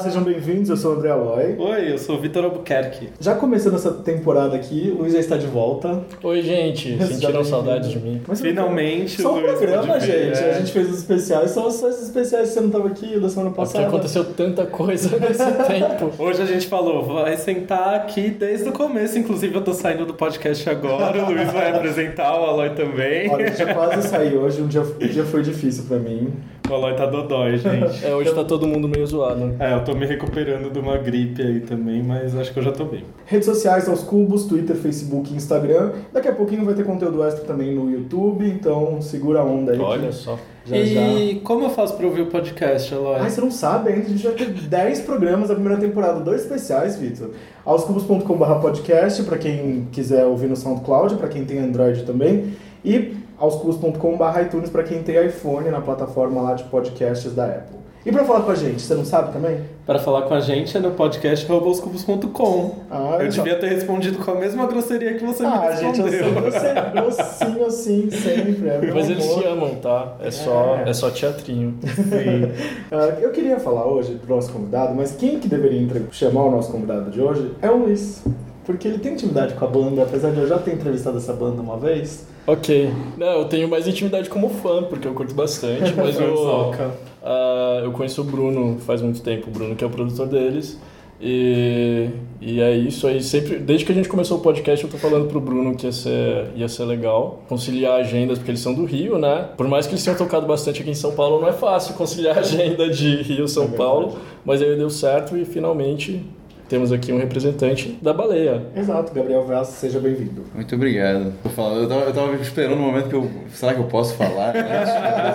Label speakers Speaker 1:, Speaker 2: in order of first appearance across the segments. Speaker 1: sejam bem-vindos. Eu sou o André Aloy.
Speaker 2: Oi, eu sou o Vitor Albuquerque.
Speaker 1: Já começando essa temporada aqui, o Luiz já está de volta.
Speaker 3: Oi, gente.
Speaker 1: Seja
Speaker 3: Sentiram
Speaker 1: bem-vindo.
Speaker 3: saudade de mim?
Speaker 1: Mas,
Speaker 2: Finalmente,
Speaker 1: Só
Speaker 2: o
Speaker 1: um
Speaker 2: Luiz
Speaker 1: programa,
Speaker 2: pode vir,
Speaker 1: gente.
Speaker 2: é.
Speaker 1: A gente fez os especiais. Só só esses especiais que você não estava aqui da semana
Speaker 3: Porque
Speaker 1: passada.
Speaker 3: aconteceu tanta coisa nesse tempo.
Speaker 2: Hoje a gente falou, vai sentar aqui desde o começo. Inclusive, eu tô saindo do podcast agora. O Luiz vai apresentar, o Aloy também.
Speaker 1: Olha, já quase saí hoje. Um dia, um dia foi difícil pra mim.
Speaker 2: O Aloy tá dodói, gente.
Speaker 3: É, hoje tá todo mundo meio zoado.
Speaker 2: É, eu tô me recuperando de uma gripe aí também, mas acho que eu já tô bem.
Speaker 1: Redes sociais aos cubos, Twitter, Facebook e Instagram. Daqui a pouquinho vai ter conteúdo extra também no YouTube, então segura a onda aí.
Speaker 3: Olha só.
Speaker 1: Já, já.
Speaker 2: e como eu faço pra ouvir o podcast, Aloy?
Speaker 1: Ai, você não sabe ainda, a gente vai ter 10 programas da primeira temporada, dois especiais, Vitor. aoscubos.com.br podcast, pra quem quiser ouvir no SoundCloud, pra quem tem Android também. E aoscubos.com.br iTunes pra quem tem iPhone na plataforma lá de podcasts da Apple. E pra falar com a gente, você não sabe também?
Speaker 2: Pra falar com a gente é no podcast roboscubos.com.
Speaker 1: Ah,
Speaker 2: eu
Speaker 1: já-
Speaker 2: devia ter respondido com a mesma grosseria que você me
Speaker 1: Ah, gente, eu
Speaker 2: respondeu.
Speaker 1: sei, eu sei, docinho assim, sempre. É, meu
Speaker 3: Mas eles
Speaker 1: amor.
Speaker 3: te amam, tá? É só,
Speaker 1: É.
Speaker 3: é só teatrinho.
Speaker 2: Sim.
Speaker 1: Ah, eu queria falar hoje do nosso convidado, mas quem que deveria entre- chamar o nosso convidado de hoje é o Luiz. Porque ele tem intimidade com a banda, apesar de eu já ter entrevistado essa banda uma vez.
Speaker 3: Ok. Não, eu tenho mais intimidade como fã, porque eu curto bastante, mas eu,
Speaker 2: Soca.
Speaker 3: ah, eu conheço o Bruno faz muito tempo, o Bruno que é o produtor deles. E, e é isso aí. Sempre, desde que a gente começou o podcast, eu tô falando pro Bruno que ia ser, ia ser legal conciliar agendas, porque eles são do Rio, né? Por mais que eles tenham tocado bastante aqui em São Paulo, não é fácil conciliar a agenda de
Speaker 2: É
Speaker 3: Rio-São Paulo, mas aí deu certo e finalmente temos aqui um representante da baleia.
Speaker 1: Exato, Gabriel Vaz, seja bem-vindo.
Speaker 4: Muito obrigado. Tô falando- Eu tava, eu tava esperando o momento que eu. Será que eu posso falar? né?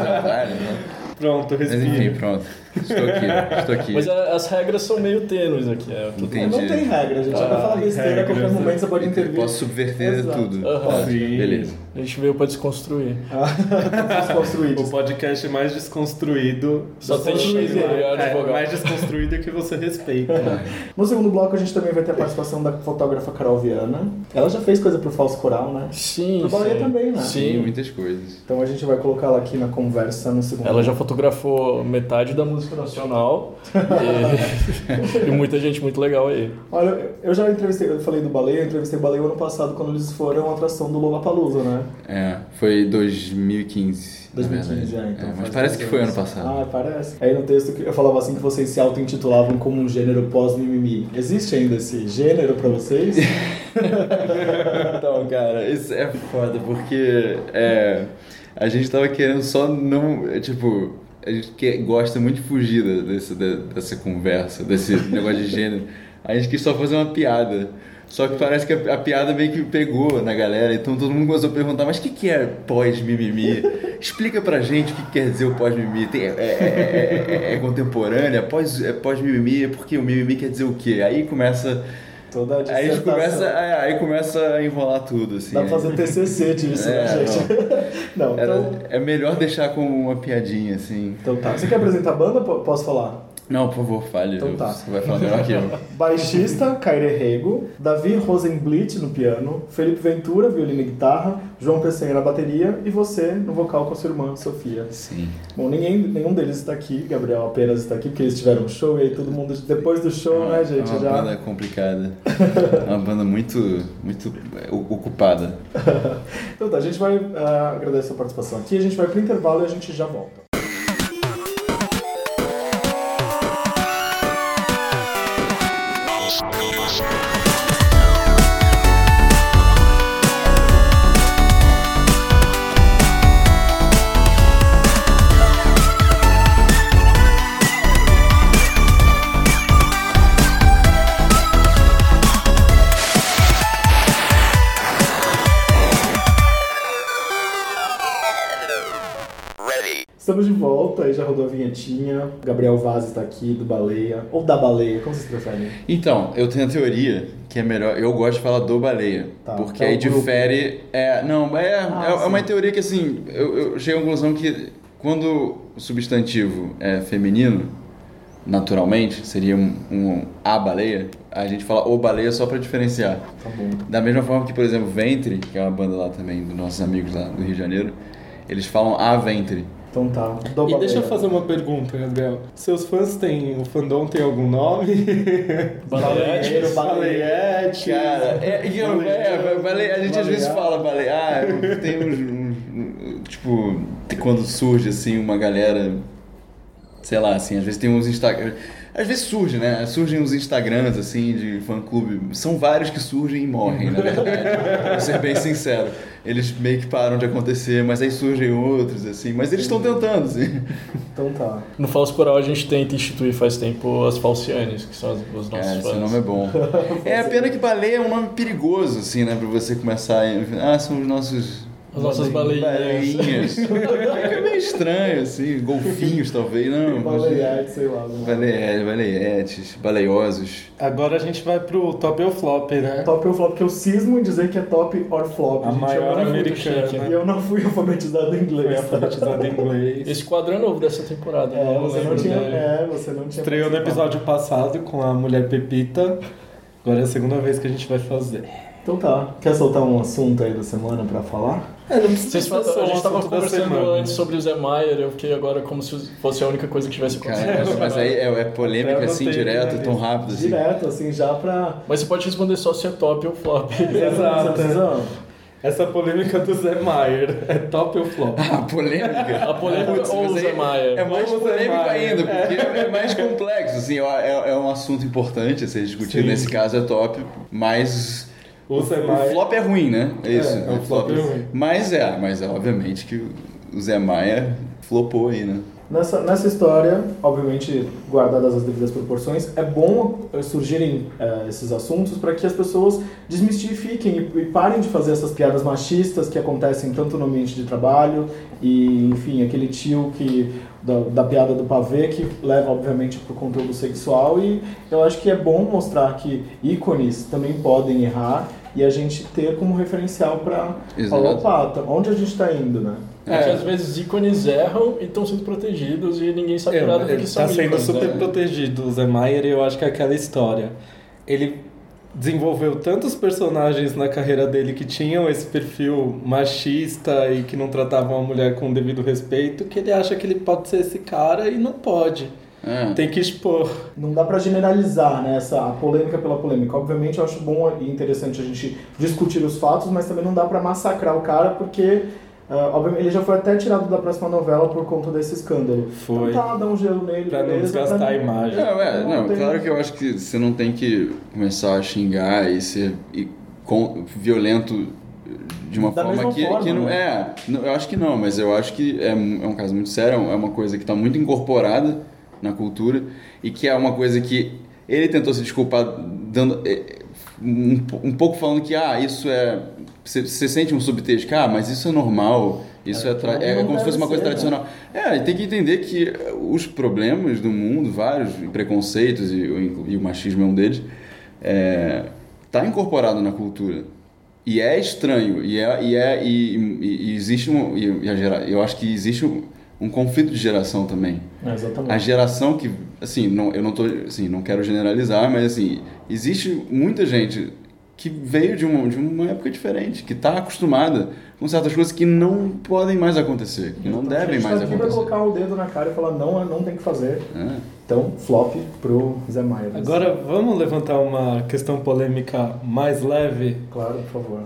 Speaker 4: Mas
Speaker 2: Pronto,
Speaker 4: enfim,
Speaker 2: respiro.
Speaker 4: pronto. Estou aqui, estou aqui.
Speaker 3: Mas a- as regras são meio tênues aqui. É, tudo
Speaker 4: Entendi.
Speaker 1: Não tem regra, a gente. Vai
Speaker 2: Ah,
Speaker 1: falar
Speaker 2: tem
Speaker 1: besteira, a qualquer
Speaker 2: regras, né?
Speaker 1: momento você pode
Speaker 4: Eu
Speaker 1: intervir.
Speaker 4: Posso subverter
Speaker 1: Exato.
Speaker 4: tudo.
Speaker 3: Aham.
Speaker 4: Pode.
Speaker 2: Sim.
Speaker 4: Beleza.
Speaker 3: A gente veio pra desconstruir.
Speaker 1: Os
Speaker 2: O
Speaker 1: construídos.
Speaker 2: podcast é mais desconstruído.
Speaker 3: Só tem
Speaker 2: Desconstruído,
Speaker 3: cheiro,
Speaker 2: né?
Speaker 3: eu acho,
Speaker 2: É,
Speaker 3: vogal.
Speaker 2: mais desconstruído que você respeita.
Speaker 1: No segundo bloco, a gente também vai ter a participação da fotógrafa Carol Viana. Ela já fez coisa pro Falso Coral, né?
Speaker 3: Sim.
Speaker 1: Pro baleia
Speaker 3: sim.
Speaker 1: também, né?
Speaker 4: Tem
Speaker 3: Sim.
Speaker 4: muitas coisas.
Speaker 1: Então a gente vai colocá-la aqui na conversa no segundo
Speaker 3: Ela já fotografou metade da música nacional e, e muita gente muito legal aí.
Speaker 1: Olha, eu já entrevistei, eu falei do Baleia, eu entrevistei o Baleia ano passado quando eles foram a atração do Lollapalooza, né?
Speaker 4: É, foi 2015. na
Speaker 1: 2015 já,
Speaker 4: verdade.
Speaker 1: então.
Speaker 4: É, mas
Speaker 1: faz
Speaker 4: parece que
Speaker 1: dois
Speaker 4: foi ano
Speaker 1: anos.
Speaker 4: passado.
Speaker 1: Ah, parece. Aí no texto que eu falava assim que vocês se auto-intitulavam como um gênero pós-mimimi. Existe ainda esse gênero pra vocês?
Speaker 4: Então, cara, isso é foda, porque é, a gente tava querendo só não. é, Tipo, a gente que- gosta muito de fugir da- desse, da- dessa conversa, desse negócio de gênero. A gente quis só fazer uma piada. Só que parece que a, a piada meio que pegou na galera, então todo mundo começou a perguntar, mas o que, que é pós-mimimi? Explica pra gente o que quer dizer o pós-mimimi. Tem- É, é- é- é- é contemporânea? Pós- é Pós-mimimi? É porque o mimimi quer dizer o quê? Aí começa
Speaker 1: Toda a
Speaker 4: Aí a gente
Speaker 1: dissertação.
Speaker 4: começa, é, aí começa a enrolar tudo, assim.
Speaker 1: Dá pra fazer TCC disso,
Speaker 4: É,
Speaker 1: né, gente? Não,
Speaker 4: Era-
Speaker 1: então...
Speaker 4: é melhor deixar como uma piadinha, assim.
Speaker 1: Então tá, você quer apresentar a banda? P- Posso falar?
Speaker 4: Não, por favor, fale.
Speaker 1: Então tá.
Speaker 4: Você vai falar melhor que eu.
Speaker 1: Baixista, Kaire Rego, Davi Rosenblit no piano, Felipe Ventura, violino e guitarra, João Pessanha na bateria e você no vocal com a sua irmã, Sofia.
Speaker 4: Sim.
Speaker 1: Bom, ninguém, nenhum deles está aqui, Gabriel apenas está aqui, porque eles tiveram um show e aí todo mundo, depois do show, né, gente,
Speaker 4: é uma
Speaker 1: já...
Speaker 4: banda complicada. é uma banda muito, muito é, o- ocupada.
Speaker 1: Então tá, a gente vai ah, agradecer a sua participação aqui, a gente vai pro intervalo e a gente já volta. Estamos de volta, aí já rodou a vinhetinha, Gabriel Vaz está aqui, do Baleia, ou da Baleia, como vocês preferem?
Speaker 4: Então, eu tenho a teoria que é melhor. Eu gosto de falar do baleia.
Speaker 1: Tá,
Speaker 4: porque
Speaker 1: que é o
Speaker 4: aí difere. É, não, é,
Speaker 1: Ah,
Speaker 4: é, é
Speaker 1: sim.
Speaker 4: uma teoria que assim. Eu, eu cheguei à conclusão que quando o substantivo é feminino, naturalmente, seria um, um a baleia, a gente fala o baleia só pra diferenciar.
Speaker 1: Tá bom.
Speaker 4: Da mesma forma que, por exemplo, Ventre, que é uma banda lá também dos nossos amigos lá do Rio de Janeiro, eles falam a Ventre.
Speaker 1: Então tá.
Speaker 2: E deixa eu fazer uma pergunta, Gabriel. Seus fãs têm. O fandom tem algum nome? É,
Speaker 3: Baleetes.
Speaker 2: Baleete.
Speaker 4: Cara, é, e eu- é, bale- a gente às vezes
Speaker 2: Balear.
Speaker 4: fala baleia, ah, tem uns, uns- Tipo, tem- quando surge assim uma galera. Sei lá, assim, às vezes tem uns Instagram. Às vezes surge, né? Surgem uns Instagrams, assim, de fã-clube. São vários que surgem e morrem, na verdade. pra ser bem sincero. Eles meio que param de acontecer, mas aí surgem outros, assim. Mas eles estão tentando, assim.
Speaker 1: Então tá.
Speaker 3: No Falso Coral a gente tenta instituir faz tempo as falcianes, que são as, os nossos
Speaker 4: Cara, esse
Speaker 3: fãs.
Speaker 4: nome é bom. É a pena que baleia é um nome perigoso, assim, né? Pra você começar. a- Ah, são os nossos.
Speaker 3: As nossas baleinhas.
Speaker 4: Baleinhas. Fica É meio estranho, assim. Golfinhos, talvez, não. é
Speaker 1: Baleate, sei lá. alguma-
Speaker 4: Baleia- Baleietes, baleiosos.
Speaker 2: Agora a gente vai pro top ou flop, né?
Speaker 1: É Top ou flop, que eu cismo em dizer que é top or flop.
Speaker 2: A
Speaker 1: gente,
Speaker 2: maior
Speaker 1: eu não fui-
Speaker 2: americana.
Speaker 1: E eu não fui alfabetizado em
Speaker 2: Foi
Speaker 1: inglês.
Speaker 2: alfabetizado em inglês.
Speaker 3: Esse quadro é novo dessa temporada. né?
Speaker 1: É,
Speaker 3: Eu
Speaker 1: você não
Speaker 3: lembro
Speaker 1: tinha.
Speaker 3: dele.
Speaker 1: É, você não tinha.
Speaker 2: né? Estreou no
Speaker 1: participado.
Speaker 2: episódio passado com a mulher Pepita. Agora é a segunda vez que a gente vai fazer.
Speaker 1: Então tá. Quer soltar um assunto aí da semana pra falar?
Speaker 2: É, não precisa
Speaker 3: Vocês falam, a gente estava conversando
Speaker 1: né?
Speaker 3: antes sobre o Zé Maier, eu fiquei agora como se fosse a única coisa que tivesse acontecido.
Speaker 4: Cara, mas aí é, é
Speaker 2: Eu né?
Speaker 4: polêmica,
Speaker 2: não
Speaker 4: assim,
Speaker 2: tenho
Speaker 4: direto,
Speaker 2: nada
Speaker 4: tão rápido, assim.
Speaker 1: Direto, assim, já pra.
Speaker 3: Mas você pode responder só se é top ou flop.
Speaker 2: Exato.
Speaker 1: Você precisa-
Speaker 2: Essa polêmica do Zé Maier. É top ou flop?
Speaker 4: Ah, polêmica.
Speaker 3: A polêmica
Speaker 4: Putz,
Speaker 3: ou o
Speaker 4: mas
Speaker 3: Zé
Speaker 4: aí
Speaker 3: Maia?
Speaker 4: É mais
Speaker 2: Ou o Zé
Speaker 4: polêmico
Speaker 2: Maia.
Speaker 4: ainda, porque é. mais complexo, assim, ó, é, é um assunto importante a ser discutido,
Speaker 2: Sim.
Speaker 4: nesse caso é top, mas
Speaker 2: O Zé
Speaker 4: O
Speaker 2: Maier.
Speaker 4: flop é ruim, né? É isso.
Speaker 2: É, é um flop ruim.
Speaker 4: Mas é, mas é obviamente que o Zé Maia flopou aí, né?
Speaker 1: Nessa, nessa história, obviamente guardadas as devidas proporções, é bom eh, surgirem eh, esses assuntos para que as pessoas desmistifiquem e, e parem de fazer essas piadas machistas que acontecem tanto no ambiente de trabalho e, enfim, aquele tio que da, da piada do pavê que leva, obviamente, para o conteúdo sexual. E eu acho que é bom mostrar que ícones também podem errar e a gente ter como referencial para
Speaker 4: Exato.
Speaker 1: falar, opa, tá- onde a gente está indo, né?
Speaker 3: É que às vezes ícones erram e estão sendo protegidos e ninguém sabe
Speaker 2: É,
Speaker 3: nada
Speaker 2: ele
Speaker 3: porque são
Speaker 2: tá sendo
Speaker 3: ícones,
Speaker 2: super
Speaker 3: né?
Speaker 2: protegido, o Zé Maier, e eu acho que é aquela história. Ele desenvolveu tantos personagens na carreira dele que tinham esse perfil machista e que não tratavam a mulher com o devido respeito, que ele acha que ele pode ser esse cara e não pode.
Speaker 4: É.
Speaker 2: Tem que expor.
Speaker 1: Não dá pra generalizar né, essa a polêmica pela polêmica. Obviamente, eu acho bom e interessante a gente discutir os fatos, mas também não dá pra massacrar o cara, porque ah, obviamente, ele já foi até tirado da próxima novela por conta desse escândalo.
Speaker 2: Foi.
Speaker 1: Então tá, dá um gelo nele.
Speaker 2: Pra não
Speaker 1: beleza,
Speaker 2: desgastar
Speaker 1: pra
Speaker 2: a
Speaker 1: não-
Speaker 2: imagem.
Speaker 4: Não, é, não,
Speaker 1: tem-
Speaker 4: claro que eu acho que você não tem que começar a xingar e ser e com- violento de uma
Speaker 1: Da
Speaker 4: forma
Speaker 1: mesma
Speaker 4: que,
Speaker 1: forma, né?
Speaker 4: que não é. Não, eu acho que não, mas eu acho que é, um é um caso muito sério, é uma coisa que está muito incorporada na cultura e que é uma coisa que ele tentou se desculpar dando é, um, po- um pouco falando que ah, isso é você você sente um subtexto, que, ah, mas isso é normal, isso é, tra-
Speaker 1: não
Speaker 4: é como
Speaker 1: deve
Speaker 4: se fosse uma coisa
Speaker 1: ser, né?
Speaker 4: tradicional não. É, e tem que entender que eh, os problemas do mundo, vários preconceitos, e, o- e o machismo é um deles, é, tá incorporado na cultura. E é estranho, e, é, e, é, e, e- e existe um. E, e a gera- eu acho que existe um, um conflito de geração também.
Speaker 1: É,
Speaker 4: A
Speaker 1: exatamente.
Speaker 4: geração que, assim, não, eu não tô, assim, não quero generalizar, mas assim, existe muita gente que veio de uma, de uma época diferente, que está acostumada com certas coisas que não podem mais acontecer, que não
Speaker 1: Então,
Speaker 4: devem
Speaker 1: A gente
Speaker 4: mais
Speaker 1: tá aqui pra
Speaker 4: acontecer.
Speaker 1: colocar o dedo na cara e falar, não, não tem que fazer.
Speaker 4: É.
Speaker 1: Então, flop pro Zé Maia.
Speaker 2: Agora vamos levantar uma questão polêmica mais leve.
Speaker 1: Claro, por favor.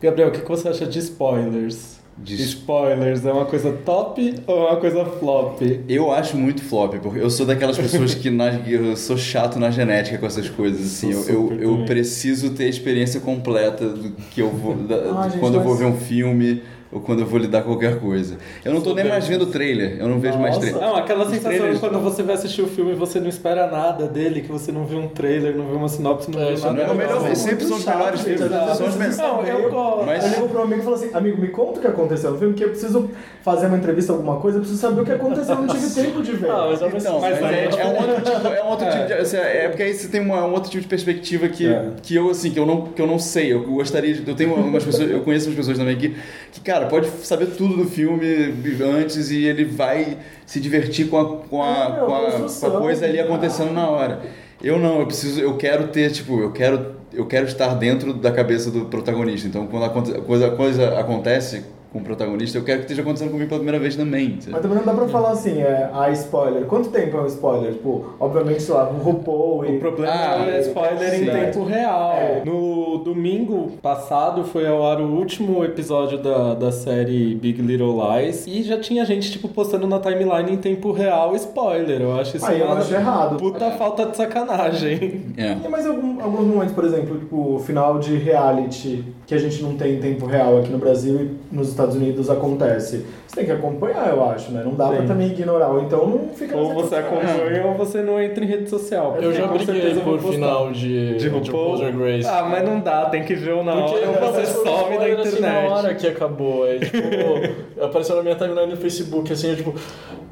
Speaker 2: Gabriel, o que que você acha de spoilers?
Speaker 4: De-
Speaker 2: Spoilers é uma coisa top ou é uma coisa flop?
Speaker 4: Eu acho muito flop, porque eu sou daquelas pessoas que na, eu sou chato na genética com essas coisas, assim. Eu,
Speaker 2: Sou
Speaker 4: eu,
Speaker 2: super
Speaker 4: eu
Speaker 2: também.
Speaker 4: preciso ter a experiência completa do que eu vou. da-
Speaker 1: Ah,
Speaker 4: do-
Speaker 1: gente,
Speaker 4: quando eu vou
Speaker 1: mas-
Speaker 4: ver um filme ou quando eu vou lidar com qualquer coisa. Eu não tô nem mais vendo trailer, eu não vejo mais
Speaker 1: Nossa.
Speaker 4: trailer.
Speaker 2: Não, aquela
Speaker 4: Os
Speaker 2: sensação de
Speaker 4: trailers-
Speaker 2: quando você vai assistir o filme e você não espera nada dele, que você não viu um trailer, não viu uma sinopse, não
Speaker 3: É,
Speaker 2: viu
Speaker 3: isso
Speaker 2: nada.
Speaker 4: Não é o melhor,
Speaker 1: Nossa,
Speaker 4: eles sempre são os
Speaker 1: muito chato,
Speaker 4: melhores
Speaker 1: gente.
Speaker 4: filmes, são os melhores.
Speaker 2: Não, eu gosto.
Speaker 4: Mas-
Speaker 1: Eu ligo pro meu amigo e falo assim, amigo, me conta o que aconteceu no filme, que eu preciso fazer uma entrevista, alguma coisa, eu preciso saber o que aconteceu, eu não tive tempo de ver.
Speaker 3: Ah, mas é uma
Speaker 4: Então, mas,
Speaker 2: mas
Speaker 4: é,
Speaker 2: aí-
Speaker 4: é um outro tipo, é um outro tipo de, assim, é porque aí você tem uma, um outro tipo de perspectiva que,
Speaker 2: É.
Speaker 4: que eu assim que eu não que eu não sei. Eu gostaria, de, eu tenho algumas pessoas, eu conheço umas pessoas também que que cara pode saber tudo do filme antes e ele vai se divertir com a com a,
Speaker 1: É, meu,
Speaker 4: com a-
Speaker 1: construção.
Speaker 4: com a coisa ali acontecendo na hora. Eu não, eu preciso, eu quero ter tipo, eu quero eu quero estar dentro da cabeça do protagonista. Então quando a conte- a coisa a coisa acontece com o protagonista, eu quero que esteja acontecendo comigo pela primeira vez também. sabe?
Speaker 1: Mas também não dá pra falar assim, é, ah, spoiler. Quanto tempo é um spoiler? Tipo, obviamente, sei lá, o RuPaul e...
Speaker 2: O problema
Speaker 4: Ah,
Speaker 2: é spoiler em
Speaker 4: sim.
Speaker 2: tempo real.
Speaker 1: É.
Speaker 2: No domingo passado foi ao ar o último episódio da, da série Big Little Lies e já tinha gente, tipo, postando na timeline em tempo real spoiler. Eu acho isso
Speaker 1: Aí eu
Speaker 2: uma
Speaker 1: acho errado.
Speaker 2: puta falta de sacanagem.
Speaker 4: É.
Speaker 1: E mais algum- alguns momentos, por exemplo, tipo, final de reality que a gente não tem em tempo real aqui no Brasil e nos Estados Unidos acontece. Você tem que acompanhar, eu acho, né? Não dá pra
Speaker 2: Sim.
Speaker 1: também ignorar, ou então não fica
Speaker 2: Ou
Speaker 1: nessa
Speaker 2: você
Speaker 1: questão.
Speaker 2: acompanha ou você não entra em rede social.
Speaker 3: Eu já
Speaker 2: Com
Speaker 3: briguei
Speaker 2: certeza eu vou
Speaker 3: por
Speaker 2: postar.
Speaker 3: final de,
Speaker 2: De RuPaul?
Speaker 3: RuPaul's Drag Race.
Speaker 2: Ah, mas não dá, tem que ver o na
Speaker 3: Porque
Speaker 2: hora ou você
Speaker 3: eu- eu-
Speaker 2: some
Speaker 3: eu-
Speaker 2: da
Speaker 3: eu- assim,
Speaker 2: internet.
Speaker 3: na hora que acabou, aí, tipo, apareceu na minha timeline no Facebook, assim, eu tipo,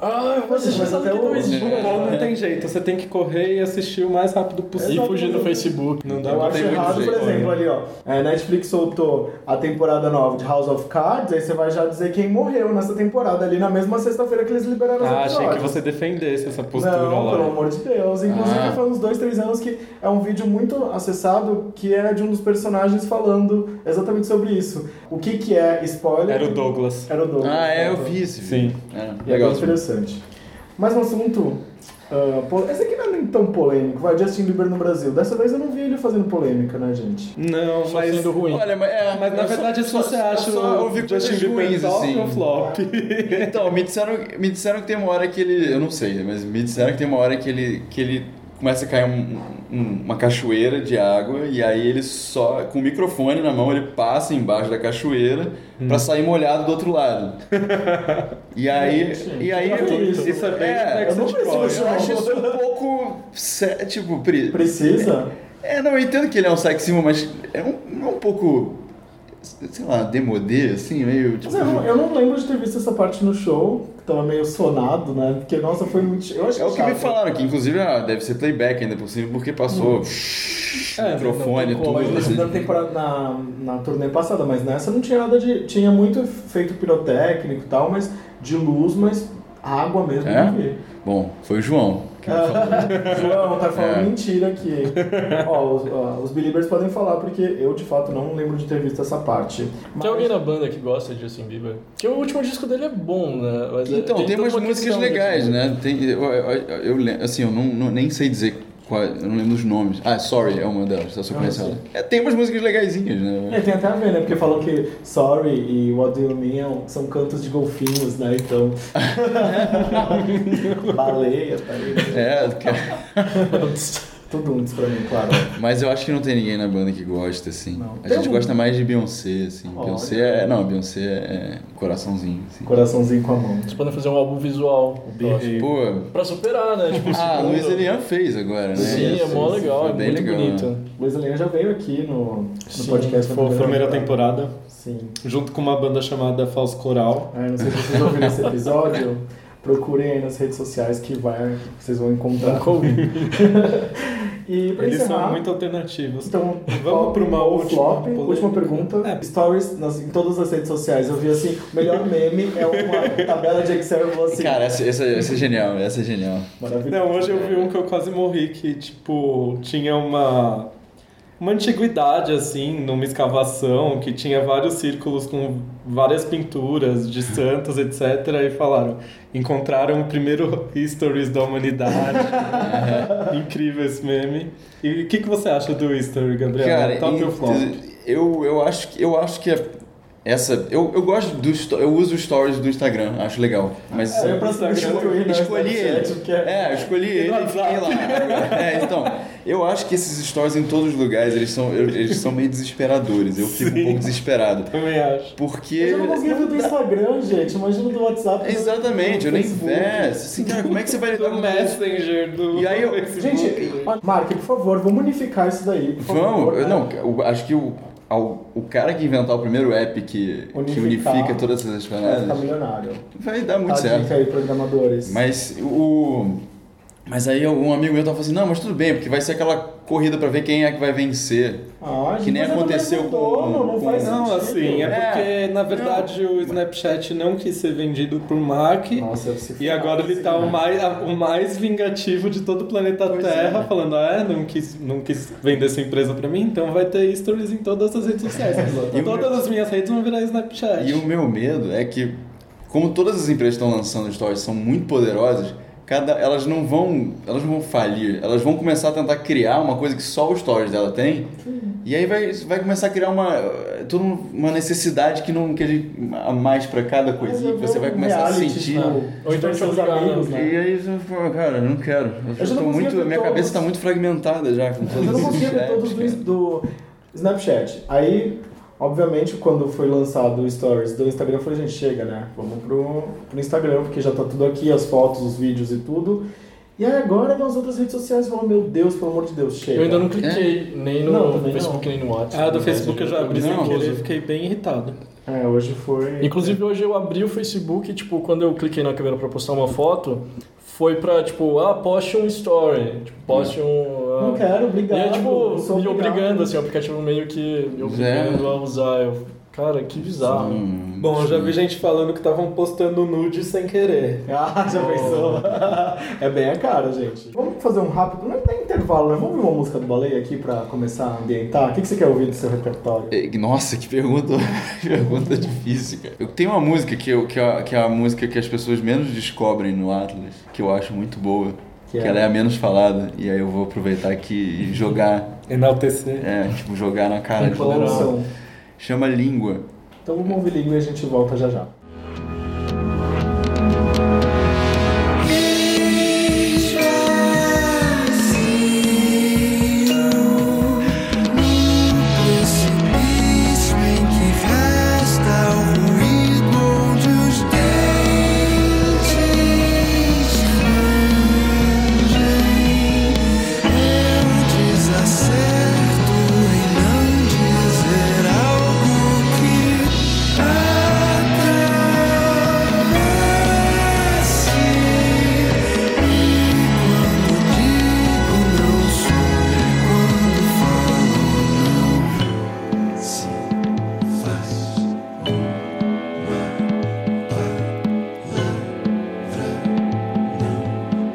Speaker 3: ah, eu vou assistir
Speaker 1: Mas
Speaker 3: essa
Speaker 1: até
Speaker 3: daqui
Speaker 1: o-
Speaker 3: dois dias.
Speaker 2: Bom, não
Speaker 3: né?
Speaker 2: tem jeito, você tem que correr e assistir o mais rápido
Speaker 1: É.
Speaker 3: E
Speaker 2: possível.
Speaker 3: fugir do Facebook.
Speaker 2: Não dá
Speaker 1: Eu
Speaker 4: Não
Speaker 1: acho
Speaker 4: tem muito
Speaker 1: errado, por
Speaker 4: jeito,
Speaker 1: exemplo, ali ó. A Netflix soltou a temporada nova de House of Cards, aí você vai já dizer quem morreu nessa temporada ali na mesma sexta-feira que eles liberaram os
Speaker 2: Ah, achei
Speaker 1: episódios.
Speaker 2: que você defendesse essa postura
Speaker 1: Não,
Speaker 2: lá.
Speaker 1: pelo amor de Deus. Inclusive,
Speaker 4: Ah.
Speaker 1: foi uns dois, três anos que é um vídeo muito acessado que é de um dos personagens falando exatamente sobre isso. O que, que é spoiler?
Speaker 2: Era o Douglas.
Speaker 1: Era o Douglas.
Speaker 4: Ah, é, eu vi esse
Speaker 2: Sim.
Speaker 4: vídeo. É,
Speaker 1: E é bem
Speaker 4: legal.
Speaker 1: interessante. Mais um assunto. ah, po- Esse aqui não é nem tão polêmico, vai Justin Bieber no Brasil. Dessa vez eu não vi ele fazendo polêmica, né, gente?
Speaker 2: Não,
Speaker 3: Só
Speaker 2: mas.
Speaker 3: sendo ruim.
Speaker 4: Olha, mas, é,
Speaker 2: Mas na
Speaker 4: eu só-
Speaker 2: verdade, se
Speaker 4: só-
Speaker 2: você
Speaker 4: eu
Speaker 2: acha
Speaker 4: só
Speaker 2: o
Speaker 4: ouvi coisas
Speaker 2: Justin Bieber
Speaker 4: ruins,
Speaker 2: top
Speaker 4: assim.
Speaker 2: ou flop?
Speaker 4: Então, me disseram, me disseram que tem uma hora que ele. Eu não sei, mas me disseram que tem uma hora que ele, que ele começa a cair um- um- uma cachoeira de água e aí ele só. Com o microfone na mão, ele passa embaixo da cachoeira pra sair molhado do outro lado. E aí.
Speaker 1: Gente,
Speaker 4: e aí
Speaker 1: que isso?
Speaker 2: Isso é bem né?
Speaker 4: é,
Speaker 2: complexo.
Speaker 1: Eu não
Speaker 2: Exit
Speaker 1: preciso
Speaker 4: eu acho isso um pouco. sé- Tipo, pri-
Speaker 1: Precisa?
Speaker 4: é, não, eu entendo que ele é um sex symbol, mas é um, é um pouco. Sei lá, demodê, assim, meio. Tipo,
Speaker 1: Mas eu, não, eu não lembro de ter visto essa parte no show, que tava meio sonado, né? Porque, nossa, foi muito. Eu acho
Speaker 4: É o que me
Speaker 1: chato.
Speaker 4: falaram, que inclusive ah, deve ser playback ainda por cima, porque passou shhh,
Speaker 2: É, não tem
Speaker 4: microfone, tudo.
Speaker 2: como,
Speaker 1: Mas
Speaker 4: assim.
Speaker 1: isso na, temporada, na, na turnê passada, mas nessa não tinha nada de. Tinha muito efeito pirotécnico e tal, mas de luz, mas água mesmo.
Speaker 4: É?
Speaker 1: não vi.
Speaker 4: Bom, foi o João.
Speaker 1: É, João, tá falando
Speaker 4: É.
Speaker 1: mentira aqui. ó, os, ó, os Believers podem falar, porque eu de fato não lembro de ter visto essa parte. Mas-
Speaker 3: Tem alguém na banda que gosta de Justin Bieber? Porque o último disco dele é bom, né? Mas é-
Speaker 4: Então, tem,
Speaker 3: toda
Speaker 4: umas
Speaker 3: uma
Speaker 4: músicas
Speaker 3: questão de-
Speaker 4: legais, né? Tem, eu, eu, eu- eu lem- assim, eu não, não- nem sei dizer qual, eu não lembro os nomes. Ah, Sorry é uma delas, eu só
Speaker 1: Ah,
Speaker 4: conheço
Speaker 1: sim.
Speaker 4: ela. É, tem umas músicas
Speaker 1: É,
Speaker 4: legaisinhas, né?
Speaker 1: tem até a ver, né? Porque falou que Sorry e What Do You Mean são cantos de golfinhos, né? Então. Baleia, tá aí.
Speaker 4: É, cara,
Speaker 1: Tudo um pra mim, claro.
Speaker 4: mas eu acho que não tem ninguém na banda que gosta, assim.
Speaker 1: Não.
Speaker 4: A
Speaker 1: Tem
Speaker 4: gente
Speaker 1: algum-
Speaker 4: gosta mais de Beyoncé, assim.
Speaker 1: Olha.
Speaker 4: Beyoncé é. Não, Beyoncé é coraçãozinho, assim.
Speaker 1: Coraçãozinho com a mão.
Speaker 3: Eles podem fazer um álbum visual, o próximo.
Speaker 4: Pô,
Speaker 3: Pra superar, né? Tipo, o
Speaker 4: Ah,
Speaker 3: segundo.
Speaker 4: Luiz Elian fez agora, né?
Speaker 3: Sim, é mó
Speaker 4: Isso,
Speaker 3: legal,
Speaker 4: foi
Speaker 3: é muito bonito.
Speaker 1: Luiz Helena já veio aqui no, no
Speaker 3: Sim,
Speaker 1: podcast da
Speaker 2: Foi a primeira temporada,
Speaker 1: Sim.
Speaker 2: junto com uma banda chamada Falso Coral.
Speaker 1: Ah, eu não sei se vocês ouviram esse episódio. Procurem aí nas redes sociais que vai, vocês vão encontrar.
Speaker 3: Nunca ouvi.
Speaker 1: E pra
Speaker 2: Eles
Speaker 1: encerrar,
Speaker 2: são muito alternativos.
Speaker 1: então,
Speaker 2: Vamos pra uma
Speaker 1: o
Speaker 2: última
Speaker 1: flop,
Speaker 2: polêmica.
Speaker 1: última pergunta.
Speaker 2: É.
Speaker 1: Stories nas- em todas as redes sociais. Eu vi assim, o melhor meme é uma tabela de Excel e eu vou assim.
Speaker 4: Cara, essa, essa- essa é genial, essa é genial.
Speaker 1: maravilhoso.
Speaker 2: Não, hoje eu vi um que eu quase morri, que, tipo, tinha uma. Uma antiguidade, assim, numa escavação, que tinha vários círculos com várias pinturas de santos, etc. E falaram, encontraram o primeiro Histories da humanidade. Incrível esse meme. E o que, que você acha do History, Gabriel?
Speaker 4: Cara,
Speaker 1: tá
Speaker 2: Top
Speaker 4: e-
Speaker 2: ou flop?
Speaker 4: eu, eu acho que eu acho que é essa. Eu, eu gosto do sto- eu uso os stories do Instagram, acho legal. Mas
Speaker 1: É, eu pra
Speaker 4: eu
Speaker 1: substituir, né,
Speaker 4: escolhi
Speaker 1: Snapchat,
Speaker 4: ele.
Speaker 1: porque-
Speaker 4: É, eu escolhi ele e fiquei lá. agora. É, então, eu acho que esses stories em todos os lugares, eles são, eu- eles são meio desesperadores. Eu fico um pouco desesperado.
Speaker 2: Também acho.
Speaker 4: Porque.
Speaker 1: Eu já não conseguia ver do Instagram, gente. Imagina do WhatsApp.
Speaker 4: Exatamente,
Speaker 1: do
Speaker 4: eu nem
Speaker 1: Facebook.
Speaker 4: vejo. Assim, cara, como é que você vai lidar
Speaker 2: Do
Speaker 4: com
Speaker 2: Messenger, do
Speaker 4: E aí eu-
Speaker 2: Facebook.
Speaker 1: Gente, ó, Mark, por favor, vamos unificar isso daí. por favor,
Speaker 4: Vamos,
Speaker 1: né?
Speaker 4: eu- não, eu acho que o, ao- o cara que inventar o primeiro app que que unifica,
Speaker 1: Unificar.
Speaker 4: todas essas
Speaker 1: Vai ficar
Speaker 4: paradas
Speaker 1: milionário.
Speaker 4: vai dar
Speaker 1: Tá
Speaker 4: muito
Speaker 1: a dica
Speaker 4: certo.
Speaker 1: aí, programadores.
Speaker 4: Mas o, Mas aí um amigo meu tava falando assim, não, mas tudo bem, porque vai ser aquela corrida pra ver quem é que vai vencer.
Speaker 1: Ah,
Speaker 4: Que nem
Speaker 1: mas é do
Speaker 4: aconteceu
Speaker 1: mesmo dono,
Speaker 4: com-
Speaker 1: Não
Speaker 4: com-
Speaker 1: faz
Speaker 2: Não,
Speaker 1: sentido.
Speaker 2: assim, é
Speaker 4: É.
Speaker 2: porque, na verdade, o Snapchat não quis ser vendido por Mac.
Speaker 1: Nossa, se
Speaker 2: E agora ele tá o mais, o mais vingativo de todo o planeta Terra, falando, ah, é, não quis, não quis vender essa empresa pra mim, então vai ter stories em todas as redes sociais.
Speaker 4: E
Speaker 2: e
Speaker 4: o
Speaker 2: todas
Speaker 4: meu-
Speaker 2: as minhas redes vão virar Snapchat.
Speaker 4: E o meu medo é que, como todas as empresas que estão lançando stories são muito poderosas, cada, elas não vão elas não vão falir, elas vão começar a tentar criar uma coisa que só os stories dela tem, e aí vai, vai começar a criar uma, toda um, uma necessidade que não que ele, a mais pra cada coisinha, que você vai começar a sentir.
Speaker 3: Ou
Speaker 1: Ou
Speaker 3: então
Speaker 1: então seus
Speaker 3: jogar,
Speaker 1: amigos,
Speaker 4: E
Speaker 1: né?
Speaker 4: aí você fala, cara, eu não quero. Eu,
Speaker 1: já não
Speaker 4: tô
Speaker 1: consigo
Speaker 4: muito,
Speaker 1: ver
Speaker 4: minha
Speaker 1: todos.
Speaker 4: cabeça tá muito fragmentada já com
Speaker 1: Eu
Speaker 4: todos
Speaker 1: não
Speaker 4: esses
Speaker 1: conseguia ver
Speaker 4: chats,
Speaker 1: todos
Speaker 4: cara.
Speaker 1: do, do Snapchat. Aí, obviamente, quando foi lançado o Stories do Instagram, eu falei, gente, chega, né? Vamos pro, pro Instagram, porque já tá tudo aqui, as fotos, os vídeos e tudo. E aí agora nas outras redes sociais falam, meu Deus, pelo amor de Deus, chega.
Speaker 3: Eu ainda não cliquei nem no
Speaker 1: É? Não, também
Speaker 3: Facebook, nem no WhatsApp.
Speaker 2: Ah, do
Speaker 3: né?
Speaker 2: Facebook eu já abri
Speaker 4: Não.
Speaker 2: sem querer, fiquei bem irritado.
Speaker 1: É, hoje foi...
Speaker 3: Inclusive hoje eu abri o Facebook, e, tipo, quando eu cliquei na câmera pra postar uma foto, foi pra, tipo, ah, poste um story, tipo, poste um... ah,
Speaker 1: Não quero, obrigado.
Speaker 3: E é, tipo,
Speaker 1: sou
Speaker 3: me
Speaker 1: obrigado.
Speaker 3: obrigando, assim, o aplicativo meio que me obrigando
Speaker 4: É.
Speaker 3: a usar. Eu, cara, que bizarro.
Speaker 4: Hum,
Speaker 2: Bom, eu já vi gente falando que estavam postando nude sem querer.
Speaker 1: Ah, já pensou? é bem a cara, gente. Vamos fazer um rápido, não tem intervalo, né? Vamos ouvir uma música do Baleia aqui pra começar a ambientar? O que, que você quer ouvir do seu repertório?
Speaker 4: É, Nossa, que pergunta, que pergunta difícil, cara. Eu tenho uma música que, eu, que, é, que é a música que as pessoas menos descobrem no Atlas, que eu acho muito boa,
Speaker 1: Que
Speaker 4: que,
Speaker 1: é?
Speaker 4: ela é a menos falada, e aí eu vou aproveitar aqui e jogar,
Speaker 2: Enaltecer. Né,
Speaker 4: é, tipo, jogar na cara de
Speaker 1: Qual
Speaker 4: todo
Speaker 1: é o
Speaker 4: mundo.
Speaker 1: som?
Speaker 4: Chama Língua.
Speaker 1: Então vamos ouvir língua e a gente volta já já.
Speaker 5: Precipício em que resta o ruído dos dentes rangem. Eu desacerto e não dizer algo que atravesse. E quando digo não sou, quando falo se faz uma palavra, não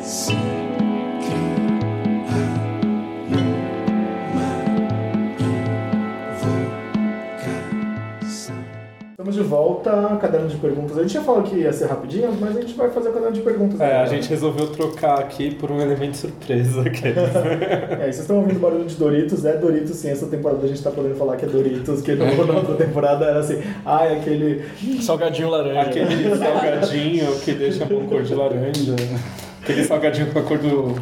Speaker 5: se cria numa invocação.
Speaker 1: Estamos de volta, caderno de perguntas. A gente ia falar que ia ser rapidinho, mas a gente vai fazer o caderno de perguntas.
Speaker 2: É,
Speaker 1: agora.
Speaker 2: a gente resolveu trocar aqui por um elemento surpresa. Que
Speaker 1: É, vocês estão ouvindo o barulho de Doritos, é Doritos sim, essa temporada a gente tá podendo falar que é Doritos, que no na outra temporada era assim, ah, é aquele...
Speaker 3: Salgadinho laranja.
Speaker 2: aquele salgadinho que deixa a mão cor de laranja. Aquele salgadinho com a cor do...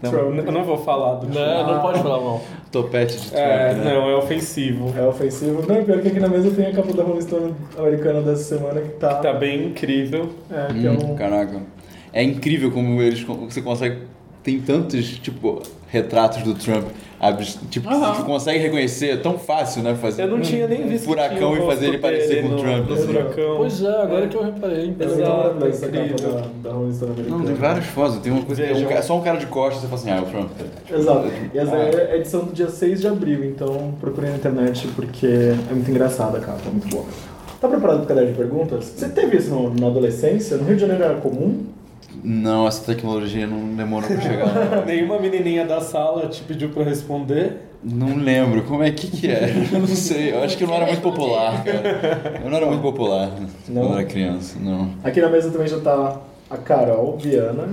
Speaker 2: Não,
Speaker 1: Trump.
Speaker 2: eu não vou falar do
Speaker 3: Né? Não pode falar mal.
Speaker 4: Topete de
Speaker 2: É,
Speaker 4: Trump, né?
Speaker 2: não, é ofensivo.
Speaker 1: É ofensivo. Não, e pior que aqui na mesa tem a capa da Rolling Stone americana dessa semana que tá...
Speaker 2: Tá bem incrível.
Speaker 1: É, que é
Speaker 4: Hum,
Speaker 1: um...
Speaker 4: Caraca. É incrível como eles con- você consegue. Tem tantos, tipo, retratos do Trump. abs- Tipo, você consegue reconhecer é tão fácil, né? Fazer.
Speaker 2: Eu não tinha nem visto. que
Speaker 4: Um furacão
Speaker 2: tinha o
Speaker 4: e fazer ele
Speaker 2: rosto
Speaker 4: parecer
Speaker 2: dele
Speaker 4: com o
Speaker 2: no-
Speaker 4: Trump,
Speaker 2: no
Speaker 4: assim.
Speaker 2: furacão.
Speaker 3: Pois é, agora que eu reparei. então.
Speaker 1: Eu
Speaker 2: Exato,
Speaker 1: não lembro dessa capa
Speaker 2: incrível.
Speaker 1: da, da Rolling Stone americana.
Speaker 4: Não, tem várias fotos. Tem uma coisa que é um
Speaker 2: Vejam.
Speaker 4: ca- só um cara de costas, você fala assim, ah, é o Trump.
Speaker 1: Exato. E essa
Speaker 4: Ah.
Speaker 1: é a edição do dia 6 de abril, então procure na internet porque é muito engraçada a capa, é muito boa. Tá preparado pro caderno de perguntas? Você teve isso no- na adolescência? No Rio de Janeiro era comum?
Speaker 4: Não, essa tecnologia não demorou pra chegar.
Speaker 3: é.
Speaker 2: Nenhuma menininha da sala te pediu pra responder.
Speaker 4: não lembro, como é que que é? Eu não sei, eu acho que eu não era muito popular, cara. Eu não era muito popular
Speaker 1: Não?
Speaker 4: quando era criança, não.
Speaker 1: Aqui na mesa também já tá a Carol Viana.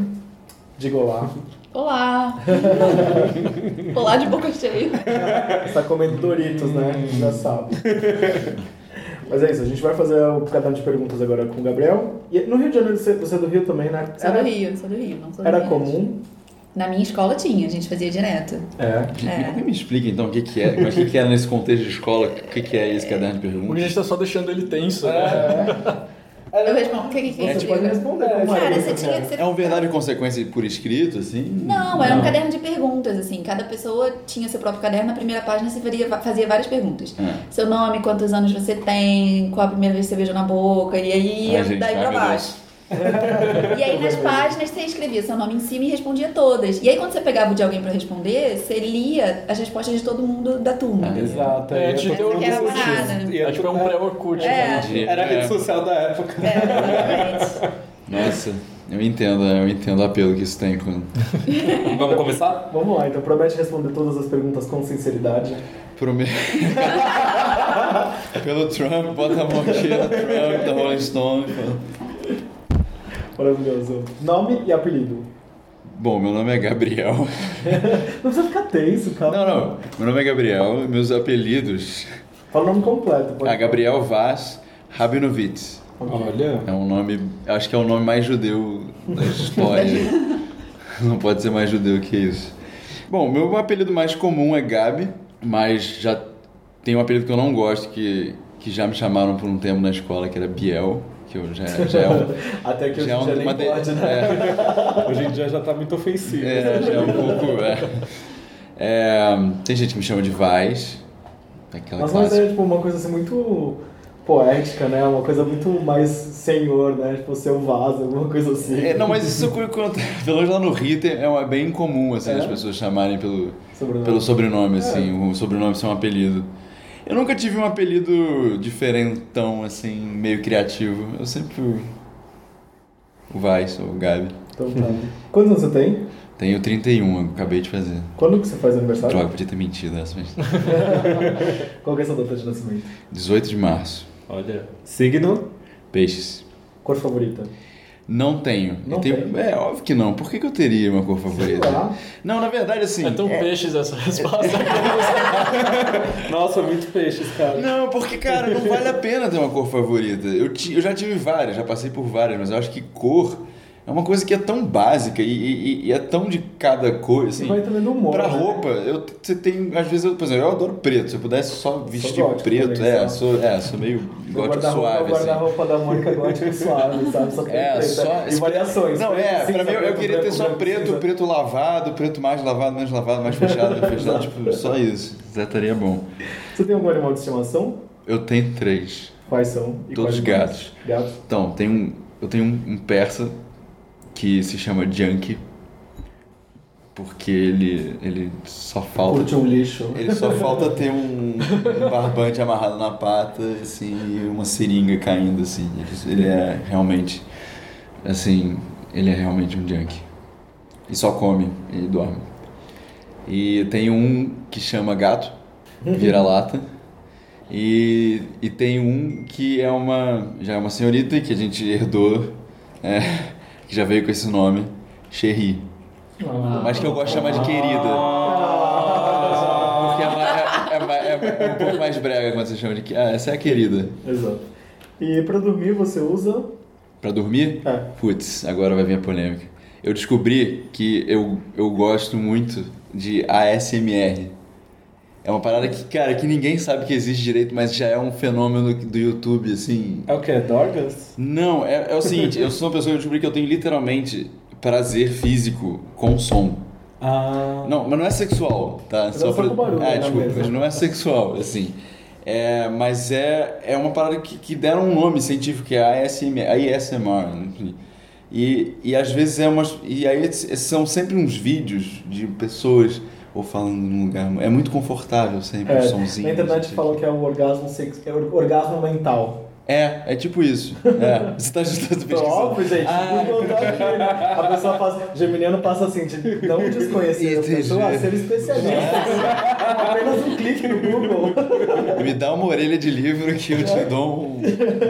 Speaker 1: Diga olá.
Speaker 6: Olá! Olá de boca cheia.
Speaker 1: Tá comendo Doritos, né?
Speaker 4: Hum.
Speaker 1: Já sabe. Mas é isso, a gente vai fazer o caderno de perguntas agora com o Gabriel. E no Rio de Janeiro, você você é do Rio também, né?
Speaker 6: Sou do
Speaker 1: Era,
Speaker 6: Rio, sou do Rio, não sou do
Speaker 1: era
Speaker 6: Rio.
Speaker 1: comum.
Speaker 6: Na minha escola tinha, a gente fazia direto.
Speaker 1: É.
Speaker 6: É.
Speaker 4: Me explica então o que que é, mas o que que era nesse contexto de escola, o que que é esse caderno de
Speaker 3: Porque a
Speaker 4: perguntas?
Speaker 3: gente tá só deixando ele tenso,
Speaker 1: É,
Speaker 3: né?
Speaker 6: Eu respondo, o que que, que
Speaker 1: Você
Speaker 6: isso
Speaker 1: pode
Speaker 6: diga?
Speaker 1: responder. como era
Speaker 6: Cara,
Speaker 1: isso,
Speaker 6: você tinha que ser...
Speaker 4: tipo, É um verdade e consequência por escrito, assim?
Speaker 6: Não, era um caderno de perguntas, assim. Cada pessoa tinha seu próprio caderno. Na primeira página você faria, fazia várias perguntas.
Speaker 4: É.
Speaker 6: Seu nome, quantos anos você tem, qual a primeira vez que você beijou na boca, e aí
Speaker 4: Ai, gente,
Speaker 6: daí
Speaker 4: ai,
Speaker 6: pra
Speaker 4: meu
Speaker 6: baixo. E aí nas páginas você escrevia seu nome em cima e respondia todas. E aí quando você pegava o de alguém pra responder, você lia as respostas de todo mundo da
Speaker 4: Ah,
Speaker 6: turma.
Speaker 2: Exato.
Speaker 1: tá
Speaker 3: É,
Speaker 2: aí
Speaker 3: te
Speaker 2: todo
Speaker 3: deu
Speaker 2: mundo
Speaker 6: aquela
Speaker 2: assistia.
Speaker 6: parada.
Speaker 2: E
Speaker 3: É
Speaker 2: era
Speaker 3: tipo é
Speaker 2: tudo-
Speaker 3: um pré-Orkut,
Speaker 6: É.
Speaker 3: né?
Speaker 2: Era a rede social da época.
Speaker 6: É, exatamente.
Speaker 4: Nossa, eu entendo, eu entendo o apelo que isso tem quando.
Speaker 2: Vamos começar?
Speaker 1: Vamos lá, então promete responder todas as perguntas com sinceridade.
Speaker 4: Prome... Pelo Trump, bota a mão aqui no Trump, da Rolling Stone.
Speaker 1: Maravilhoso. Nome e apelido.
Speaker 4: Bom, meu nome é Gabriel.
Speaker 1: Não precisa ficar tenso, calma.
Speaker 4: Não, não, meu nome é Gabriel, meus apelidos.
Speaker 1: Fala o nome completo. pode.
Speaker 4: Ah, Gabriel Vaz Rabinovitz.
Speaker 2: Olha.
Speaker 4: É um nome, acho que é o nome mais judeu da história. Não pode ser mais judeu que isso. Bom, meu apelido mais comum é Gabi, mas já tem um apelido que eu não gosto, que, que já me chamaram por um tempo na escola, que era Biel, que eu já, já é um...
Speaker 1: Até que eu
Speaker 4: já é
Speaker 1: já,
Speaker 4: um-
Speaker 1: nem
Speaker 4: uma de-
Speaker 1: pode, né?
Speaker 4: é.
Speaker 2: Hoje em dia já tá muito ofensivo.
Speaker 4: É, já é um pouco. É. É, tem gente que me chama de Vaz. Aquela
Speaker 1: Mas mas
Speaker 4: clássica.
Speaker 1: é tipo uma coisa assim muito poética, né? Uma coisa muito mais senhor, né? Tipo, seu vaso, alguma coisa assim.
Speaker 4: É, não, mas isso quando- quando- pelo menos lá no Rio é uma- é bem comum assim,
Speaker 1: É?
Speaker 4: as pessoas chamarem pelo,
Speaker 1: Sobrenome.
Speaker 4: É. pelo sobrenome, assim, o sobrenome ser um apelido. Eu nunca tive um apelido diferentão, assim, meio criativo. Eu sempre fui o Vaz ou o Gabi.
Speaker 1: Então tá. Quantos anos você tem?
Speaker 4: Tenho 31, eu acabei de fazer.
Speaker 1: Quando que você faz aniversário?
Speaker 4: Droga, podia ter mentido essa, mas.
Speaker 1: Qual que é a sua data de nascimento?
Speaker 4: 18 de março.
Speaker 2: Olha. Signo?
Speaker 4: Peixes.
Speaker 1: Cor favorita?
Speaker 4: Não tenho.
Speaker 1: Não
Speaker 4: Eu tenho-
Speaker 1: tem?
Speaker 4: É, óbvio que não. Por que, que eu teria uma cor favorita?
Speaker 1: lá.
Speaker 4: Não, na verdade, assim.
Speaker 3: É tão peixes essa resposta.
Speaker 2: Nossa, muito peixes, cara.
Speaker 4: Não, porque, cara, não vale a pena ter uma cor favorita. Eu, ti- eu já tive várias, já passei por várias, mas eu acho que cor é uma coisa que é tão básica e, e- e é tão de cada cor, assim.
Speaker 1: Vai também no humor.
Speaker 4: Pra
Speaker 1: né?
Speaker 4: roupa, eu, você tem. Às vezes, eu, por exemplo, eu adoro preto. Se eu pudesse só vestir
Speaker 1: gótico
Speaker 4: preto,
Speaker 1: também,
Speaker 4: é
Speaker 1: sabe?
Speaker 4: sou, é, sou meio
Speaker 1: Meu
Speaker 4: gótico
Speaker 1: guarda-roupa é o
Speaker 4: suave, assim.
Speaker 1: guarda-roupa da Mônica gótico suave, sabe? Só tem
Speaker 4: É,
Speaker 1: preta.
Speaker 4: só.
Speaker 1: E variações.
Speaker 4: Não,
Speaker 1: preto,
Speaker 4: é,
Speaker 1: cinza,
Speaker 4: pra mim eu- eu
Speaker 1: preto,
Speaker 4: queria ter
Speaker 1: branco,
Speaker 4: só
Speaker 1: branco,
Speaker 4: preto,
Speaker 1: cinza.
Speaker 4: preto lavado, preto mais lavado, menos lavado, mais fechado, menos fechado, tipo, só isso. Já estaria é bom.
Speaker 1: Você tem algum animal de estimação?
Speaker 4: Eu tenho três.
Speaker 1: Quais são? E
Speaker 4: Todos
Speaker 1: quais
Speaker 4: gatos.
Speaker 1: mais? Gatos.
Speaker 4: Então, tem um, eu tenho um, um persa que se chama Junkie, porque ele, ele só falta.
Speaker 1: Curte um lixo.
Speaker 4: Ele só falta ter um, um barbante amarrado na pata, assim, e uma seringa caindo, assim. Ele- Ele é realmente, assim, ele é realmente um junkie. E só come e dorme. E tem um que chama gato, vira-lata. E, e tem um que é uma, já é uma senhorita que a gente herdou, é, que já veio com esse nome, Sherry. Mas que eu gosto de chamar de querida. Porque é, ma- é- é ma- é um pouco mais brega quando você chama de. que- Ah, essa é a querida.
Speaker 1: Exato. E pra dormir você usa.
Speaker 4: Pra dormir?
Speaker 1: É.
Speaker 4: Putz, agora vai vir a polêmica. Eu descobri que eu, eu gosto muito de ASMR. É uma parada que, cara, que ninguém sabe que existe direito, mas já é um fenômeno do YouTube, assim.
Speaker 2: É o quê? Dorgas?
Speaker 4: Não, é, é o seguinte, eu sou uma pessoa que eu descobri que eu tenho literalmente prazer físico com som.
Speaker 2: Ah.
Speaker 4: Não, mas não é sexual, tá?
Speaker 1: Mas é só com barulho,
Speaker 4: É,
Speaker 1: né,
Speaker 4: tipo,
Speaker 1: mesmo.
Speaker 4: mas não é sexual, assim. É, mas é, é uma parada que, que deram um nome científico, que é ASMR, ASMR né? enfim. E, e às vezes é umas... E aí s- são sempre uns vídeos de pessoas ou falando num lugar... É muito confortável sempre,
Speaker 1: É,
Speaker 4: o um somzinho.
Speaker 1: na internet
Speaker 4: assim.
Speaker 1: falam que é o orgasmo sex... é o orgasmo mental.
Speaker 4: É, é tipo isso. É. Você tá ajudando a
Speaker 1: Então, óbvio, gente.
Speaker 4: Ah.
Speaker 1: o contato aqui, né? A pessoa faz. Geminiano passa assim, de não desconhecer a
Speaker 4: Entendi.
Speaker 1: pessoa a ser é especialista. Apenas um clique no Google.
Speaker 4: Me dá uma orelha de livro que eu
Speaker 1: É.
Speaker 4: te dou um...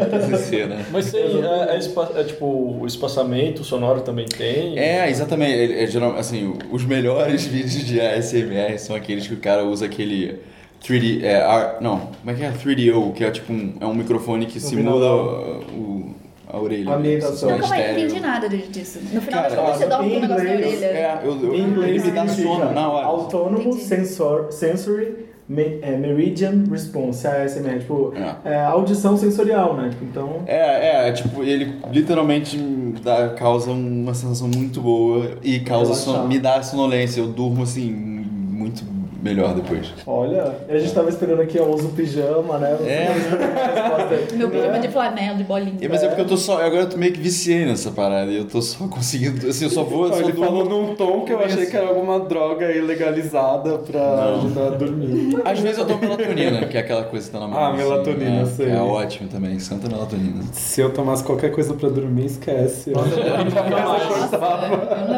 Speaker 4: TCC, né?
Speaker 3: Mas tem, é, é espa- é tipo, o espaçamento sonoro também tem.
Speaker 4: É, exatamente. É, é, geral- assim, os melhores vídeos de ASMR são aqueles que o cara usa aquele 3D. É, ar- não, como é que é? 3DO, que é tipo um, é um microfone que simula o, o- a orelha.
Speaker 1: A ambientação.
Speaker 4: Assim,
Speaker 6: Não, calma aí, não
Speaker 4: estéreo.
Speaker 6: é entendi nada de- disso. No final
Speaker 4: Cara,
Speaker 6: das contas, você
Speaker 1: ó,
Speaker 6: dorme
Speaker 1: em
Speaker 6: com o negócio na
Speaker 1: inglês,
Speaker 6: orelha.
Speaker 4: É, eu, eu,
Speaker 1: Em inglês
Speaker 4: ele me dá
Speaker 1: significa
Speaker 4: sono na hora.
Speaker 1: Autônomo
Speaker 6: Entendi.
Speaker 1: sensor, Sensory me- é, Meridian Response, ASMR. Tipo,
Speaker 4: É.
Speaker 1: é, audição sensorial, né? Tipo, então.
Speaker 4: É, é, tipo, ele literalmente dá, causa uma sensação muito boa e causa
Speaker 1: Relaxar.
Speaker 4: son- me dá sonolência. Eu durmo assim, muito melhor depois.
Speaker 1: Olha, a gente tava esperando aqui, ó, uso pijama, né?
Speaker 4: É.
Speaker 1: É.
Speaker 6: Meu pijama de flanela, de bolinha.
Speaker 4: É, mas é porque eu tô só. Agora eu tô meio que viciei nessa parada. E eu tô só conseguindo. Assim, eu só vou.
Speaker 2: Então,
Speaker 4: só
Speaker 2: ele
Speaker 4: durmo-
Speaker 2: falou num tom que eu achei que era alguma droga ilegalizada pra
Speaker 4: Não.
Speaker 2: ajudar a dormir.
Speaker 4: Às vezes eu tomo melatonina, que é aquela coisa que tá na mão.
Speaker 2: Ah, melatonina,
Speaker 4: é,
Speaker 2: sei.
Speaker 4: É ótimo também, santa melatonina.
Speaker 2: Se eu tomasse qualquer coisa pra dormir, esquece.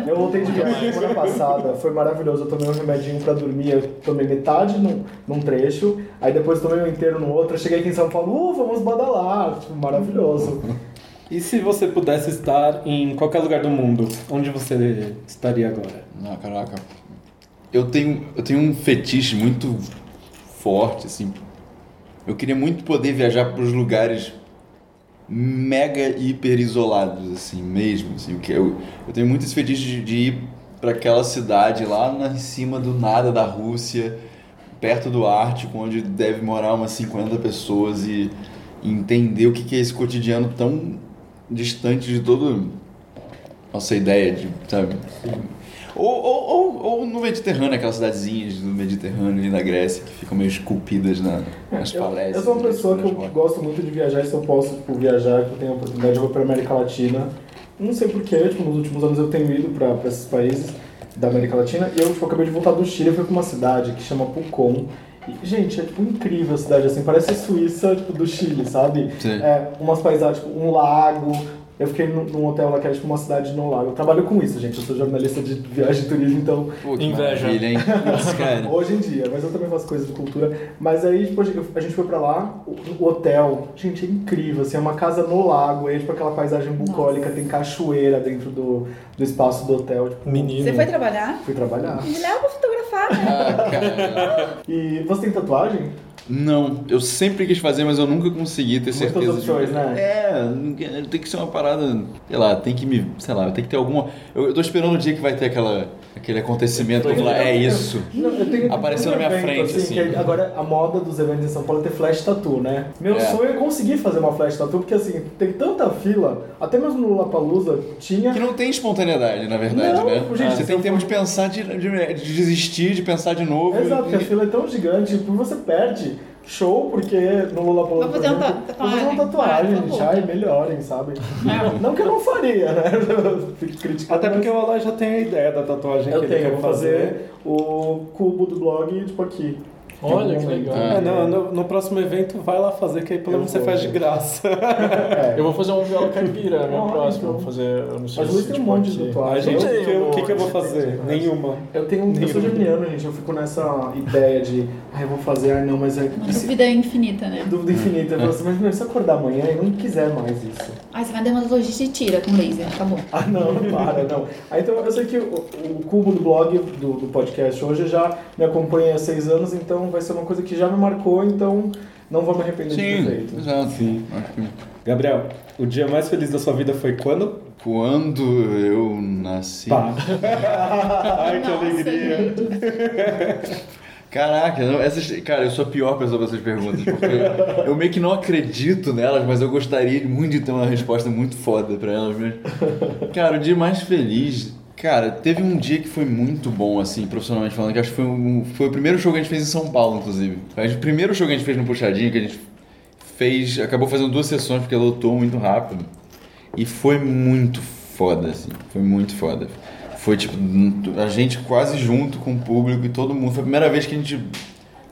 Speaker 1: Eu voltei de viagem semana passada, foi maravilhoso. Eu tomei um remedinho pra dormir, eu tomei metade num, num trecho, aí depois tomei um inteiro no outro. Eu cheguei aqui em São Paulo, uh, vamos badalar, tipo, maravilhoso.
Speaker 2: E se você pudesse estar em qualquer lugar do mundo, onde você estaria agora?
Speaker 4: Não, caraca. Eu tenho, eu tenho um fetiche muito forte, assim. Eu queria muito poder viajar para os lugares mega hiper isolados, assim, mesmo. Assim, que eu, eu tenho muito esse fetiche de, de ir para aquela cidade lá na, em cima do nada da Rússia, perto do Ártico, onde deve morar umas 50 pessoas e entender o que, que é esse cotidiano tão distante de todo nossa ideia de, sabe? Ou, ou, ou, ou no Mediterrâneo, aquelas cidadezinhas do Mediterrâneo ali na Grécia que ficam meio esculpidas na, nas
Speaker 1: Eu,
Speaker 4: falésias.
Speaker 1: eu sou uma
Speaker 4: nas
Speaker 1: pessoa que eu
Speaker 4: formas.
Speaker 1: gosto muito de viajar, e se eu posso, tipo, viajar, que eu tenho a oportunidade, eu vou pra América Latina. Não sei porquê, tipo, nos últimos anos eu tenho ido pra, pra esses países da América Latina. E eu, tipo, acabei de voltar do Chile, eu fui pra uma cidade que chama Pucón. E, gente, é, tipo, incrível a cidade, assim, parece Suíça, tipo, do Chile, sabe?
Speaker 4: Sim.
Speaker 1: É, umas paisagens, tipo, um lago. Eu fiquei num, num hotel lá que era, tipo, uma cidade no lago. Eu trabalho com isso, gente, eu sou jornalista de viagem e turismo, então...
Speaker 4: Pô, que
Speaker 3: Inveja.
Speaker 4: maravilha, hein? Putz, cara.
Speaker 1: Hoje em dia, mas eu também faço coisas de cultura. Mas aí, tipo, a gente foi pra lá, o o hotel, gente, é incrível, assim, é uma casa no lago, aí, tipo, aquela paisagem bucólica, tem cachoeira dentro do, do espaço do hotel, tipo,
Speaker 3: Menino.
Speaker 6: Você foi trabalhar?
Speaker 1: fui trabalhar.
Speaker 6: Me leva pra fotografar, né?
Speaker 4: Ah, cara.
Speaker 1: E você tem tatuagem?
Speaker 4: Não, eu sempre quis fazer, mas eu nunca consegui ter certeza.
Speaker 1: opções,
Speaker 4: de...
Speaker 1: né?
Speaker 4: É, nunca- tem que ser uma parada, sei lá, tem que me, sei lá, tem que ter alguma. Eu, eu tô esperando o dia que vai ter aquela, aquele acontecimento, que eu vou falar, é isso.
Speaker 1: Não, eu tenho
Speaker 4: Apareceu
Speaker 1: tem um
Speaker 4: na minha
Speaker 1: evento,
Speaker 4: frente, assim.
Speaker 1: que é- agora a moda dos eventos em São Paulo é ter flash tattoo, né? Meu
Speaker 4: É.
Speaker 1: sonho é conseguir fazer uma flash tattoo, porque assim, tem tanta fila, até mesmo no Lollapalooza tinha.
Speaker 4: Que não tem espontaneidade, na verdade,
Speaker 1: Não,
Speaker 4: né?
Speaker 1: gente, é um
Speaker 4: Você
Speaker 1: se
Speaker 4: tem
Speaker 1: eu
Speaker 4: tempo
Speaker 1: for-
Speaker 4: de pensar, de, de- de desistir, de pensar de novo.
Speaker 1: Exato, porque a fila é tão gigante, tipo, você perde show, porque no Lollapalooza,
Speaker 6: Vou
Speaker 1: por
Speaker 6: fazer uma
Speaker 1: exemplo, vou fazer uma tatuagem,
Speaker 6: tatuagem.
Speaker 1: gente,
Speaker 6: Ah, É.
Speaker 1: ai, melhorem, sabe? Não que eu não faria, né? Eu Fico criticando.
Speaker 2: Até
Speaker 1: mas
Speaker 2: porque o Alan já tem a ideia da tatuagem
Speaker 1: eu
Speaker 2: que
Speaker 1: tenho,
Speaker 2: ele
Speaker 1: eu
Speaker 2: quer
Speaker 1: vou fazer o cubo do blog, tipo, aqui. Tipo, um
Speaker 3: Olha que legal.
Speaker 2: É, não, no, no próximo evento vai lá fazer, que aí pelo
Speaker 1: Ah, Eu
Speaker 2: menos você
Speaker 1: vou.
Speaker 2: faz de graça.
Speaker 1: É.
Speaker 3: Eu vou fazer um viola caipira, minha
Speaker 1: Olha,
Speaker 3: próxima.
Speaker 1: então.
Speaker 3: Vou fazer, eu não sei
Speaker 1: Mas o Luiz
Speaker 3: se
Speaker 1: tem um
Speaker 3: tipo,
Speaker 1: monte de
Speaker 3: aqui.
Speaker 2: A
Speaker 1: tatuagem.
Speaker 2: gente, o
Speaker 1: Eu-
Speaker 2: que,
Speaker 3: um
Speaker 2: o que, que eu vou
Speaker 1: tenho,
Speaker 2: fazer?
Speaker 1: tenho.
Speaker 2: Nenhuma.
Speaker 1: Eu tenho um. Eu sou
Speaker 2: Nenhum.
Speaker 1: geminiano, gente. Eu fico nessa ideia de. Ai, eu vou fazer, ai, não, mas é. se-
Speaker 6: Dúvida é infinita, né?
Speaker 1: Dúvida infinita. Eu falo assim, mas meu, se eu acordar amanhã e não quiser mais isso.
Speaker 6: Ai, Ah, você vai no dermatologista e tira com laser, tá acabou.
Speaker 1: Ah, não, para, não. Ah, então eu sei que o, o cubo do blog, do, do podcast hoje, já me acompanha há seis anos, então vai ser uma coisa que já me marcou, então não vou me arrepender de ter
Speaker 4: Sim,
Speaker 1: feito.
Speaker 4: exato.
Speaker 2: Sim.
Speaker 4: Acho que-
Speaker 2: Gabriel, o dia mais feliz da sua vida foi quando?
Speaker 4: Quando eu nasci.
Speaker 1: Tá.
Speaker 2: Pá. Ai, que alegria.
Speaker 4: Caraca, não, essas, cara, eu sou a pior pessoa para essas perguntas, porque eu meio que não acredito nelas, mas eu gostaria muito de ter uma resposta muito foda pra elas mesmo. Cara, o dia mais feliz. Cara, teve um dia que foi muito bom, assim, profissionalmente falando, que acho que foi, um, foi o primeiro jogo que a gente fez em São Paulo, inclusive. Acho que O primeiro jogo que a gente fez no Puxadinho, que a gente fez. acabou fazendo duas sessões porque lotou muito rápido. E foi muito foda, assim. Foi muito foda. Foi tipo, a gente quase junto com o público e todo mundo. Foi a primeira vez que a gente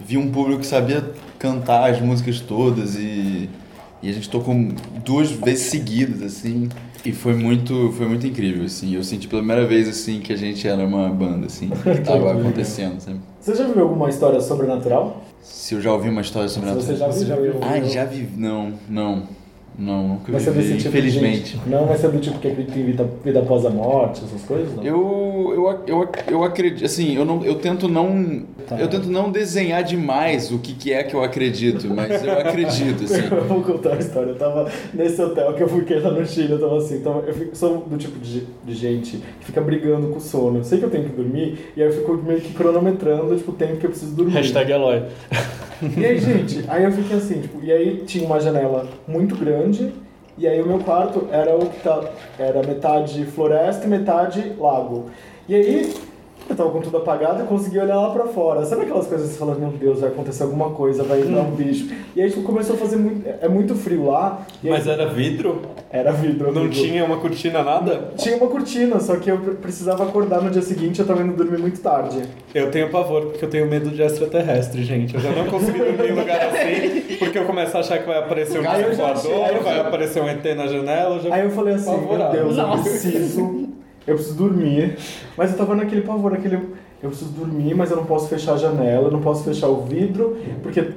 Speaker 4: viu um público que sabia cantar as músicas todas e, e a gente tocou duas vezes seguidas, assim. E foi muito, foi muito incrível, assim. Eu senti pela primeira vez, assim, que a gente era uma banda, assim, que tava acontecendo, sabe?
Speaker 1: Você já viu alguma história sobrenatural?
Speaker 4: Se eu já ouvi uma história sobre
Speaker 1: Se você já
Speaker 2: Você já
Speaker 1: viu.
Speaker 2: viu.
Speaker 4: Ah, já vivi. Não, não. Não, nunca
Speaker 1: Vai ser
Speaker 4: vivi,
Speaker 1: desse tipo
Speaker 4: infelizmente.
Speaker 1: de gente. Não vai ser do tipo que acredita em vida, vida após a morte, essas coisas? Não?
Speaker 4: Eu, eu, ac- eu, ac- eu acredito, assim, eu, não, eu tento não.
Speaker 1: Tá.
Speaker 4: Eu tento não desenhar demais o que, que é que eu acredito, mas eu acredito, assim.
Speaker 1: Eu vou contar uma história. Eu tava nesse hotel que eu fiquei lá no Chile, eu tava assim, então eu fico- sou do tipo de, de gente que fica brigando com sono. Eu sei que eu tenho que dormir, e aí eu fico meio que cronometrando, tipo, o tempo que eu preciso dormir.
Speaker 3: Hashtag Eloy.
Speaker 1: E aí, gente, aí eu fiquei assim, tipo, e aí tinha uma janela muito grande, e aí o meu quarto era o que tá, era metade floresta e metade lago. E aí Eu tava com tudo apagado e consegui olhar lá pra fora. Sabe aquelas coisas que você fala, meu Deus, vai acontecer alguma coisa, vai entrar um bicho. E aí, tipo, começou a fazer muito... É muito frio lá. e aí-
Speaker 2: Mas era vidro?
Speaker 1: Era vidro.
Speaker 2: Não
Speaker 1: amigo.
Speaker 2: tinha uma cortina, nada?
Speaker 1: Tinha uma cortina, só que eu pre- precisava acordar no dia seguinte, eu também não dormi muito tarde.
Speaker 2: Eu tenho pavor, porque eu tenho medo de extraterrestre, gente. Eu já não consegui dormir em lugar assim, porque eu começo a achar que vai aparecer um
Speaker 1: Aí eu
Speaker 2: disco
Speaker 1: já achei, aí
Speaker 2: voador,
Speaker 1: eu
Speaker 2: vai
Speaker 1: já-
Speaker 2: aparecer um ET na janela. Eu já...
Speaker 1: Aí eu falei assim, meu
Speaker 2: Favorável.
Speaker 1: Deus, eu
Speaker 6: Nossa.
Speaker 1: preciso, eu preciso dormir. Mas eu tava naquele pavor, aquele, eu preciso dormir, mas eu não posso fechar a janela, eu não posso fechar o vidro, porque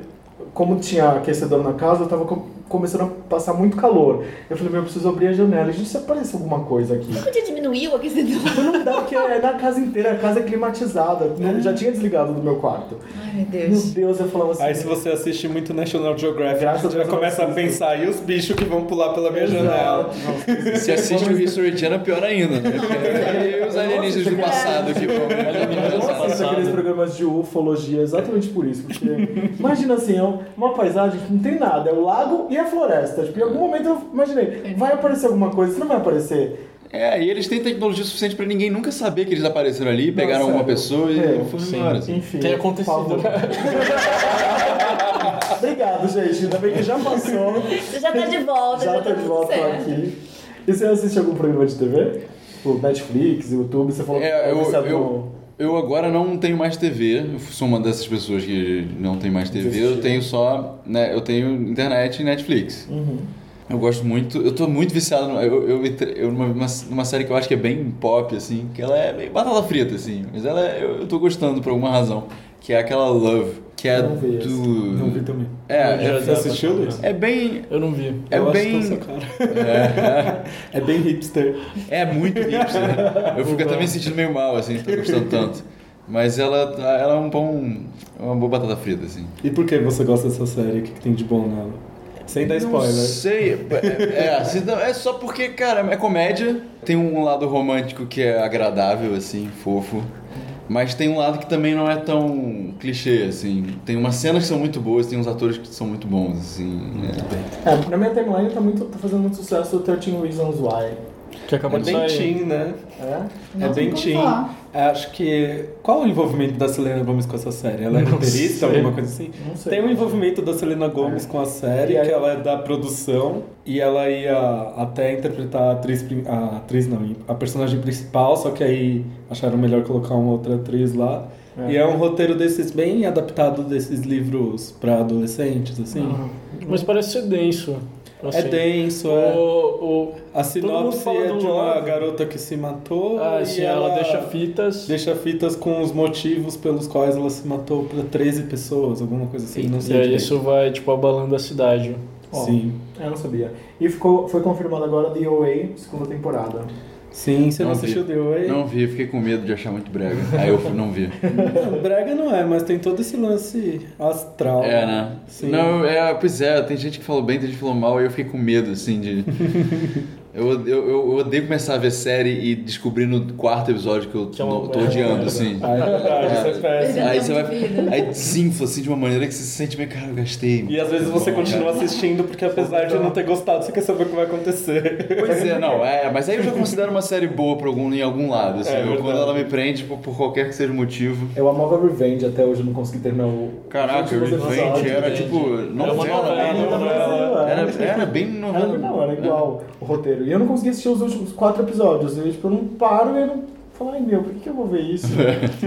Speaker 1: como tinha aquecedor na casa, eu tava co- começando a passar muito calor. Eu falei, meu, eu preciso abrir a janela. Gente, se aparece alguma coisa aqui.
Speaker 6: Você podia diminuir o aquecedor?
Speaker 1: Mas não dá, porque é da casa inteira, a casa é climatizada. Não, já tinha desligado do meu quarto.
Speaker 6: Ai, meu
Speaker 1: Meu
Speaker 6: Deus.
Speaker 1: Deus, eu falava assim...
Speaker 2: Aí se você assiste muito National Geographic,
Speaker 1: Graças a
Speaker 2: você já
Speaker 1: Deus, eu
Speaker 2: começa a
Speaker 1: assisto.
Speaker 2: pensar, e os bichos que vão pular pela minha janela?
Speaker 4: Se assiste o History Channel, pior ainda, né? E os alienígenas do passado que vão...
Speaker 1: Eu não assisto é aqueles programas de ufologia exatamente por isso, porque imagina assim, é um- uma paisagem que não tem nada, é o lago e a floresta. Tipo, em algum momento eu imaginei, vai aparecer alguma coisa, se não vai aparecer.
Speaker 4: É, e eles têm tecnologia suficiente pra ninguém nunca saber que eles apareceram ali, pegaram
Speaker 1: sério.
Speaker 4: uma pessoa e
Speaker 1: É,
Speaker 4: foram
Speaker 3: sim.
Speaker 4: embora. assim.
Speaker 1: Enfim.
Speaker 3: Tem acontecido.
Speaker 1: por favor. Obrigado, gente. Ainda bem que já passou.
Speaker 6: Você já tá de volta, já,
Speaker 1: Já
Speaker 6: tá
Speaker 1: tô de
Speaker 6: tudo
Speaker 1: volta
Speaker 6: certo.
Speaker 1: aqui. E você assiste algum programa de TV? O Netflix, YouTube, você falou
Speaker 4: É,
Speaker 1: é
Speaker 4: eu,
Speaker 1: viciado
Speaker 4: eu, eu agora não tenho mais TV, eu sou uma dessas pessoas que não tem mais TV, eu
Speaker 1: Desistiu.
Speaker 4: tenho só, né, eu tenho internet e Netflix.
Speaker 1: Uhum.
Speaker 4: Eu gosto muito, eu tô muito viciado, no- eu, eu, entre- eu numa, numa- numa série que eu acho que é bem pop, assim, que ela é bem batata frita, assim, mas ela, é- eu, eu tô gostando por alguma razão, que é aquela Love, que é
Speaker 1: Não vi essa.
Speaker 4: do...
Speaker 2: Não vi também.
Speaker 4: É,
Speaker 3: Já-
Speaker 2: Você assistiu, Luiz?
Speaker 4: é, é bem...
Speaker 3: Eu não vi.
Speaker 4: É
Speaker 2: eu
Speaker 4: bem...
Speaker 2: Acho que tá essa
Speaker 4: É,
Speaker 2: cara. é bem hipster.
Speaker 4: é muito hipster. né? Eu fico
Speaker 2: Uhum.
Speaker 4: até me sentindo meio mal, assim, tô gostando tanto. Mas ela, tá- ela é um bom. Uma boa batata frita, assim.
Speaker 2: E por que você gosta dessa série? O que, que tem de bom nela? Sem dar spoiler.
Speaker 4: Não sei. É, é, se não- é só porque, cara, é comédia. Tem um lado romântico que é agradável, assim, fofo. Mas tem um lado que também não é tão clichê, assim. Tem umas cenas que são muito boas, tem uns atores que são muito bons, assim. é.
Speaker 1: É, na minha timeline tá, muito, tá fazendo muito sucesso o 13 Reasons Why.
Speaker 3: Que acabou
Speaker 2: É
Speaker 3: de
Speaker 2: bem
Speaker 3: sair.
Speaker 2: teen, né?
Speaker 1: É?
Speaker 2: é
Speaker 6: Não,
Speaker 2: bem
Speaker 6: como
Speaker 2: teen.
Speaker 6: falar.
Speaker 2: É, Acho que. Qual o envolvimento da Selena Gomes com essa série? Ela é
Speaker 3: Não
Speaker 2: roteirista,
Speaker 3: sei.
Speaker 2: alguma coisa assim?
Speaker 1: Não sei.
Speaker 2: Tem um envolvimento da Selena Gomes com a série,
Speaker 1: E aí-
Speaker 2: que ela é da produção, e ela ia até interpretar a atriz, prim- a atriz não, a personagem principal, só que aí acharam melhor colocar uma outra atriz lá.
Speaker 1: É.
Speaker 2: E é um roteiro desses bem adaptado desses livros pra adolescentes, assim.
Speaker 3: Mas parece ser denso.
Speaker 2: É
Speaker 3: assim.
Speaker 2: denso, é.
Speaker 3: O, o...
Speaker 2: A
Speaker 3: Todo mundo
Speaker 2: sinopse
Speaker 3: fala
Speaker 2: é
Speaker 3: do
Speaker 2: de uma
Speaker 3: Love.
Speaker 2: garota que se matou
Speaker 3: Ah,
Speaker 2: e
Speaker 3: sim, ela deixa fitas.
Speaker 2: é. deixa fitas com os motivos pelos quais ela se matou pra 13 pessoas, alguma coisa assim, não
Speaker 3: E
Speaker 2: sei
Speaker 3: aí
Speaker 2: direito.
Speaker 3: isso vai, tipo, abalando a cidade.
Speaker 1: Ó,
Speaker 2: Sim.
Speaker 1: É, Eu não sabia. E ficou, foi confirmado agora The OA, segunda temporada.
Speaker 2: Sim, você não,
Speaker 4: Não vi.
Speaker 2: assistiu The Way?
Speaker 4: Não vi, fiquei com medo de achar muito brega. Aí eu não vi.
Speaker 2: Não, Brega não é, mas tem todo esse lance astral.
Speaker 4: É, né?
Speaker 2: Sim.
Speaker 4: Não, é, pois é, tem gente que falou bem, tem gente que falou mal, e eu fiquei com medo, assim, de. eu, eu, eu- eu odeio começar a ver série e descobrir no quarto episódio que eu
Speaker 3: Que é uma
Speaker 4: não- tô
Speaker 3: merda.
Speaker 4: odiando, assim.
Speaker 2: Ah, é verdade,
Speaker 4: É.
Speaker 2: isso é péssimo.
Speaker 4: Aí
Speaker 6: Perdendo
Speaker 4: você vai.
Speaker 6: tempo de vida.
Speaker 4: Aí desinfla, assim, de uma maneira que você se sente meio, cara, eu gastei.
Speaker 2: E às vezes você
Speaker 4: Bom,
Speaker 2: continua
Speaker 4: cara.
Speaker 2: assistindo porque apesar de não ter gostado, você quer saber o que vai acontecer.
Speaker 4: Pois é, não, é, mas aí eu já considero uma série boa pra algum, em algum lado, assim.
Speaker 2: É,
Speaker 4: eu-
Speaker 2: verdade.
Speaker 4: quando ela me prende, por, por qualquer que seja o motivo.
Speaker 1: Eu amava Revenge, até hoje eu não consegui terminar o.
Speaker 4: Caraca,
Speaker 1: os últimos
Speaker 4: Revenge
Speaker 1: episódios.
Speaker 4: era tipo.
Speaker 3: novela,
Speaker 4: Novela,
Speaker 3: é
Speaker 1: Era
Speaker 3: uma
Speaker 1: novela.
Speaker 4: Era, é? era bem
Speaker 1: Era
Speaker 4: novela.
Speaker 1: normal, era igual o roteiro. E eu não consegui assistir os últimos quatro episódios. E tipo, eu não paro e eu não falo, ai meu, por que, que eu vou ver isso?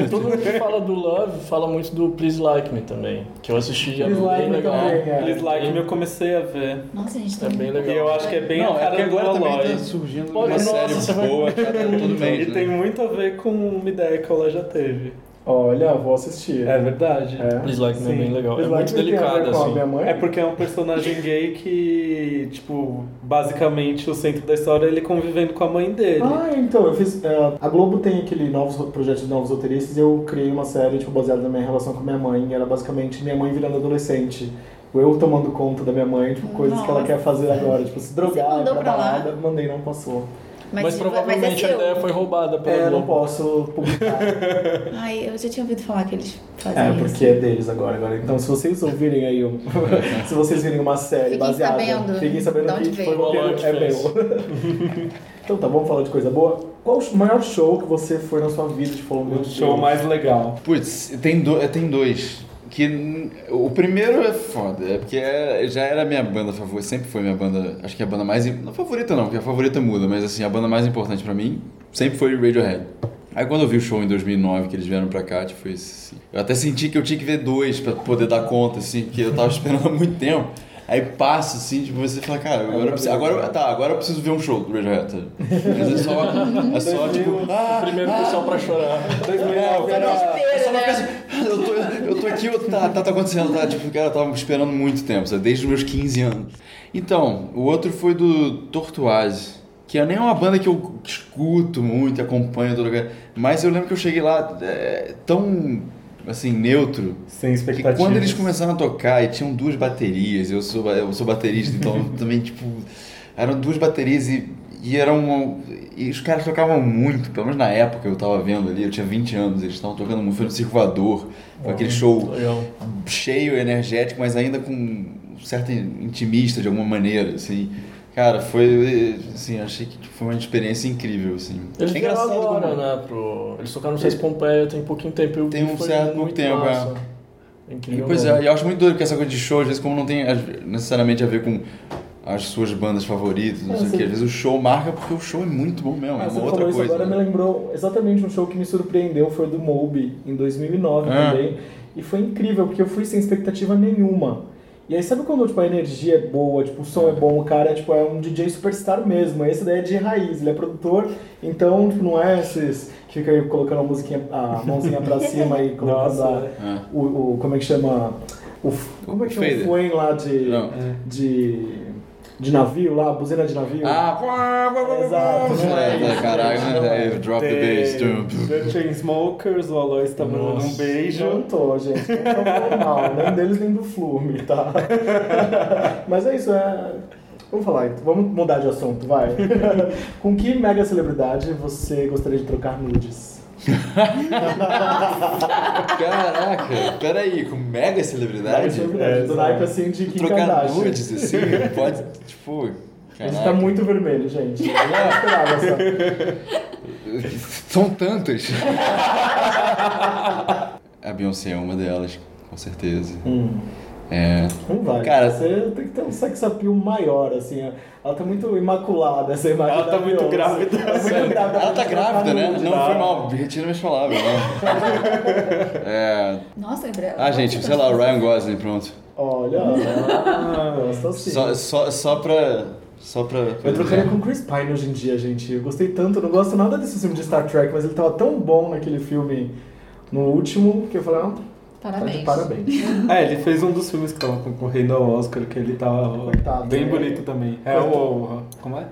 Speaker 3: Todo mundo que fala do Love fala muito do Please Like Me também, que eu assisti e é
Speaker 1: Please Like
Speaker 3: bem
Speaker 1: Me
Speaker 3: legal.
Speaker 1: também, é.
Speaker 2: Please Like Me eu comecei a ver.
Speaker 6: Nossa, gente,
Speaker 3: É
Speaker 6: tá
Speaker 3: bem legal.
Speaker 2: E eu acho que é bem
Speaker 4: não,
Speaker 2: a
Speaker 4: é
Speaker 2: cara
Speaker 4: porque
Speaker 2: do
Speaker 4: agora também
Speaker 2: Aloy.
Speaker 4: tá surgindo
Speaker 3: Olha,
Speaker 4: uma
Speaker 3: nossa,
Speaker 4: série
Speaker 3: você vai-
Speaker 4: boa cada todo mês,
Speaker 2: E
Speaker 4: né?
Speaker 2: tem um muito a ver com uma ideia que ela já teve.
Speaker 1: Olha, vou assistir.
Speaker 2: É verdade.
Speaker 3: Please Like Me é
Speaker 2: Sim.
Speaker 3: bem legal.
Speaker 1: Mas
Speaker 3: é
Speaker 1: lá
Speaker 3: muito
Speaker 1: que tem a ver
Speaker 3: delicada,
Speaker 1: com a
Speaker 3: assim.
Speaker 1: minha mãe?
Speaker 2: É porque é um personagem gay que, tipo, basicamente o centro da história é ele convivendo com a mãe dele.
Speaker 1: Ah, então, eu fiz. é, a Globo tem aquele novos ro- projeto de novos roteiristas e eu criei uma série tipo, baseada na minha relação com minha mãe. E era basicamente minha mãe virando adolescente. Tipo, Eu tomando conta da minha mãe, tipo, coisas que ela
Speaker 6: Nossa.
Speaker 1: quer fazer agora, tipo, se drogar, ir
Speaker 6: mandou
Speaker 1: pra
Speaker 6: pra lá?
Speaker 1: balada, mandei, não passou.
Speaker 3: Mas,
Speaker 6: tipo,
Speaker 3: provavelmente
Speaker 6: é
Speaker 3: a ideia
Speaker 6: seu.
Speaker 3: foi roubada pela
Speaker 1: É, não
Speaker 3: Globo.
Speaker 1: posso publicar.
Speaker 6: Ai, eu já tinha ouvido falar que eles fazem
Speaker 1: É,
Speaker 6: isso.
Speaker 1: porque é deles agora, agora. Então, se vocês ouvirem aí, um- se vocês virem uma série
Speaker 6: Fiquem
Speaker 1: baseada,
Speaker 6: sabendo
Speaker 1: é fiquem sabendo
Speaker 6: de onde
Speaker 1: que foi
Speaker 6: veio.
Speaker 1: roteiro, é
Speaker 3: Qual a
Speaker 1: meu.
Speaker 3: diferença?
Speaker 1: Então tá, vamos falar de coisa boa. Qual o maior show que você foi na sua vida? Tipo, falou, meu
Speaker 2: O
Speaker 1: Deus.
Speaker 2: show mais legal.
Speaker 4: Putz, tem, do, é, tem dois. Que n- o primeiro é foda, é porque é- já era minha banda favorita, sempre foi minha banda, acho que é a banda mais, im- não favorita não, porque a favorita muda, mas assim, a banda mais importante pra mim sempre foi Radiohead. Aí quando eu vi o show em 2009 que eles vieram pra cá, tipo, foi assim, eu até senti que eu tinha que ver dois pra poder dar conta, assim, porque eu tava esperando há muito tempo. Aí passa assim, tipo, você fala, cara, agora eu preciso, agora, tá, agora eu preciso ver um show do Radiohead. sabe? Mas é só, é só tipo, ah,
Speaker 3: Primeiro foi só pra chorar.
Speaker 4: é, o cara-
Speaker 6: desespero,
Speaker 4: eu só não
Speaker 6: né?
Speaker 4: penso, "Ah, eu tô, eu tô aqui, eu- tá, tá, tá acontecendo, tá? Tipo, cara, eu tava esperando muito tempo, sabe? Desde os meus 15 anos. Então, o outro foi do Tortoise, que é nem uma banda que eu escuto muito, acompanho todo lugar. Mas eu lembro que eu cheguei lá é, tão, assim, neutro.
Speaker 1: Sem
Speaker 4: Que
Speaker 1: expectativa.
Speaker 4: quando eles começaram a tocar e tinham duas baterias, eu sou, ba- eu sou baterista, então também, tipo, eram duas baterias e, e eram. uma- e os caras tocavam muito, pelo menos na época eu tava vendo ali, eu tinha 20 anos, eles estavam tocando muito, foi no Circo Voador, foi aquele show
Speaker 3: Legal.
Speaker 4: cheio, energético, mas ainda com um certo intimista de alguma maneira, assim. Cara, foi. Assim, achei que foi uma experiência incrível, assim.
Speaker 3: Eles
Speaker 4: É
Speaker 3: vieram agora,
Speaker 4: como-
Speaker 3: né? Pro... Eles tocaram no Seis Pompeia tem pouquinho tempo. Eu
Speaker 4: Tem um
Speaker 3: foi
Speaker 4: certo
Speaker 3: muito
Speaker 4: tempo,
Speaker 3: massa.
Speaker 4: E,
Speaker 3: Incrível.
Speaker 4: pois
Speaker 3: mesmo.
Speaker 4: é, e eu acho muito doido que essa coisa de show, às vezes, como não tem às- necessariamente a ver com as suas bandas favoritas, não
Speaker 1: É,
Speaker 4: sei o
Speaker 1: você-
Speaker 4: que, às vezes o show marca porque o show é muito bom mesmo,
Speaker 1: Ah, você
Speaker 4: é uma
Speaker 1: falou
Speaker 4: outra
Speaker 1: isso
Speaker 4: coisa.
Speaker 1: agora, me
Speaker 4: né?
Speaker 1: lembrou exatamente um show que me surpreendeu, foi do Moby, em 2009
Speaker 4: Ah.
Speaker 1: também. E foi incrível, porque eu fui sem expectativa nenhuma. E aí, sabe quando tipo, a energia é boa, tipo, o som é bom, o cara tipo, é um DJ superstar mesmo. Esse daí é de raiz, ele é produtor, então tipo, não é esses que fica aí colocando a, musiquinha, a mãozinha pra cima e colocando
Speaker 2: Nossa,
Speaker 1: a-
Speaker 2: é.
Speaker 4: É.
Speaker 1: o, o- Como é que chama? O, f- como é que chama o
Speaker 4: Fader.
Speaker 1: fuen lá de,
Speaker 4: Não.
Speaker 1: de, de navio, lá, a buzina de navio?
Speaker 4: Ah, pá, pá, pá, pá,
Speaker 1: Exato, é.
Speaker 4: pá,
Speaker 1: né?
Speaker 4: pá,
Speaker 1: Isso,
Speaker 4: Caralho, né?
Speaker 1: isso.
Speaker 4: Drop the bass. tum, tum.
Speaker 2: The Chainsmokers, o Aloys tá mandando um
Speaker 3: Nossa.
Speaker 2: beijo.
Speaker 1: Jantou, gente. Não falou mal, nem deles nem do Flume, tá? Mas é isso, é. Vamos falar, então. vamos mudar de assunto, vai. Com que mega celebridade você gostaria de trocar nudes?
Speaker 4: Caraca, peraí, com mega
Speaker 1: Mega
Speaker 4: celebridade?
Speaker 1: celebridade,
Speaker 2: É,
Speaker 1: do naipe assim de Kim
Speaker 4: Trocar
Speaker 1: Kardashian.
Speaker 4: nudes, assim, pode, tipo...
Speaker 1: A gente
Speaker 4: Caraca.
Speaker 1: tá muito vermelho, gente. Eu não esperava essa.
Speaker 4: São tantas. a Beyoncé é uma delas, com certeza.
Speaker 1: Hum,
Speaker 4: É...
Speaker 1: não vai.
Speaker 4: Cara-
Speaker 1: você tem que ter um sex appeal maior, assim. ó. Ela tá muito imaculada, essa imagem.
Speaker 2: Ela
Speaker 1: da
Speaker 2: tá muito
Speaker 1: Beyoncé.
Speaker 2: grávida.
Speaker 1: Ela tá muito grávida.
Speaker 4: Ela tá
Speaker 1: Trocar
Speaker 4: grávida, né?
Speaker 1: nude,
Speaker 4: Não,
Speaker 1: tá?
Speaker 4: foi mal. Retira minhas palavras, né? É...
Speaker 6: Nossa, Gabriel.
Speaker 4: Ah, gente, sei lá, o Ryan Gosling, pronto.
Speaker 1: Olha, ah, gosta sim.
Speaker 4: Só, só, só pra... Só pra...
Speaker 1: Eu
Speaker 4: É.
Speaker 1: trocaria com o Chris Pine hoje em dia, gente. Eu gostei tanto, eu não gosto nada desse filme de Star Trek, mas ele tava tão bom naquele filme no último que eu falei, ah, tá de
Speaker 6: Parabéns.
Speaker 1: parabéns.
Speaker 2: É, ele fez um dos filmes que tava concorrendo ao Oscar, que ele tava
Speaker 1: Coitado,
Speaker 2: bem
Speaker 1: né?
Speaker 2: bonito também. Hell or... Como é?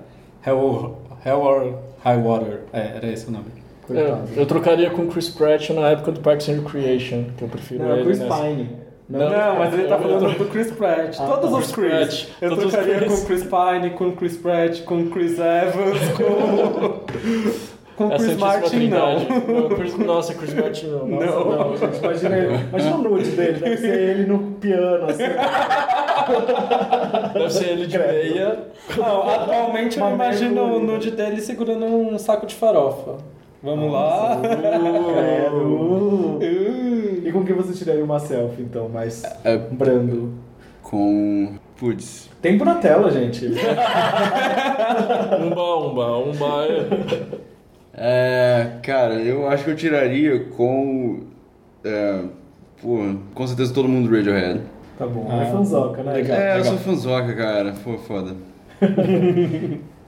Speaker 2: Hell or, Hell or High Water. É, era esse o nome.
Speaker 1: Coitado.
Speaker 3: É, Eu, eu trocaria com o Chris Pratt na época do Parks and Recreation, que eu prefiro
Speaker 1: Não, é
Speaker 3: ele
Speaker 1: o Chris
Speaker 3: nessa.
Speaker 1: Pine.
Speaker 2: Não, mas ele tá
Speaker 3: eu-
Speaker 2: falando do Chris Pratt.
Speaker 1: Ah,
Speaker 2: Todos
Speaker 1: tá.
Speaker 2: os Chris.
Speaker 3: Chris Pratt.
Speaker 2: Eu
Speaker 3: É, Todos os
Speaker 2: trocaria
Speaker 3: Chris.
Speaker 2: com Chris Pine, com Chris Pratt, com Chris Evans, com. com Chris
Speaker 3: Essa É Santíssima
Speaker 2: Martin,
Speaker 3: Trindade.
Speaker 2: não.
Speaker 3: Não, Chris- Nossa, Chris Martin não.
Speaker 1: Nossa, não. gente, imagina, ele- imagina o nude dele, deve ser ele no piano, assim.
Speaker 3: Deve ser ele de
Speaker 1: Credo.
Speaker 3: meia.
Speaker 2: Não, atualmente eu
Speaker 1: Uma
Speaker 2: imagino o
Speaker 1: mergulha.
Speaker 2: nude dele segurando um saco de farofa. Vamos lá.
Speaker 1: Credo.
Speaker 2: Uh.
Speaker 1: E com quem você tiraria uma selfie, então, mais
Speaker 4: É,
Speaker 1: brando?
Speaker 4: com... Putz.
Speaker 1: Tempo na tela, gente.
Speaker 3: Umba, umba, umba. é.
Speaker 4: É, cara, eu acho que eu tiraria com... É, pô, com certeza todo mundo do Radiohead.
Speaker 1: Tá bom,
Speaker 2: Ah,
Speaker 1: é fanzoca, né?
Speaker 2: legal.
Speaker 4: é, eu sou fanzoca, cara. Pô, foda.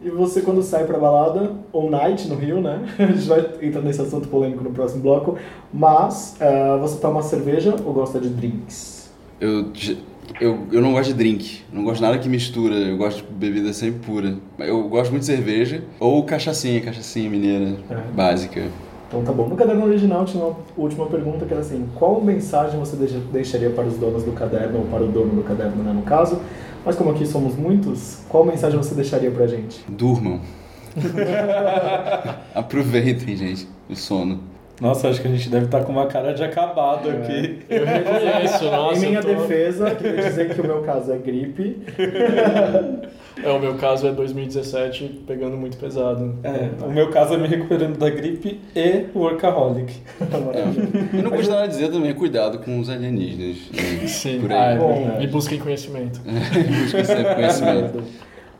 Speaker 1: E você quando sai pra balada, ou night no Rio, né? A gente vai entrar nesse assunto polêmico no próximo bloco. Mas eh, você toma cerveja ou gosta de drinks?
Speaker 4: Eu, j- eu, eu não gosto de drink, não gosto de nada que mistura, eu gosto de bebida sempre pura. Eu gosto muito de cerveja ou cachaçinha, cachaçinha mineira
Speaker 1: É.
Speaker 4: básica.
Speaker 1: Então tá bom. No caderno original tinha uma última pergunta que era assim: qual mensagem você deixa- deixaria para os donos do caderno, ou para o dono do caderno, né, no caso? Mas como aqui somos muitos, qual mensagem você deixaria pra gente?
Speaker 4: Durmam. Aproveitem, gente, o sono.
Speaker 2: Nossa, acho que a gente deve estar com uma cara de acabado
Speaker 1: É.
Speaker 2: aqui.
Speaker 3: Eu reconheço, É nossa.
Speaker 1: em minha
Speaker 3: eu tô-
Speaker 1: defesa, queria dizer que o meu caso é gripe.
Speaker 3: É, o meu caso é 2017 pegando muito pesado.
Speaker 2: É, o meu caso é me recuperando da gripe e workaholic.
Speaker 1: Tá
Speaker 4: Eu não custa nada dizer também, cuidado com os alienígenas. né?
Speaker 3: Sim.
Speaker 4: Por aí.
Speaker 1: Bom.
Speaker 3: E busquem conhecimento.
Speaker 4: Busca sempre conhecimento.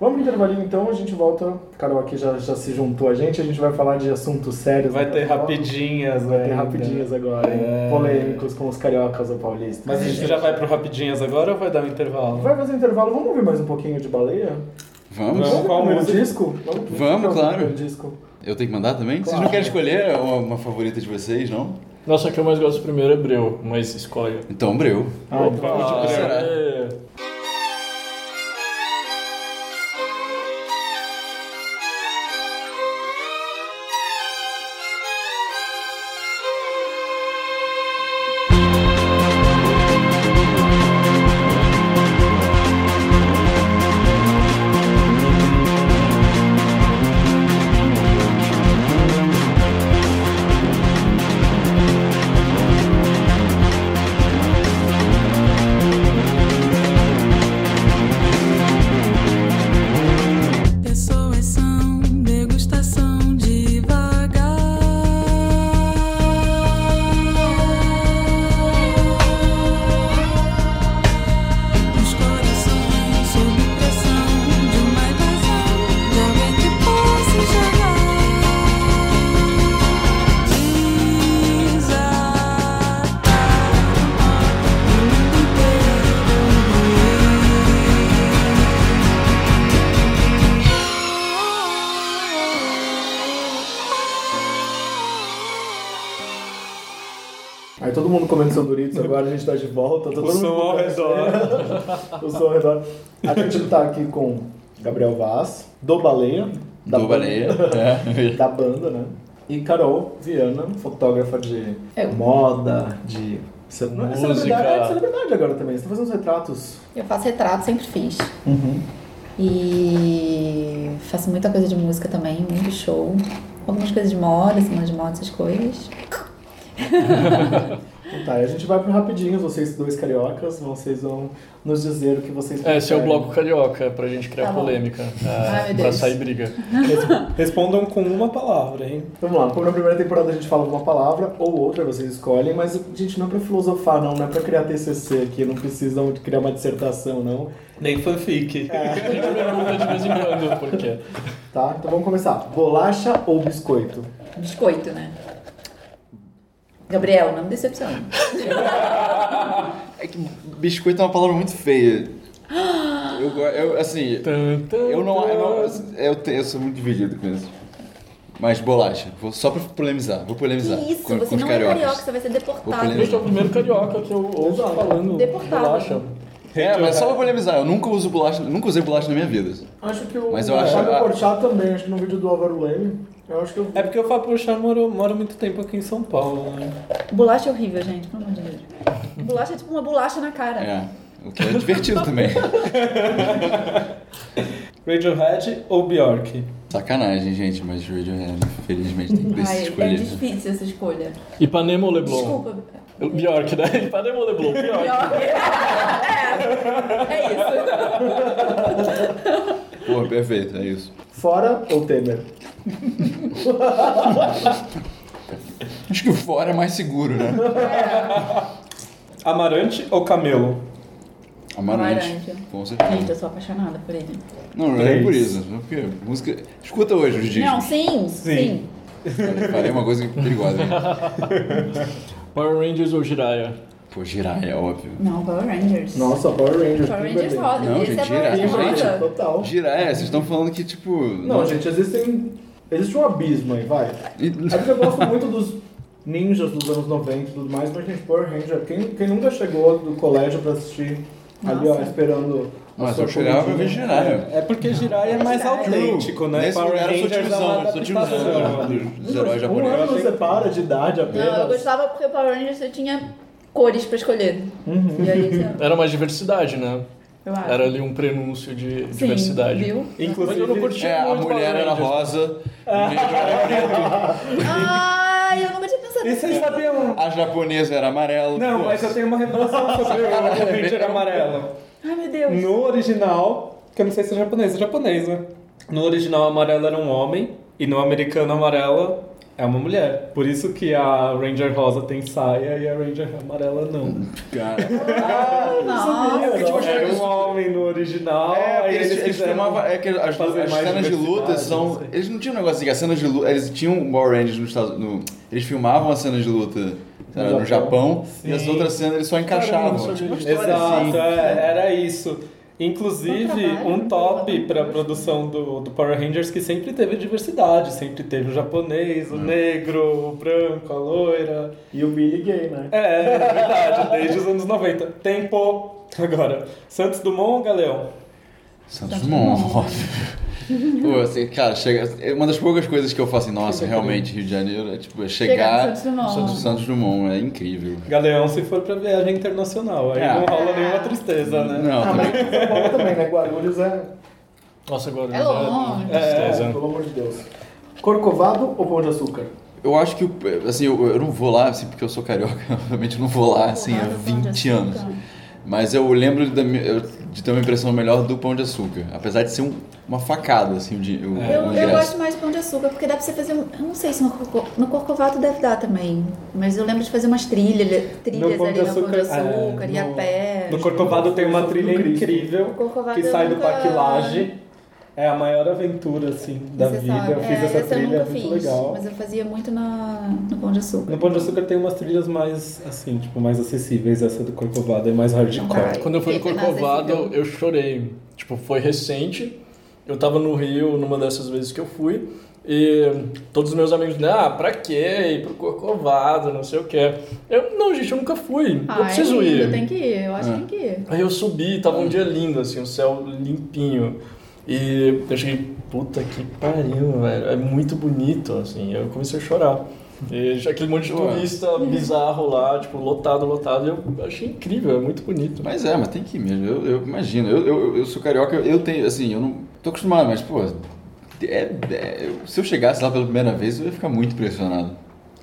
Speaker 1: Vamos pro intervalinho então, a gente volta. Carol aqui já, já se juntou a gente, a gente vai falar de assuntos sérios.
Speaker 2: Vai
Speaker 1: né,
Speaker 2: ter
Speaker 1: pra falar.
Speaker 2: rapidinhas,
Speaker 1: Vai ter
Speaker 2: ainda.
Speaker 1: rapidinhas agora, hein?
Speaker 2: É.
Speaker 1: Polêmicos com os cariocas ou paulistas.
Speaker 2: Mas a gente já vai pro rapidinhas agora ou vai dar um intervalo?
Speaker 1: Vai fazer um intervalo, vamos ouvir mais um pouquinho de baleia?
Speaker 4: Vamos?
Speaker 2: Vamos. Então Qual
Speaker 1: primeiro
Speaker 2: música?
Speaker 1: disco? Vamos,
Speaker 4: Vamos,
Speaker 1: pro
Speaker 4: claro.
Speaker 1: primeiro disco.
Speaker 4: Eu tenho que mandar também? Vocês
Speaker 1: Claro.
Speaker 4: não querem escolher uma, uma favorita de vocês, não?
Speaker 3: Nossa, a que eu mais gosto primeiro é Breu, mas escolha.
Speaker 4: Então, Breu.
Speaker 1: Ah, então,
Speaker 3: Ah,
Speaker 4: será?
Speaker 3: é.
Speaker 5: Pessoas são degustação devagar. Os corações sob pressão de uma invasão de alguém que possa chegar. Desatar o mundo inteiro.
Speaker 1: Aí todo mundo comendo seu Doritos agora, a gente tá de volta. Tá
Speaker 2: O
Speaker 1: todo
Speaker 2: som
Speaker 1: mundo...
Speaker 2: ao redor.
Speaker 1: o som ao redor. A gente tá aqui com Gabriel Vaz, do Baleia. da
Speaker 4: do
Speaker 1: banda-
Speaker 4: Baleia. É.
Speaker 1: da banda, né? E Carol Viana, fotógrafa de
Speaker 6: É.
Speaker 1: moda, de não é
Speaker 3: Música.
Speaker 1: celebridade, é celebridade agora também. Você tá fazendo uns retratos.
Speaker 6: Eu faço retrato, sempre fiz.
Speaker 4: Uhum.
Speaker 6: E faço muita coisa de música também, muito show. Algumas coisas de moda, semana de moda, essas coisas.
Speaker 1: Então Tá, e a gente vai pro rapidinho, vocês dois cariocas, vocês vão nos dizer o que vocês
Speaker 3: É, esse é o
Speaker 1: preferem.
Speaker 3: bloco carioca, pra gente criar
Speaker 6: Tá bom.
Speaker 3: polêmica. É,
Speaker 6: Ai, meu
Speaker 3: pra
Speaker 6: Deus.
Speaker 3: sair briga.
Speaker 2: Respondam com uma palavra, hein?
Speaker 1: Vamos lá, como na primeira temporada a gente fala uma palavra ou outra, vocês escolhem, mas gente não é pra filosofar, não, não é pra criar TCC aqui, não precisam de criar uma dissertação, não.
Speaker 2: Nem fanfic.
Speaker 1: É.
Speaker 3: A gente pergunta de vez em quando, porque.
Speaker 1: Tá? Então vamos começar. Bolacha ou biscoito?
Speaker 6: Biscoito, né? Gabriel, não me decepcione.
Speaker 4: É que biscoito é uma palavra muito feia. Eu, go- eu assim,
Speaker 3: Tum, tum,
Speaker 4: eu não. Eu, não
Speaker 3: tum.
Speaker 4: eu, te- eu sou muito dividido com isso. Mas bolacha, vou só pra polemizar, vou polemizar.
Speaker 6: Que isso,
Speaker 4: com,
Speaker 6: você
Speaker 4: com os
Speaker 6: não é carioca,
Speaker 4: cariocas.
Speaker 6: você vai ser
Speaker 4: Vou
Speaker 6: deportado.
Speaker 4: polemizar.
Speaker 3: Este é o primeiro carioca que eu ouço falando.
Speaker 6: Deportado.
Speaker 3: Bolacha.
Speaker 4: É, mas só pra polemizar, eu nunca uso bolacha, nunca usei bolacha na minha vida.
Speaker 1: Acho que o
Speaker 4: Mas eu acho-
Speaker 1: Fábio
Speaker 4: ah.
Speaker 1: Porchat também, acho que no vídeo do Álvaro Leme, eu acho que eu
Speaker 2: É porque o Fábio Chá mora, mora muito tempo aqui em São Paulo, né?
Speaker 6: Bolacha é horrível, gente, pelo amor de Deus. Bolacha é tipo uma bolacha na cara.
Speaker 4: É. O que é divertido também.
Speaker 2: Radiohead ou Bjork?
Speaker 4: Sacanagem, gente, mas Radiohead, infelizmente, tem que
Speaker 6: Ai,
Speaker 4: decidir
Speaker 6: é
Speaker 4: escolher. né?
Speaker 6: difícil essa escolha.
Speaker 3: Ipanema ou Leblon?
Speaker 6: Desculpa.
Speaker 3: Eu- Bjork, né? Ipanema ou Leblon? Bjork.
Speaker 6: Gabriel. É, é isso.
Speaker 4: Pô, perfeito, é isso.
Speaker 1: Fora ou Temer?
Speaker 4: Acho que o fora é mais seguro, né?
Speaker 2: Amarante ou Camelo?
Speaker 4: Amarante.
Speaker 6: Amarante.
Speaker 4: né? Com certeza.
Speaker 6: Gente, eu sou apaixonada por ele.
Speaker 4: Não, não é por isso. não é Porque música. Escuta hoje os discos.
Speaker 6: Não, sim, sim.
Speaker 4: Falei uma coisa perigosa. né?
Speaker 3: Power Rangers ou Jiraya?
Speaker 4: Pô, girar é óbvio.
Speaker 6: Não, Power Rangers.
Speaker 1: Nossa, Power Rangers.
Speaker 6: Power
Speaker 1: tudo
Speaker 6: Rangers
Speaker 1: bem.
Speaker 6: roda.
Speaker 4: Não,
Speaker 6: Esse
Speaker 4: gente,
Speaker 6: é Power
Speaker 4: gira-
Speaker 6: Rangers
Speaker 1: Gente,
Speaker 6: roda.
Speaker 1: total.
Speaker 4: Girar é, vocês estão falando que, tipo.
Speaker 1: Não, gente, existem. Existe um abismo aí, vai. É porque eu gosto muito dos ninjas dos anos 90 e tudo mais, mas gente, Power Ranger, quem, quem nunca chegou do colégio pra assistir ali, ó,
Speaker 6: Nossa.
Speaker 1: esperando. um a
Speaker 4: Mas
Speaker 1: sua
Speaker 4: eu chegava pra ver
Speaker 1: comidinha.
Speaker 4: girar. né?
Speaker 2: É porque Jiraiya é mais
Speaker 6: Jiraiya.
Speaker 2: autêntico, né?
Speaker 4: Nesse lugar eu sou tiozão,
Speaker 2: é
Speaker 4: eu sou tiozão dos- dos heróis
Speaker 1: Um ano
Speaker 4: japoneses.
Speaker 1: você para de idade
Speaker 6: Não, eu
Speaker 1: apenas.
Speaker 6: gostava porque o Power Rangers você tinha cores pra escolher.
Speaker 2: Uhum.
Speaker 6: E aí, você-
Speaker 3: Era mais diversidade, né?
Speaker 6: eu acho.
Speaker 3: Era ali um prenúncio de
Speaker 6: Ah. Sim,
Speaker 3: diversidade.
Speaker 6: Viu?
Speaker 3: Mas eu não
Speaker 2: Inclusive,
Speaker 3: curti
Speaker 4: É, a
Speaker 3: muito
Speaker 4: mulher
Speaker 3: Power
Speaker 4: era
Speaker 3: Rangers.
Speaker 4: rosa, o negro era preto.
Speaker 6: Ai, eu nunca tinha pensado
Speaker 2: E vocês sabiam?
Speaker 4: A japonesa era amarela.
Speaker 2: Não,
Speaker 4: pô.
Speaker 2: mas eu tenho uma revelação sobre o Ranger amarelo.
Speaker 6: Ai, meu Deus.
Speaker 2: No original, que eu não sei se é japonês, é japonesa. No original, amarelo era um homem e no americano, amarela é uma mulher. Por isso que a Ranger rosa tem saia e a Ranger amarela não.
Speaker 4: Cara.
Speaker 6: Nossa.
Speaker 2: Porque, tipo,
Speaker 4: Era
Speaker 2: era um homem no original.
Speaker 4: É, porque
Speaker 2: aí
Speaker 4: eles, eles
Speaker 2: fizeram-
Speaker 4: filmavam- é que as,
Speaker 2: fazer
Speaker 4: as
Speaker 2: mais
Speaker 4: cenas de luta
Speaker 2: diversidade, não
Speaker 4: são.
Speaker 2: sei.
Speaker 4: Eles não tinham um negócio assim, que as cenas de luta. Eles tinham um Power Rangers nos Estados no- Eles filmavam as cenas de luta sei lá, no Japão e as
Speaker 2: Sim.
Speaker 4: outras cenas eles só encaixavam. Tipo, uma história
Speaker 2: Exato,
Speaker 4: assim.
Speaker 2: é, era isso.
Speaker 6: Bom
Speaker 2: Inclusive,
Speaker 6: trabalho,
Speaker 2: um
Speaker 6: bom
Speaker 2: top
Speaker 6: trabalho.
Speaker 2: para a produção do, do Power Rangers que sempre teve diversidade, sempre teve o japonês, o negro, o branco, a loira.
Speaker 1: E o Billy Gay, né?
Speaker 2: É, é verdade, desde os anos 90. Tempo! Agora, Santos Dumont ou Galeão?
Speaker 4: Santos Dumont, óbvio. Pô, assim, cara, chega. é Uma das poucas coisas que eu faço assim, nossa, realmente, Rio de Janeiro, é tipo, é
Speaker 6: Chegar
Speaker 4: chegar.
Speaker 6: no Santos Dumont.
Speaker 4: Santos, Santos Dumont, é incrível.
Speaker 2: Galeão se for para viagem internacional, aí
Speaker 4: É.
Speaker 2: não rola nenhuma tristeza, né?
Speaker 6: Tá
Speaker 4: Não,
Speaker 1: Ah,
Speaker 4: também.
Speaker 1: mas São Paulo também, né? Guarulhos é...
Speaker 3: Nossa, agora.
Speaker 6: É longe.
Speaker 1: é,
Speaker 3: Tristeza.
Speaker 1: pelo amor de Deus. Corcovado ou Pão de Açúcar?
Speaker 4: Eu acho que, eu- assim, eu, eu não vou lá, assim, porque eu sou carioca, obviamente eu não vou lá, assim, há
Speaker 6: Porrada, pão de
Speaker 4: 20
Speaker 6: açúcar.
Speaker 4: anos. Mas eu lembro da mi- eu- de ter uma impressão melhor do Pão de Açúcar, apesar de ser um- uma facada, assim, de, o, o
Speaker 6: Eu, eu
Speaker 4: ingresso.
Speaker 6: gosto mais de pão de açúcar, porque dá pra você fazer um. Eu não sei se no, Corco- no Corcovado deve dar também. Mas eu lembro de fazer umas trilhas, trilhas ali
Speaker 2: Pão de
Speaker 6: no Pão de
Speaker 2: Açúcar, é,
Speaker 6: Açúcar, e a
Speaker 2: no-
Speaker 6: pé.
Speaker 2: No Corcovado tem uma trilha
Speaker 6: O
Speaker 2: incrível
Speaker 6: Corcovado é
Speaker 2: que sai
Speaker 6: eu
Speaker 2: do
Speaker 6: nunca-
Speaker 2: Parque Laje. É a maior aventura, assim, da
Speaker 6: Você
Speaker 2: vida.
Speaker 6: sabe.
Speaker 2: Eu
Speaker 6: É,
Speaker 2: fiz essa trilha,
Speaker 6: eu
Speaker 2: é
Speaker 6: nunca
Speaker 2: muito
Speaker 6: fiz,
Speaker 2: legal.
Speaker 6: mas eu fazia muito na, no Pão de Açúcar.
Speaker 2: No Pão de Açúcar tem umas trilhas mais, assim, tipo, mais acessíveis. Essa do Corcovado é mais hardcore.
Speaker 6: Ai.
Speaker 3: Quando eu fui no
Speaker 6: Nossa,
Speaker 3: Corcovado,
Speaker 6: esse filme.
Speaker 3: eu chorei. Tipo, foi recente. Eu tava no Rio numa dessas vezes que eu fui. E todos os meus amigos, né? Ah, pra quê? Ir pro Corcovado, não sei o quê. Eu, não, gente, eu nunca fui.
Speaker 6: Ah,
Speaker 3: eu preciso
Speaker 6: é lindo,
Speaker 3: ir.
Speaker 6: Tem que ir, eu acho
Speaker 4: É.
Speaker 2: Ah.
Speaker 6: que tem que ir.
Speaker 3: Aí eu subi, tava um dia lindo, assim, o céu limpinho. E eu cheguei, puta que pariu, velho. É muito bonito, assim. Eu comecei a chorar. E já aquele monte de
Speaker 4: Ué.
Speaker 3: turista bizarro lá, tipo, lotado, lotado. e Eu achei incrível, é muito bonito.
Speaker 4: Mas é, mas tem que ir mesmo, eu, eu imagino. Eu, eu, eu sou carioca, eu tenho, assim, eu não tô acostumado, mas, pô, é- é- eu- se eu chegasse lá pela primeira vez, eu ia ficar muito impressionado.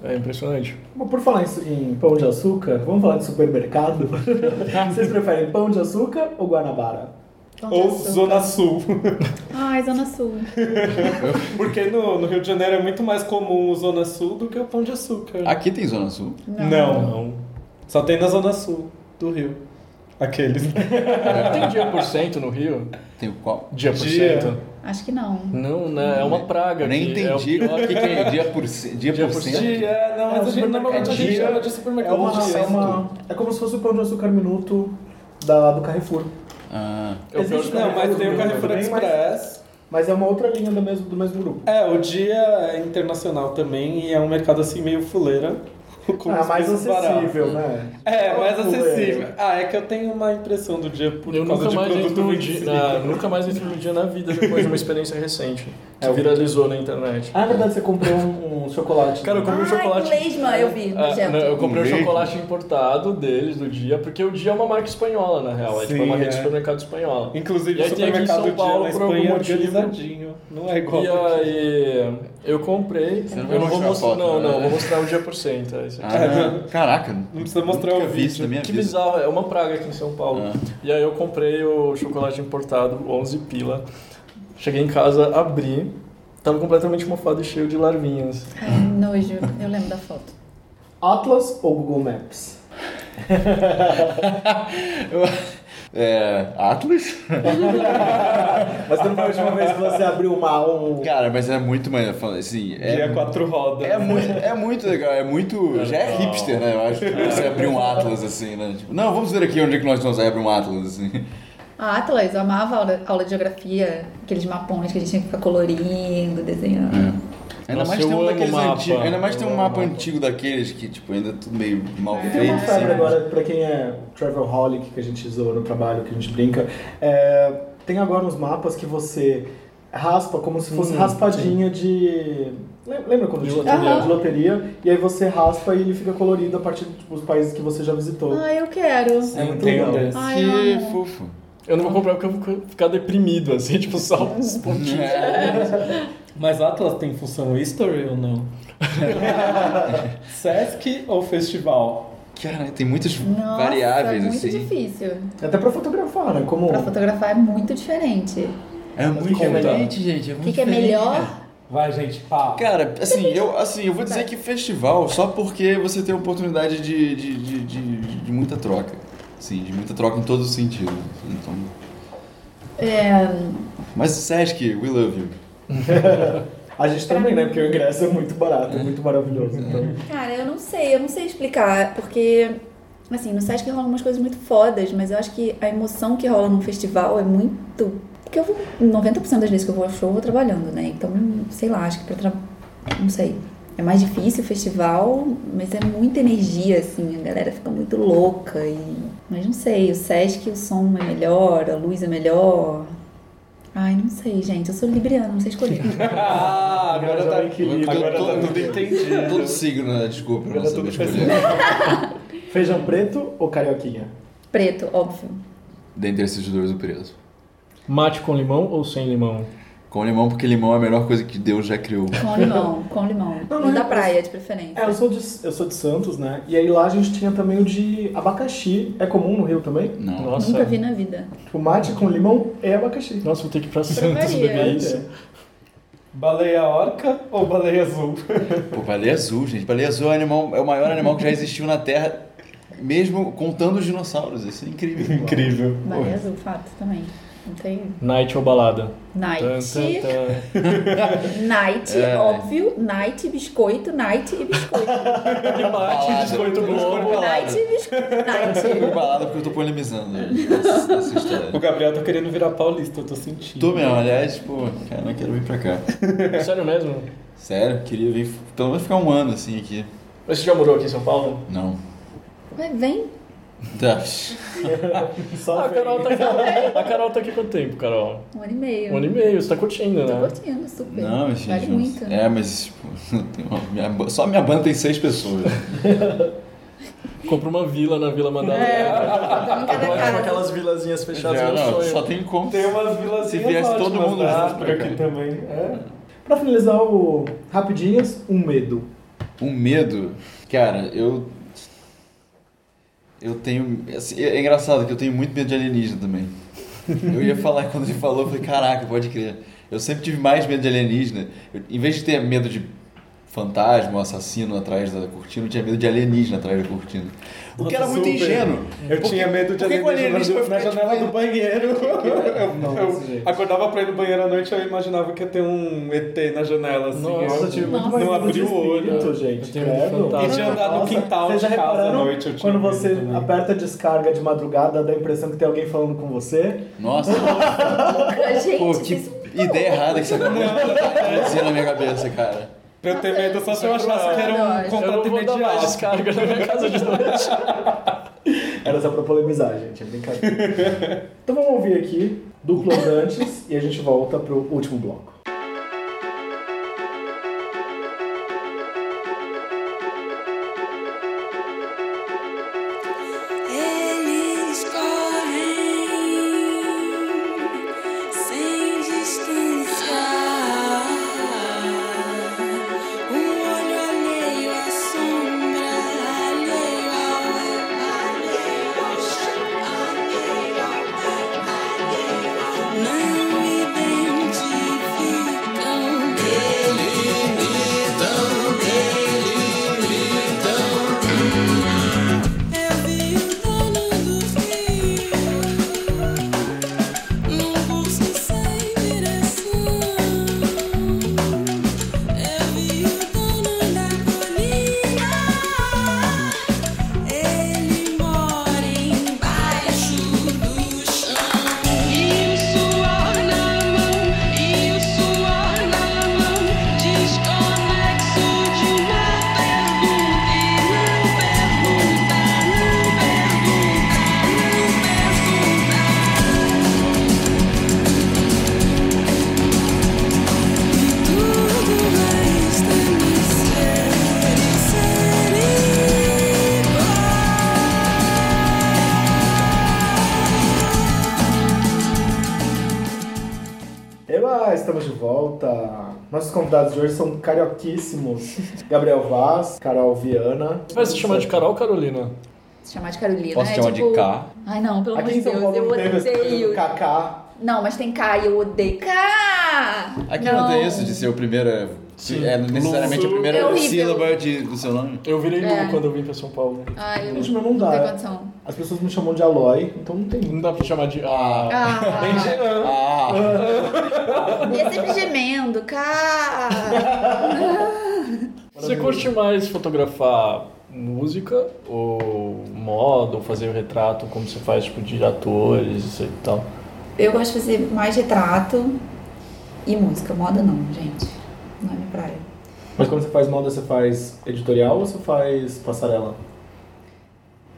Speaker 3: É impressionante.
Speaker 1: Bom, Por falar em, em pão de açúcar, vamos falar de supermercado? Vocês preferem pão de açúcar ou Guanabara?
Speaker 6: Pão de
Speaker 2: Ou
Speaker 6: Açúcar.
Speaker 2: Zona Sul.
Speaker 6: Ai, Zona Sul.
Speaker 2: Porque no, no Rio de Janeiro é muito mais comum o Zona Sul do que o Pão de Açúcar.
Speaker 4: Aqui tem Zona Sul.
Speaker 2: Não. Só tem na Zona Sul do Rio. Aqueles.
Speaker 3: Tem dia por cento no Rio?
Speaker 4: Tem o qual?
Speaker 3: Dia por
Speaker 2: Dia.
Speaker 3: cento?
Speaker 6: Acho que não.
Speaker 3: Não, né? É uma praga.
Speaker 4: Eu nem
Speaker 3: aqui, é o
Speaker 4: entendi
Speaker 3: pior.
Speaker 4: o que, que é dia por, ce- dia
Speaker 3: Dia
Speaker 4: por
Speaker 3: por
Speaker 4: cento.
Speaker 2: Dia, não,
Speaker 1: É,
Speaker 2: mas
Speaker 1: o
Speaker 2: a gente normalmente a gente
Speaker 1: supermercado.
Speaker 2: chama de supermercado.
Speaker 1: É, uma,
Speaker 2: de
Speaker 1: é,
Speaker 2: dia.
Speaker 1: uma, é como se fosse o pão de açúcar minuto da, do Carrefour.
Speaker 4: Ah,
Speaker 3: É o pior
Speaker 1: Existe,
Speaker 2: Não, mas tem o Carrefour
Speaker 1: Também, mas-
Speaker 2: Express.
Speaker 1: Mas é uma outra linha do mesmo, do mesmo grupo.
Speaker 2: É, o dia é internacional também e é um mercado assim meio fuleira. com
Speaker 1: ah,
Speaker 2: os
Speaker 1: mais
Speaker 2: preços baratos.
Speaker 1: acessível, né?
Speaker 2: É, mais
Speaker 1: Fuleira.
Speaker 2: acessível. Ah, é que eu tenho uma impressão do dia por
Speaker 3: Eu
Speaker 2: causa
Speaker 3: nunca
Speaker 2: de
Speaker 3: mais,
Speaker 2: produto
Speaker 3: entro no
Speaker 2: muito
Speaker 3: dia, Ah,
Speaker 2: frio.
Speaker 3: na, nunca mais entro no dia na vida depois de uma experiência recente que
Speaker 1: É o-
Speaker 3: viralizou na internet.
Speaker 1: Ah, é verdade, você comprou um, um chocolate.
Speaker 3: Cara, eu comprei um
Speaker 6: Ai,
Speaker 3: chocolate.
Speaker 6: Gleisman, Ah, eu vi,
Speaker 3: Ah,
Speaker 6: nojento.
Speaker 3: não, eu comprei um
Speaker 2: Uhum.
Speaker 4: Mesmo?
Speaker 3: chocolate importado deles do dia, porque o dia é uma marca espanhola, na real. É tipo
Speaker 2: Sim,
Speaker 3: uma rede
Speaker 2: é.
Speaker 3: de supermercado espanhola.
Speaker 2: Inclusive,
Speaker 3: E
Speaker 2: o
Speaker 3: aí tem aqui em São
Speaker 2: supermercado dia
Speaker 3: Paulo,
Speaker 2: na
Speaker 3: por
Speaker 2: Espanha é
Speaker 3: algum motivo. né?
Speaker 2: organizadinho. Não é igual.
Speaker 3: E
Speaker 2: aqui.
Speaker 3: aí, eu comprei.
Speaker 4: Você não vai
Speaker 3: eu não vou
Speaker 4: mostrar a
Speaker 3: mostrar.
Speaker 4: foto,
Speaker 3: Não,
Speaker 4: né?
Speaker 3: não, vou mostrar o dia por cento. é isso aí.
Speaker 4: ah, caraca. Não
Speaker 2: precisa mostrar o vídeo.
Speaker 4: na minha
Speaker 3: Que
Speaker 4: vida.
Speaker 3: bizarro, é uma praga aqui em São Paulo.
Speaker 4: Ah.
Speaker 3: E aí eu comprei o chocolate importado, 11 pila. Cheguei em casa, abri, tava completamente mofado e cheio de larvinhas.
Speaker 6: Ai, nojo. Eu lembro da foto.
Speaker 1: Atlas ou Google Maps?
Speaker 4: É. Atlas?
Speaker 1: Mas não foi a última vez que você abriu uma, um...
Speaker 4: Cara, mas é muito mais. Assim,
Speaker 2: Dia
Speaker 4: é,
Speaker 2: quatro rodas.
Speaker 4: é, muito, é muito legal, é muito. Já é hipster, né? Eu acho. Você abrir um Atlas assim, né? Tipo, não, vamos ver aqui onde é que nós vamos abrir um Atlas assim.
Speaker 6: A Atlas, eu amava a aula, aula de geografia, aqueles mapões que a gente tinha que ficar colorindo, desenhando.
Speaker 4: Ainda
Speaker 3: Nossa,
Speaker 4: mais tem
Speaker 3: eu
Speaker 4: um
Speaker 3: amo
Speaker 4: daqueles
Speaker 3: mapa.
Speaker 4: antigos. Ainda mais tem
Speaker 3: Eu
Speaker 4: um
Speaker 3: amo
Speaker 4: mapa
Speaker 3: mapa.
Speaker 4: antigo daqueles que, tipo, ainda é tudo meio mal
Speaker 1: E tem
Speaker 4: feito.
Speaker 1: uma febre
Speaker 4: assim,
Speaker 1: agora, pra quem é travelholic, que a gente zoa no trabalho, que a gente brinca, é, tem agora uns mapas que você raspa como se fosse raspadinha de... lem- Lembra quando
Speaker 3: Hum, De
Speaker 1: tinha
Speaker 3: loteria.
Speaker 1: de loteria? E aí você raspa e ele fica colorido a partir tipo, dos países que você já visitou.
Speaker 3: Ah.
Speaker 6: Ai, eu quero.
Speaker 1: É muito
Speaker 2: Tem um
Speaker 1: legal.
Speaker 3: né?
Speaker 2: desse.
Speaker 6: Ai, eu
Speaker 4: Que
Speaker 6: amo.
Speaker 4: fofo.
Speaker 3: Eu não vou comprar porque eu vou ficar deprimido, assim, tipo, só uns pontinhos.
Speaker 4: É.
Speaker 2: Mas Atlas tem função history ou não? Sesc ou festival?
Speaker 4: Cara, tem muitas
Speaker 6: Nossa,
Speaker 4: variáveis,
Speaker 6: muito
Speaker 4: assim.
Speaker 6: difícil.
Speaker 1: Até pra fotografar, né? Como...
Speaker 6: Pra fotografar é muito diferente.
Speaker 4: É muito
Speaker 1: que é melhor?
Speaker 4: diferente, gente. É
Speaker 6: O
Speaker 4: muito
Speaker 6: que, que é
Speaker 4: diferente.
Speaker 6: melhor?
Speaker 2: Vai, gente,
Speaker 6: Ah.
Speaker 2: pau.
Speaker 4: Cara, assim, eu, assim, eu vou dizer que festival só porque você tem a oportunidade de, de, de, de, de muita troca. Sim, de muita troca em todos os sentidos. Então...
Speaker 6: É.
Speaker 4: Mas Sesc, we love you.
Speaker 1: A gente também, né? Porque o ingresso é muito barato, é muito maravilhoso. Então.
Speaker 6: Cara, eu não sei, eu não sei explicar, porque assim, no Sesc rolam umas coisas muito fodas, mas eu acho que a emoção que rola num festival é muito. Porque eu vou. 90% das vezes que eu vou ao show, eu vou trabalhando, né? Então, sei lá, acho que pra tra... Não sei. É mais difícil o festival, mas é muita energia, assim, a galera fica muito louca e. Mas não sei, o Sesc, o som é melhor, a luz é melhor. Ai, não sei, gente. Eu sou libriana, não sei escolher.
Speaker 2: Ah, agora
Speaker 1: Já
Speaker 2: tá
Speaker 1: vai equilíbrio,
Speaker 2: Agora
Speaker 1: agora
Speaker 2: tá
Speaker 1: tá
Speaker 4: todo,
Speaker 2: tudo entendido.
Speaker 4: todo signo, né? desculpa, eu não
Speaker 1: Agora
Speaker 4: sabia
Speaker 1: tudo
Speaker 4: escolher.
Speaker 1: Feijão preto ou carioquinha?
Speaker 6: Preto, óbvio.
Speaker 4: Dentre esses dois, o preso.
Speaker 3: Mate com limão ou sem limão?
Speaker 4: Com limão, porque limão é a melhor coisa que Deus já criou.
Speaker 6: Com limão, com limão.
Speaker 1: Não,
Speaker 6: Não, é
Speaker 1: mas-
Speaker 6: da praia, de preferência.
Speaker 1: É, eu sou, de, eu sou de Santos, né? E aí lá a gente tinha também o de abacaxi. É comum no Rio também?
Speaker 4: Não.
Speaker 3: Nossa,
Speaker 6: Nunca vi na vida.
Speaker 1: O mate com limão é abacaxi.
Speaker 3: nossa, vou ter que ir pra Santos
Speaker 6: Maria.
Speaker 3: beber isso.
Speaker 1: É.
Speaker 2: Baleia orca ou baleia azul?
Speaker 4: Pô, baleia azul, gente. Baleia azul é, o animal, é o maior animal que já existiu na Terra, mesmo contando os dinossauros. Isso é incrível.
Speaker 2: Incrível.
Speaker 6: Maré é azul, fato também. Não tem.
Speaker 3: Night ou balada?
Speaker 6: Night.
Speaker 3: Tan, tan, tan.
Speaker 6: Night,
Speaker 4: É.
Speaker 6: óbvio. Night, biscoito, night e biscoito.
Speaker 2: E mate, biscoito globo.
Speaker 6: night e biscoito.
Speaker 4: Eu
Speaker 6: Night.
Speaker 4: tô balada porque eu tô polemizando essa, essa
Speaker 2: O
Speaker 4: história.
Speaker 2: Gabriel tá querendo virar paulista, eu tô sentindo.
Speaker 4: Tô mesmo, aliás, pô, cara, não quero vir pra cá.
Speaker 3: Sério mesmo?
Speaker 4: Sério, queria vir, pelo menos ficar um ano assim aqui.
Speaker 3: Mas Você já morou aqui em São Paulo?
Speaker 4: Não.
Speaker 6: Mas vem.
Speaker 4: Tá.
Speaker 1: Só
Speaker 3: Ah, a
Speaker 1: vem.
Speaker 3: Carol tá aqui. A Carol tá aqui quanto tempo, Carol?
Speaker 6: Um ano e meio.
Speaker 3: Um ano e meio, você tá curtindo,
Speaker 6: Tô
Speaker 3: né?
Speaker 6: curtindo, super.
Speaker 4: Não, gente.
Speaker 6: Vale
Speaker 4: não-
Speaker 6: muito. né?
Speaker 4: É, mas, tipo, tem uma- minha ba- só minha banda tem seis pessoas.
Speaker 3: Compra uma vila na Vila Mandalena.
Speaker 6: É, Em cada
Speaker 3: É. Agora
Speaker 6: casa.
Speaker 3: são aquelas vilazinhas fechadas, é
Speaker 4: Já,
Speaker 3: meu
Speaker 4: não,
Speaker 3: sonho.
Speaker 4: só tem como.
Speaker 2: Tem umas vilas
Speaker 4: Se viesse todo mundo
Speaker 2: lá,
Speaker 4: junto pra cá.
Speaker 2: aqui também. É.
Speaker 1: Pra finalizar o Rapidinhas, um medo.
Speaker 4: Um medo, cara, eu. Eu tenho. assim, é engraçado que eu tenho muito medo de alienígena também. Eu ia falar quando ele falou, eu falei, caraca, pode crer. Eu sempre tive mais medo de alienígena. Eu, em vez de ter medo de fantasma, ou assassino atrás da cortina, eu tinha medo de alienígena atrás da cortina. O que era muito
Speaker 2: super.
Speaker 4: ingênuo.
Speaker 2: Eu
Speaker 4: Por que-
Speaker 2: tinha medo de
Speaker 4: por que que o alienígena
Speaker 2: alienígena na
Speaker 4: vai ficar,
Speaker 2: janela
Speaker 4: tipo,
Speaker 2: do banheiro. Eu,
Speaker 1: Nossa,
Speaker 2: eu
Speaker 1: gente.
Speaker 2: acordava pra ir no banheiro à noite, eu imaginava que ia ter um ET na janela, assim.
Speaker 3: Nossa,
Speaker 2: eu-
Speaker 1: tive
Speaker 6: Nossa.
Speaker 1: mais
Speaker 2: Não
Speaker 1: medo de
Speaker 2: abriu o olho.
Speaker 1: espírito,
Speaker 3: Eu
Speaker 1: gente.
Speaker 3: tenho medo de
Speaker 1: credo.
Speaker 3: fantasma.
Speaker 2: E de andar no
Speaker 1: Nossa,
Speaker 2: quintal
Speaker 1: vocês
Speaker 2: de
Speaker 1: já
Speaker 2: casa à
Speaker 1: repararam?
Speaker 2: noite, eu tinha
Speaker 1: Quando
Speaker 2: medo
Speaker 1: você
Speaker 2: também.
Speaker 1: aperta a descarga de madrugada, dá a impressão que tem alguém falando com você.
Speaker 4: tipo- Nossa,
Speaker 6: Gente,
Speaker 4: pô, que
Speaker 6: isso- é
Speaker 4: ideia errada que você acabou de dizer na minha cabeça, cara.
Speaker 2: Pra eu ter medo, só se eu achasse que
Speaker 6: Eu não
Speaker 2: era um
Speaker 6: acho.
Speaker 3: Eu não
Speaker 2: contrato
Speaker 3: vou dar mais
Speaker 2: imediato.
Speaker 3: descarga na minha casa de noite.
Speaker 1: Era só pra polemizar, gente. É brincadeira. então vamos ouvir aqui duplo antes e a gente volta pro último bloco.
Speaker 5: Eles correm sem distância. Um olho alheio à sombra, alheio ao alheio ao chão, alheio ao alheio. Não identificam. Eu vi o dono do fio num curso sem direção. Eu vi o dono da colina. Ele mora embaixo do chão. E o suor na mão, e o suor na mão, desconexo de uma pergunta e não pergunta, não pergunta, não pergunta. Tudo resta me ser, ser igual.
Speaker 1: Eba, estamos de volta. Nossos convidados de hoje são carioquíssimos. Gabriel Vaz, Carol Viana.
Speaker 3: Vai se chamar de Carol Carolina.
Speaker 6: Se chamar de Carolina
Speaker 4: Posso
Speaker 6: é
Speaker 4: chamar
Speaker 6: tipo...
Speaker 4: de K?
Speaker 6: Ai, não, pelo amor
Speaker 1: Aqui em
Speaker 6: de
Speaker 1: São
Speaker 6: Deus,
Speaker 1: Paulo
Speaker 6: eu
Speaker 1: não teve essa coisa do
Speaker 6: odeio.
Speaker 1: Kaká.
Speaker 6: Não, mas tem K, eu odeio. K!
Speaker 4: Aqui não, tem isso de ser o primeiro.
Speaker 3: Sim.
Speaker 4: É necessariamente
Speaker 3: Lu-
Speaker 4: a
Speaker 6: É
Speaker 4: primeira
Speaker 6: horrível.
Speaker 4: sílaba de, do seu nome.
Speaker 3: Eu virei Lu
Speaker 6: É.
Speaker 3: quando eu vim pra São Paulo.
Speaker 6: Ai, eu
Speaker 1: Gente, mas não dá.
Speaker 6: tem condição.
Speaker 1: As pessoas me chamam de Aloy, então não tem.
Speaker 3: Não dá pra chamar de. Ah.
Speaker 6: Ah,
Speaker 4: Ah,
Speaker 6: e é sempre gemendo. K!
Speaker 3: Você curte mais fotografar música ou moda, ou fazer o retrato como você faz tipo, de atores isso e tal?
Speaker 6: Eu gosto de fazer mais retrato e música. Moda não, gente. Não é minha praia.
Speaker 1: Mas quando você faz moda, você faz editorial ou você faz passarela?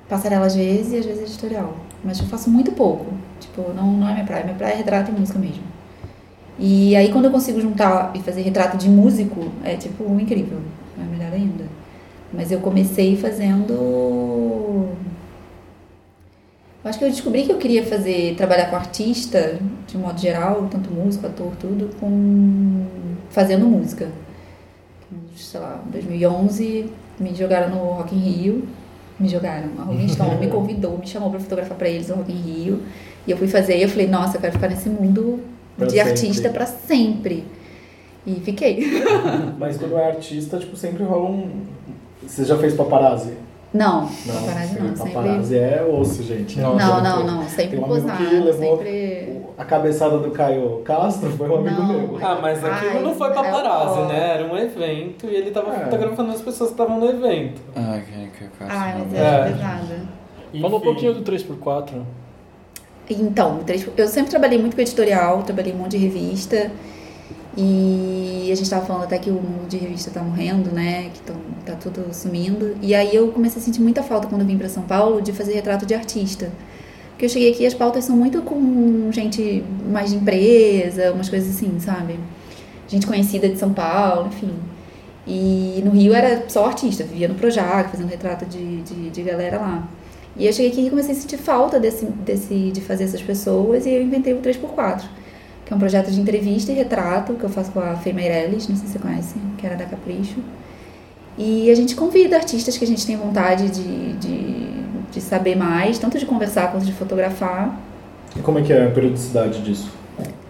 Speaker 6: Passarela às vezes e às vezes editorial. Mas eu faço muito pouco. Tipo, não, não é minha praia. Minha praia é retrato e música mesmo. E aí quando eu consigo juntar e fazer retrato de músico, é tipo incrível. É melhor ainda. Mas eu comecei fazendo. Eu acho que eu descobri que eu queria fazer trabalhar com artista, de modo geral, tanto músico, ator, tudo, com fazendo música. Sei lá, 2011, me jogaram no Rock in Rio, me jogaram, a Rolling Stone então, me convidou, me chamou pra fotografar pra eles no Rock in Rio, e eu fui fazer, e eu falei, nossa, eu quero ficar nesse mundo
Speaker 1: Pra
Speaker 6: de
Speaker 1: sempre.
Speaker 6: artista pra sempre. E fiquei.
Speaker 1: Mas quando é artista, tipo, sempre rola um. Você já fez paparazzi?
Speaker 6: Não, paparazzi
Speaker 1: sim,
Speaker 6: não, sempre.
Speaker 1: Paparazzi é osso, gente.
Speaker 3: Não,
Speaker 6: Não,
Speaker 3: sempre.
Speaker 6: não, não, sempre
Speaker 1: Tem um amigo
Speaker 6: posar,
Speaker 1: que levou-
Speaker 6: sempre.
Speaker 1: A cabeçada do Caio Castro foi um amigo
Speaker 6: Não.
Speaker 1: meu.
Speaker 2: Ah, mas aquilo
Speaker 6: Ai,
Speaker 2: não foi
Speaker 6: é
Speaker 2: paparazzi,
Speaker 6: horror.
Speaker 2: né? Era um evento e ele tava
Speaker 1: É.
Speaker 2: fotografando as pessoas que estavam no evento.
Speaker 4: ah que, que, que,
Speaker 6: Ai, mas
Speaker 4: é.
Speaker 6: é,
Speaker 2: É.
Speaker 6: pesada.
Speaker 3: Fala um
Speaker 2: Enfim.
Speaker 3: pouquinho do 3x4.
Speaker 6: Então, três- eu sempre trabalhei muito com editorial, trabalhei em um monte de revista. E a gente tava falando até que o mundo de revista tá morrendo, né? Que tão, tá tudo sumindo. E aí eu comecei a sentir muita falta quando eu vim pra São Paulo de fazer retrato de artista. Porque eu cheguei aqui e as pautas são muito com gente mais de empresa, umas coisas assim, sabe? Gente conhecida de São Paulo, enfim. E no Rio era só artista, vivia no Projac, fazendo retrato de, de, de galera lá. E eu cheguei aqui e comecei a sentir falta desse, desse, de fazer essas pessoas e eu inventei o 3x4, que é um projeto de entrevista e retrato que eu faço com a Fê Meirelles, não sei se você conhece, que era da Capricho. E a gente convida artistas que a gente tem vontade de, de, de saber mais, tanto de conversar quanto de fotografar,
Speaker 1: E como é que é a periodicidade disso?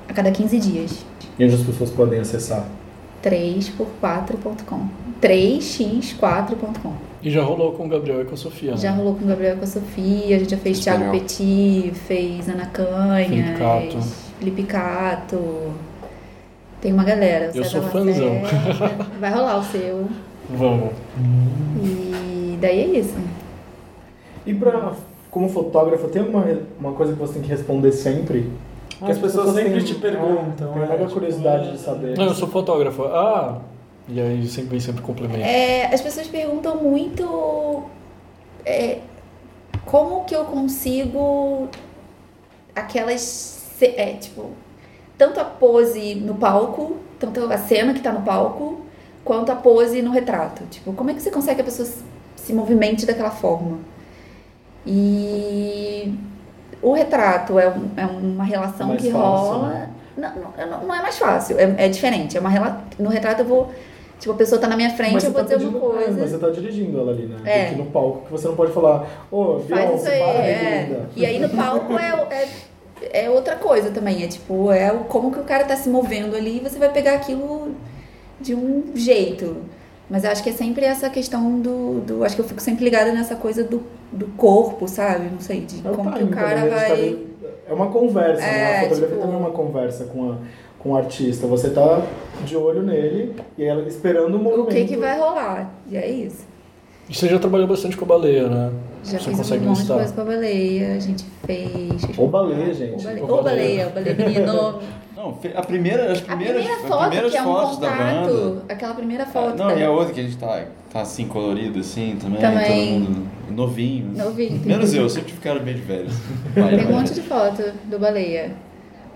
Speaker 6: a cada 15 dias.
Speaker 1: E onde as pessoas podem acessar?
Speaker 6: 3x4.com. 3x4.com.
Speaker 3: E já rolou com o Gabriel e com a Sofia.
Speaker 6: Já
Speaker 3: né?
Speaker 6: rolou com o Gabriel e com a Sofia, a gente já fez
Speaker 4: Espanhol.
Speaker 6: Thiago Petit, fez Ana Canha,
Speaker 3: Felipe Cato.
Speaker 6: Felipe Cato. Tem uma galera.
Speaker 3: Eu
Speaker 6: César
Speaker 3: sou fãzão.
Speaker 6: Lacerda. Vai rolar o seu.
Speaker 3: Vamos.
Speaker 6: E daí é isso.
Speaker 1: E pra, como fotógrafo, tem alguma re- uma coisa que você tem que responder sempre?
Speaker 2: Ah, As pessoas sempre te perguntam,
Speaker 1: Tem
Speaker 2: é,
Speaker 1: mega
Speaker 2: tipo,
Speaker 1: curiosidade
Speaker 2: é.
Speaker 1: de saber.
Speaker 3: Não, eu sou fotógrafo. Ah! E aí sempre, sempre complemento.
Speaker 6: É, as pessoas perguntam muito é, como que eu consigo aquelas ce- é, tipo tanto a pose no palco, tanto a cena que tá no palco, quanto a pose no retrato. Tipo, como é que você consegue que a pessoa se- se movimente daquela forma? E o retrato é, um- é uma relação
Speaker 1: Mais
Speaker 6: que
Speaker 1: fácil,
Speaker 6: rola.
Speaker 1: né?
Speaker 6: Não, não- não, não é mais fácil, é, é diferente. É uma rela... No retrato eu vou. Tipo, a pessoa tá na minha frente,
Speaker 1: Mas
Speaker 6: eu
Speaker 1: você
Speaker 6: vou
Speaker 1: tá
Speaker 6: dizer alguma
Speaker 1: pedindo- é, mas
Speaker 6: coisa.
Speaker 1: você tá dirigindo ela ali, né?
Speaker 6: É.
Speaker 1: Aqui no palco, que você não pode falar, ô,
Speaker 6: Faz isso
Speaker 1: Beyoncé,
Speaker 6: aí.
Speaker 1: é para né? aí,
Speaker 6: é.
Speaker 1: querida.
Speaker 6: E aí no palco é, é, é outra coisa também. É tipo, é o- como que o cara tá se movendo ali e você vai pegar aquilo de um jeito. Mas eu acho que é sempre essa questão do. do acho que eu fico sempre ligada nessa coisa do, do corpo, sabe? Não sei, de
Speaker 1: É o
Speaker 6: como que o
Speaker 1: timing também,
Speaker 6: cara
Speaker 1: a gente tá
Speaker 6: vai.
Speaker 1: ali- É uma conversa, né?
Speaker 6: É,
Speaker 1: A fotografia
Speaker 6: tipo-
Speaker 1: também é uma conversa com, a, com o artista. Você tá de olho nele e ela esperando o
Speaker 6: O
Speaker 1: movimento.
Speaker 6: que que vai rolar? E é isso.
Speaker 3: E você já trabalhou bastante com a baleia, né?
Speaker 6: Já
Speaker 3: você
Speaker 6: fiz um
Speaker 3: consegue
Speaker 6: monte de
Speaker 3: listar.
Speaker 6: coisa com a baleia, a gente fez.
Speaker 1: Ô, baleia, gente.
Speaker 6: Ô baleia,
Speaker 3: Ô,
Speaker 6: ô baleia, ô, baleia menino.
Speaker 4: Não, fe- a primeira, as
Speaker 6: A
Speaker 4: primeiras,
Speaker 6: primeira
Speaker 4: as
Speaker 6: foto,
Speaker 4: primeiras
Speaker 6: que é um
Speaker 4: fotos da banda.
Speaker 6: contato. Aquela primeira
Speaker 4: Ah,
Speaker 6: foto.
Speaker 4: Não,
Speaker 6: da-
Speaker 4: e a outra que a gente tá, tá assim, colorido assim também.
Speaker 6: Também.
Speaker 4: Todo mundo novinho.
Speaker 6: Novinho, tem
Speaker 4: Menos
Speaker 6: que-
Speaker 4: eu, sempre ficaram meio de velhos.
Speaker 6: Tem um monte de foto do Baleia.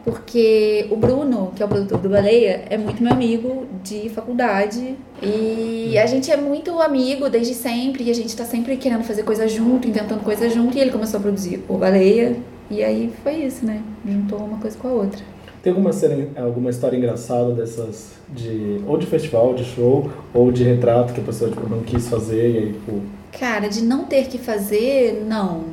Speaker 6: Porque o Bruno, que é o produtor do Baleia, é muito meu amigo de faculdade. E a gente é muito amigo desde sempre. E a gente tá sempre querendo fazer coisa junto, inventando coisa junto. E ele começou a produzir o Baleia. E aí foi isso, né? Juntou uma coisa com a outra.
Speaker 1: Tem alguma, cena, alguma história engraçada dessas, de, ou de festival, de show, ou de retrato que a pessoa tipo, não quis fazer e aí, tipo,
Speaker 6: Cara, de não ter que fazer, não.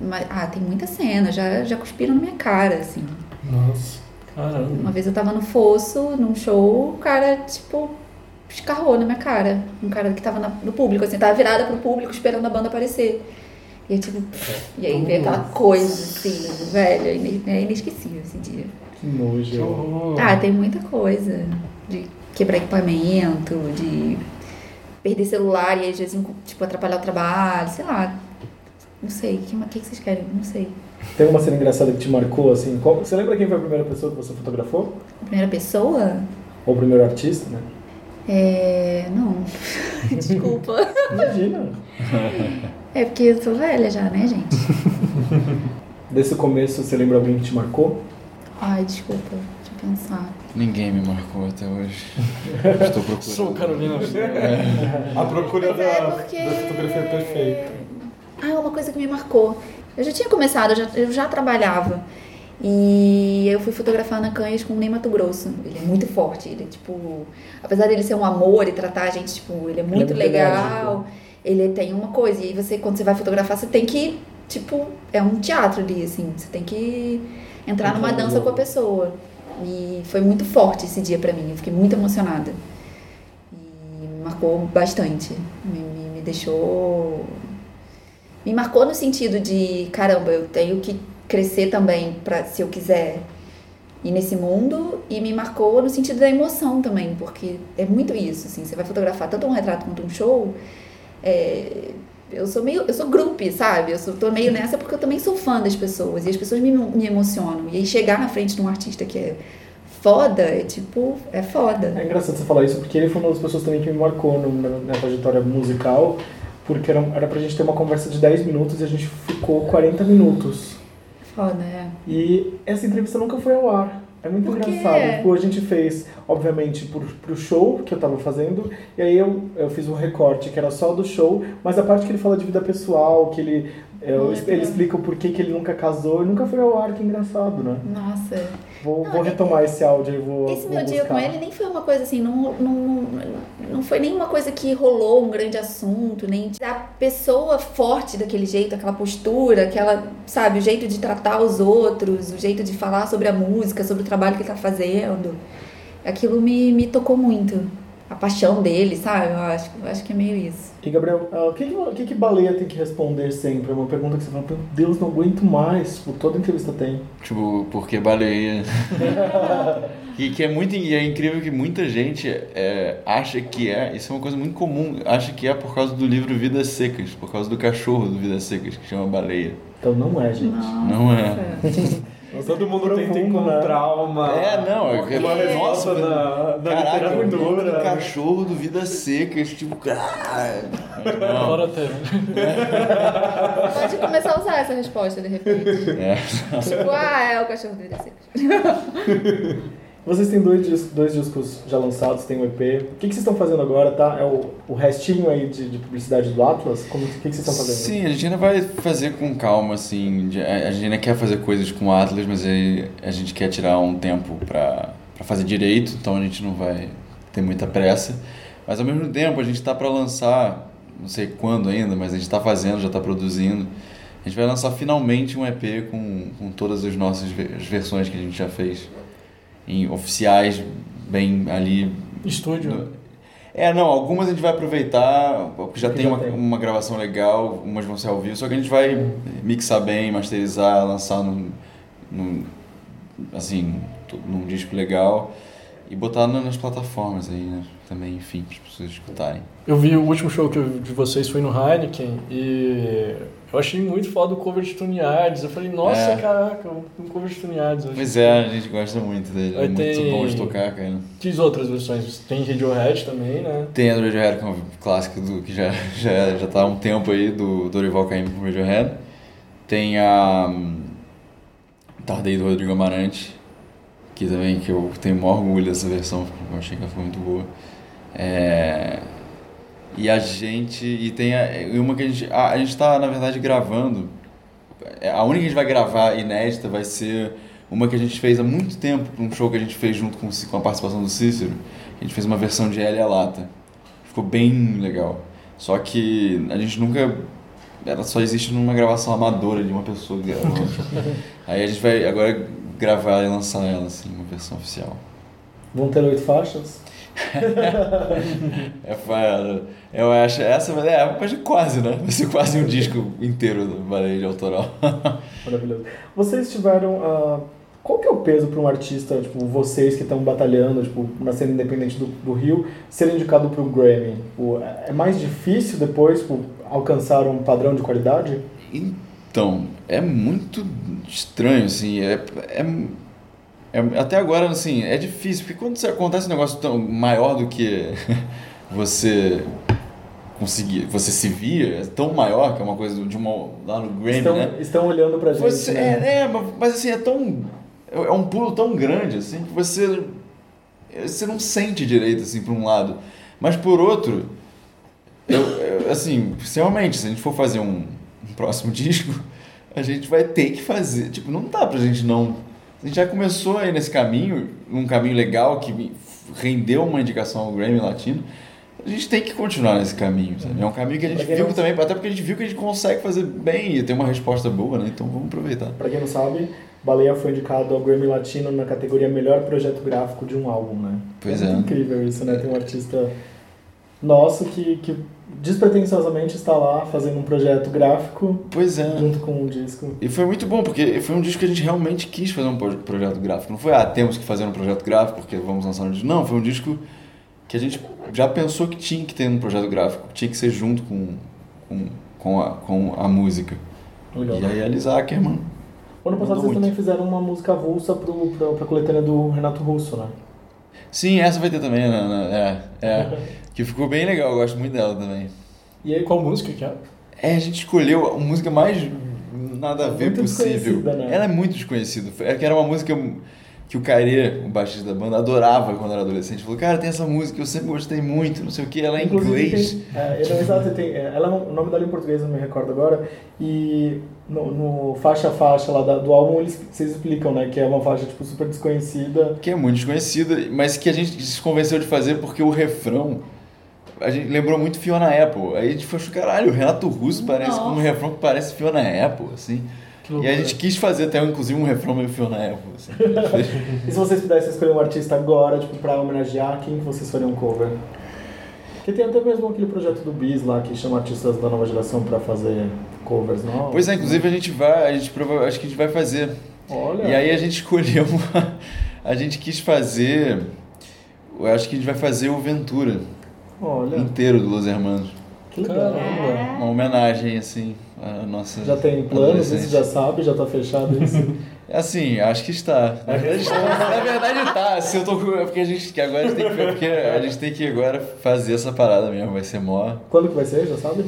Speaker 6: Mas, ah, tem muita cena, já, já cuspiram na minha cara, assim.
Speaker 3: Nossa, caramba.
Speaker 6: Uma vez eu tava no fosso, num show, o cara, tipo, escarrou na minha cara. Um cara que tava na- no público, assim, tava virada pro público esperando a banda aparecer. E eu, tipo, e aí veio aquela coisa, assim, velho, é ine- é inesquecível esse dia.
Speaker 1: que nojo.
Speaker 6: Ah, tem muita coisa. De quebrar equipamento, de perder celular e às vezes, tipo, atrapalhar o trabalho, sei lá. Não sei, o que, ma- o que que vocês querem? Não sei.
Speaker 1: Tem alguma cena engraçada que te marcou, assim? Qual- você lembra quem foi a primeira pessoa que você fotografou?
Speaker 6: A primeira pessoa?
Speaker 1: Ou o primeiro artista, né?
Speaker 6: É. Não. Desculpa.
Speaker 1: Imagina.
Speaker 6: É porque eu sou velha já, né, gente?
Speaker 1: Desse começo, você lembra alguém que te marcou?
Speaker 6: Ai, desculpa. Deixa eu pensar.
Speaker 4: Ninguém me marcou até hoje. Estou procurando.
Speaker 3: Sou um Carolina
Speaker 2: A procura
Speaker 6: Mas é
Speaker 2: da,
Speaker 6: porque-
Speaker 2: da fotografia perfeita.
Speaker 6: Ah, uma coisa que me marcou. Eu já tinha começado, eu já, eu já trabalhava. E eu fui fotografar na Canhas com o Ney Mato Grosso. Ele é muito forte, ele é tipo. Apesar dele ser um amor e tratar a gente, tipo, ele é muito
Speaker 1: muito
Speaker 6: legal. Ele tem uma coisa. E aí você, quando você vai fotografar, você tem que, tipo, é um teatro ali, assim. Você tem que entrar numa
Speaker 1: Entendi.
Speaker 6: dança com a pessoa. E foi muito forte esse dia pra mim. Eu fiquei muito emocionada. E me marcou bastante. Me, me- me deixou. Me marcou no sentido de: caramba, eu tenho que crescer também pra, se eu quiser ir nesse mundo. E me marcou no sentido da emoção também, porque é muito isso. Assim, você vai fotografar tanto um retrato quanto um show. é, eu sou meio. Eu sou group, sabe? Eu sou, tô meio nessa porque eu também sou fã das pessoas. E as pessoas me, me emocionam. E aí chegar na frente de um artista que é foda, é tipo. É foda.
Speaker 1: É engraçado você falar isso, porque ele foi uma das pessoas também que me marcou no- na, na trajetória musical, porque era, era pra gente ter uma conversa de 10 minutos e a gente ficou 40 minutos.
Speaker 6: Foda, é.
Speaker 1: E essa entrevista nunca foi ao ar. É muito
Speaker 6: Por quê?
Speaker 1: engraçado. Tipo, a gente fez, obviamente, pro, pro show que eu tava fazendo, e aí eu, eu fiz um recorte que era só do show, mas a parte que ele fala de vida pessoal, que ele, é,
Speaker 6: Não,
Speaker 1: o-
Speaker 6: é
Speaker 1: ele
Speaker 6: verdade.
Speaker 1: explica o porquê que ele nunca casou, e nunca foi ao ar, que engraçado, né?
Speaker 6: Nossa.
Speaker 1: Vou,
Speaker 6: Não,
Speaker 1: vou
Speaker 6: é-
Speaker 1: retomar esse áudio e vou.
Speaker 6: Esse
Speaker 1: vou
Speaker 6: meu dia com
Speaker 1: buscar.
Speaker 6: ele nem foi uma coisa assim, não, não, não foi nenhuma coisa que rolou um grande assunto, nem a pessoa forte daquele jeito, aquela postura, aquela, sabe, o jeito de tratar os outros, o jeito de falar sobre a música, sobre o trabalho que ele tá fazendo. Aquilo me, me tocou muito. A paixão dele, sabe? Eu acho, eu acho que é meio isso.
Speaker 1: E Gabriel, ah, o que, que, o que que baleia tem que responder sempre? É uma pergunta que você fala, meu Deus, não aguento mais. Tipo, toda entrevista tem.
Speaker 4: Tipo, porque baleia. e que é muito. E é incrível que muita gente é, acha que é. Isso é uma coisa muito comum. Acha que é por causa do livro Vidas Secas, por causa do cachorro do Vidas Secas, que chama baleia.
Speaker 1: Então não é, gente.
Speaker 4: Não é.
Speaker 2: Todo mundo tenta
Speaker 1: Profundo, né?
Speaker 2: encontrar uma.
Speaker 4: É, não, é
Speaker 6: Porque-
Speaker 4: que é
Speaker 2: Ah, Nossa,
Speaker 4: nossa, da,
Speaker 2: na, na
Speaker 4: caraca, o livro do
Speaker 2: literatura.
Speaker 4: cachorro do Vidas Secas, tipo, cara. Não,
Speaker 3: Fora até.
Speaker 6: Pode começar a usar essa resposta de repente.
Speaker 4: é.
Speaker 6: tipo, ah, é o cachorro dele. assim.
Speaker 1: Vocês têm dois, dis- dois discos já lançados, tem um EP. O que, que vocês estão fazendo agora, tá? É o, o restinho aí de, de publicidade do Atlas? Como, o que, que vocês estão fazendo?
Speaker 4: Sim, a gente ainda vai fazer com calma, assim. de- A a gente ainda quer fazer coisas com Atlas, mas aí a gente quer tirar um tempo pra, pra fazer direito, então a gente não vai ter muita pressa. Mas ao mesmo tempo, a gente tá pra lançar, não sei quando ainda, mas a gente tá fazendo, já tá produzindo. A gente vai lançar finalmente um EP com, com todas as nossas ve- as versões que a gente já fez. Em oficiais, bem ali,
Speaker 3: Estúdio. né?
Speaker 4: é, não, algumas a gente vai aproveitar, porque já
Speaker 1: Que
Speaker 4: tem
Speaker 1: já
Speaker 4: uma,
Speaker 1: tem.
Speaker 4: uma gravação legal, umas vão ser ao vivo, só que a gente vai mixar bem, masterizar, lançar num, num- assim, tu- num disco legal e botar na- nas plataformas aí, né? Também, enfim, para as pessoas escutarem.
Speaker 3: Eu vi o último show que eu vi de vocês foi no Heineken e eu achei muito foda o cover de Tony Ards. Eu falei, nossa,
Speaker 4: É.
Speaker 3: caraca, um cover de Tony Ards. hoje.
Speaker 4: Pois é, a gente gosta muito dele,
Speaker 3: Aí
Speaker 4: é muito
Speaker 3: tem-
Speaker 4: bom de tocar, cara.
Speaker 3: Diz outras versões. Tem Radiohead também, né?
Speaker 4: Tem a do Radiohead, que é um clássico do, que já, já, já tá há um tempo aí, do Dorival Caymmi com o Radiohead. Tem a... hum, Tardei do Rodrigo Amarante, que também que eu tenho o maior orgulho dessa versão, eu achei que ela foi muito boa. É, E a gente... E tem a, e uma que a gente... A, a gente tá, na verdade, gravando. É, A única que a gente vai gravar inédita vai ser Uma que a gente fez há muito tempo, um show que a gente fez junto com, o Cí- com a participação do Cícero. A gente fez uma versão de L a Lata. Ficou bem legal. Só que a gente nunca. Ela só existe numa gravação amadora de uma pessoa gravando. Aí a gente vai agora gravar ela e lançar ela, assim, uma versão oficial.
Speaker 1: Vão ter oito faixas?
Speaker 4: É, fa- eu acho. Essa é, mas é quase, né? Vai ser quase um disco inteiro do Varejo Autoral.
Speaker 1: Maravilhoso. Vocês tiveram a. Qual que é o peso para um artista, tipo, vocês que estão batalhando, tipo, na cena independente do, do Rio, ser indicado para o Grammy? O- é mais difícil depois, tipo, alcançar um padrão de qualidade?
Speaker 4: Então, é muito estranho, assim, é, é, é- até agora, assim, é difícil, porque quando você- acontece um negócio tão maior do que você conseguir, você se via, é tão maior que é uma coisa de uma, lá no Grammy,
Speaker 1: estão,
Speaker 4: né?
Speaker 1: estão olhando pra gente.
Speaker 4: Você,
Speaker 1: né?
Speaker 4: é, é, mas- mas assim, é tão. É é um pulo tão grande, assim, que você. Você não sente direito, assim, por um lado. Mas por outro, eu, eu, assim, realmente, se a gente for fazer um, um próximo disco, a gente vai ter que fazer. Tipo, não dá pra gente não. A gente já começou aí nesse caminho, num caminho legal que me rendeu uma indicação ao Grammy Latino. A gente tem que continuar nesse caminho, sabe? É um caminho que a gente
Speaker 1: Pra quem
Speaker 4: viu
Speaker 1: não-
Speaker 4: que também, até porque a gente viu que a gente consegue fazer bem e tem uma resposta boa, né? Então vamos aproveitar.
Speaker 1: Pra quem não sabe, Baleia foi indicado ao Grammy Latino na categoria Melhor Projeto Gráfico de um Álbum, né?
Speaker 4: Pois
Speaker 1: é.
Speaker 4: é.
Speaker 1: muito incrível isso, né? Tem um artista nosso que, que despretensiosamente está lá fazendo um projeto gráfico
Speaker 4: Pois é.
Speaker 1: junto com um disco.
Speaker 4: E foi muito bom, porque foi um disco que a gente realmente quis fazer um pro- projeto gráfico. Não foi, ah, temos que fazer um projeto gráfico porque vamos lançar um disco. Não, foi um disco que a gente já pensou que tinha que ter um projeto gráfico, que tinha que ser junto com, com, com, a, com a música.
Speaker 1: Legal.
Speaker 4: E aí a Liz Ackerman.
Speaker 1: Ano passado
Speaker 4: Mudou
Speaker 1: vocês
Speaker 4: muito.
Speaker 1: também fizeram uma música avulsa pro, pro, pra coletânea do Renato Russo, né?
Speaker 4: Sim, essa vai ter também, né? né, É, é. Que ficou bem legal, eu gosto muito dela também.
Speaker 1: E aí,
Speaker 3: Qual música que é?
Speaker 4: É, a gente escolheu a música mais nada a ver
Speaker 1: Muito
Speaker 4: possível.
Speaker 1: desconhecida, né?
Speaker 4: Ela é muito desconhecida. Foi- É que era uma música que o Carê, o baixista da banda, adorava quando era adolescente. Falou, cara, tem essa música, que eu sempre gostei muito, não sei o que, ela é em
Speaker 1: Inclusive,
Speaker 4: inglês.
Speaker 1: Tem, é, eu não- exato, tem, é, ela, é um- o nome dela em português eu não me recordo agora. E no, no faixa a faixa lá da- do álbum eles, vocês explicam, né? Que é uma faixa tipo, super desconhecida.
Speaker 4: Que é muito desconhecida, mas que a gente se convenceu de fazer porque o refrão. A gente lembrou muito Fiona Apple. Aí a gente foi achou, caralho, o Renato Russo parece com um
Speaker 6: Nossa.
Speaker 4: refrão que parece Fiona Apple, assim. E a gente quis fazer até inclusive um refrão meio Fiona Apple, assim.
Speaker 1: E se vocês pudessem escolher um artista agora, tipo, pra homenagear, quem que vocês fariam um cover? Porque tem até mesmo aquele projeto do Bis lá que chama artistas da nova geração pra fazer covers novos.
Speaker 4: pois é, inclusive a gente vai, a gente prova, acho que a gente vai fazer
Speaker 1: Olha.
Speaker 4: E aí a gente escolheu. uma- A gente quis fazer. Eu acho que a gente vai fazer o Ventura
Speaker 1: Olha.
Speaker 4: inteiro do Los Hermanos.
Speaker 1: Que legal.
Speaker 3: Caramba.
Speaker 4: Uma homenagem, assim, à nossa.
Speaker 1: Já tem planos,
Speaker 4: adolescência.
Speaker 1: isso já sabe, já tá fechado isso.
Speaker 4: Assim, acho que está.
Speaker 1: É
Speaker 4: Na verdade, na verdade tá. Se eu tô com. é Porque a gente. Que agora a gente tem que. é Porque a gente tem que agora fazer essa parada mesmo. Vai ser mó.
Speaker 1: Quando que vai ser, já sabe?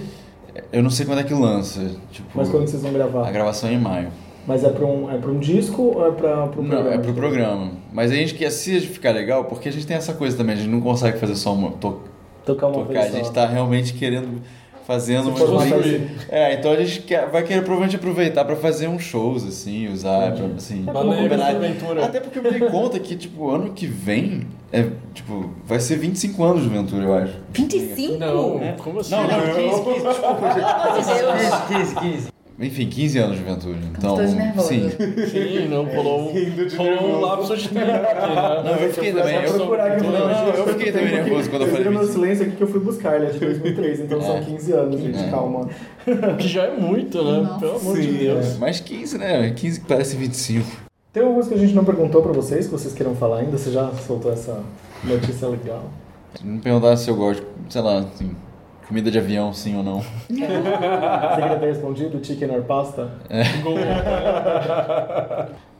Speaker 4: Eu não sei quando é que lança. Tipo.
Speaker 1: Mas quando que vocês vão
Speaker 4: A
Speaker 1: gravar?
Speaker 4: gravação é em maio.
Speaker 1: Mas é pra um, é pra um disco ou é pra, pro programa?
Speaker 4: Não, é pro programa. Mas a gente quer se ficar legal, porque a gente tem essa coisa também, a gente não consegue fazer só uma. to-
Speaker 1: Tocar uma
Speaker 4: tocar. A
Speaker 1: vez
Speaker 4: gente
Speaker 1: só.
Speaker 4: tá realmente querendo fazendo
Speaker 1: Se for
Speaker 4: umas
Speaker 1: uma
Speaker 4: links.
Speaker 1: festa-
Speaker 4: É, então a gente quer- vai querer provavelmente aproveitar pra fazer uns shows assim, usar pra, assim,
Speaker 3: Baleia
Speaker 4: combinar.
Speaker 3: Grande Aventura.
Speaker 4: Até porque eu me dei conta que tipo ano que vem é tipo vai ser 25 anos de Ventura, eu acho.
Speaker 6: 25?
Speaker 3: Não, como assim?
Speaker 4: Não, não, eu-
Speaker 7: 15, 15, desculpa, gente. 15, 15, 15.
Speaker 4: enfim, 15 anos de Ventura. Então,
Speaker 6: Tô nervosa.
Speaker 4: sim.
Speaker 3: Sim, não, rolou um, rolou um lapso de tempo aqui, né?
Speaker 4: Não, eu fiquei também. Eu,
Speaker 1: é procurar aqui
Speaker 4: não,
Speaker 1: no
Speaker 4: não, eu fiquei também nervoso quando eu
Speaker 1: Vocês
Speaker 4: falei
Speaker 1: viram meu
Speaker 4: 25.
Speaker 1: silêncio aqui que eu fui buscar, ele é de 2003, então são 15 anos, gente,
Speaker 4: É.
Speaker 1: calma.
Speaker 3: Que já é muito, né?
Speaker 6: Nossa.
Speaker 3: Pelo amor de Deus.
Speaker 4: Mas 15, né? 15 que parece 25.
Speaker 1: Tem alguma coisa que a gente não perguntou pra vocês, que vocês queiram falar ainda? Você já soltou essa notícia legal?
Speaker 4: Se Me perguntar se eu gosto, sei lá, assim, comida de avião, sim ou não.
Speaker 1: Você queria ter respondido chicken or pasta?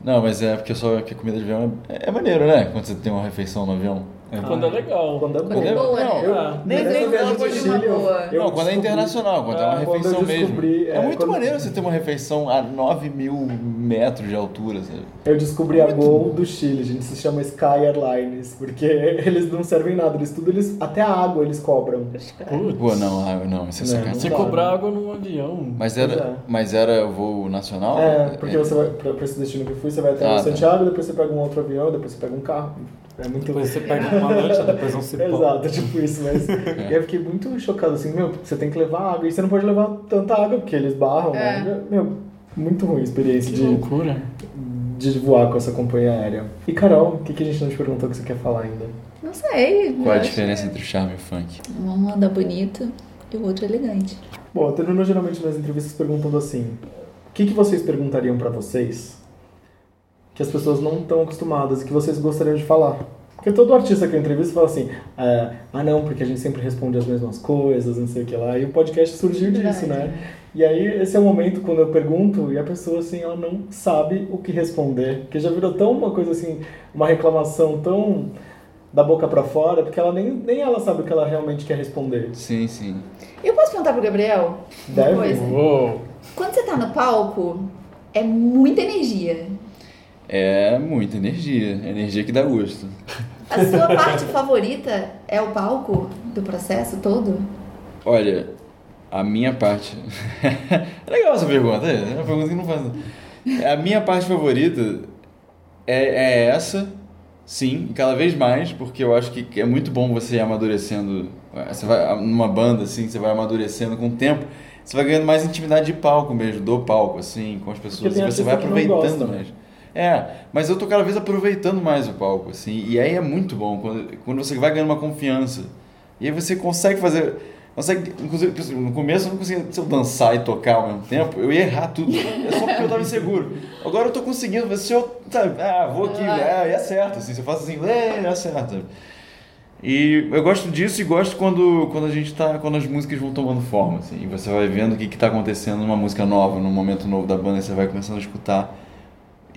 Speaker 4: Não, mas é porque só que a comida de avião é, é maneiro, né? Quando você tem uma refeição no avião.
Speaker 1: Ah,
Speaker 3: Quando é legal.
Speaker 1: Quando é
Speaker 6: Quando é
Speaker 1: bom.
Speaker 6: boa,
Speaker 3: Não,
Speaker 6: né?
Speaker 3: ah,
Speaker 8: Nem
Speaker 1: Dessa
Speaker 8: tem
Speaker 1: vez
Speaker 8: como
Speaker 1: no
Speaker 8: de
Speaker 1: Chile,
Speaker 8: uma
Speaker 1: eu- eu
Speaker 6: boa.
Speaker 4: Não, quando é
Speaker 1: descobri-
Speaker 4: internacional, quando é,
Speaker 1: Ah,
Speaker 4: uma
Speaker 1: quando eu
Speaker 4: refeição mesmo.
Speaker 1: descobri,
Speaker 4: É,
Speaker 1: é,
Speaker 4: muito
Speaker 1: quando-
Speaker 4: maneiro você ter uma refeição a 9 mil metros de altura, sabe?
Speaker 1: Eu descobri a Gol do Chile, gente, se chama Sky Airlines, porque eles não servem nada, eles tudo, eles, até a água eles cobram.
Speaker 3: Putz.
Speaker 4: Pô, não, ah, não, isso é
Speaker 1: Não,
Speaker 4: sacanagem.
Speaker 3: Você
Speaker 1: Claro.
Speaker 3: cobrar água num avião.
Speaker 4: Mas
Speaker 1: Pois
Speaker 4: era,
Speaker 1: é.
Speaker 4: mas era voo nacional?
Speaker 1: É, porque você vai pra, pra esse destino que eu fui, você vai até
Speaker 4: Ah, tá.
Speaker 1: Santiago, depois você pega um outro avião, depois você pega um carro. É muito
Speaker 2: Depois você pega uma lancha, depois um
Speaker 4: é.
Speaker 2: cipó.
Speaker 1: Exato, tipo isso, mas. E eu fiquei muito chocado assim, meu, você tem que levar água, e você não pode levar tanta água, porque eles barram,
Speaker 6: É.
Speaker 1: né? Meu, muito ruim a experiência
Speaker 3: Que
Speaker 1: de,
Speaker 3: loucura.
Speaker 1: de voar com essa companhia aérea. E Carol, o que, que a gente não te perguntou que você quer falar ainda?
Speaker 6: Não sei.
Speaker 4: Qual é a
Speaker 6: eu acho
Speaker 4: diferença entre o charme e o funk?
Speaker 6: que Um anda bonito e o outro elegante.
Speaker 1: Bom, eu termino geralmente nas entrevistas perguntando assim: o que, que vocês perguntariam pra vocês que as pessoas não estão acostumadas e que vocês gostariam de falar? Porque todo artista que eu entrevisto fala assim: ah, ah, não, porque a gente sempre responde as mesmas coisas, não sei o que lá. E o podcast surgiu disso, né? E aí, esse é o momento quando eu pergunto e a pessoa, assim, ela não sabe o que responder. Porque já virou tão uma coisa assim, uma reclamação tão da boca pra fora, porque ela nem, nem ela sabe o que ela realmente quer responder.
Speaker 4: Sim, sim.
Speaker 6: Eu posso perguntar pro Gabriel? uma
Speaker 1: Deve?
Speaker 6: coisa?
Speaker 3: Uou.
Speaker 6: Quando você tá no palco, é muita energia.
Speaker 4: É muita energia, energia que dá gosto.
Speaker 6: A sua parte favorita é o palco do processo todo?
Speaker 4: Olha, a minha parte. é legal essa pergunta, é é uma pergunta que não faz. A minha parte favorita é, é essa, sim, e cada vez mais, porque eu acho que é muito bom você ir amadurecendo. Você vai numa banda, assim, você vai amadurecendo com o tempo. Você vai ganhando mais intimidade de palco mesmo, do palco, assim, com as
Speaker 1: Porque
Speaker 4: pessoas.
Speaker 1: tem
Speaker 4: Você
Speaker 1: artista
Speaker 4: vai
Speaker 1: que não gosta,
Speaker 4: aproveitando
Speaker 1: né?
Speaker 4: mais. É, mas eu tô cada vez aproveitando mais o palco, assim, e aí é muito bom quando, quando você vai ganhando uma confiança. E aí você consegue fazer. Consegue, é inclusive, por exemplo, no começo eu não conseguia se eu dançar e tocar ao mesmo tempo, eu ia errar tudo. É só porque eu tava inseguro. Agora eu tô conseguindo, mas se eu. Sabe, ah, vou aqui, ah, e acerta. Assim, se eu faço assim, é, acerta. sabe? E eu gosto disso e gosto quando, quando a gente tá. Quando as músicas vão tomando forma, assim, e você vai vendo o que, que tá acontecendo numa música nova, num momento novo da banda, e você vai começando a escutar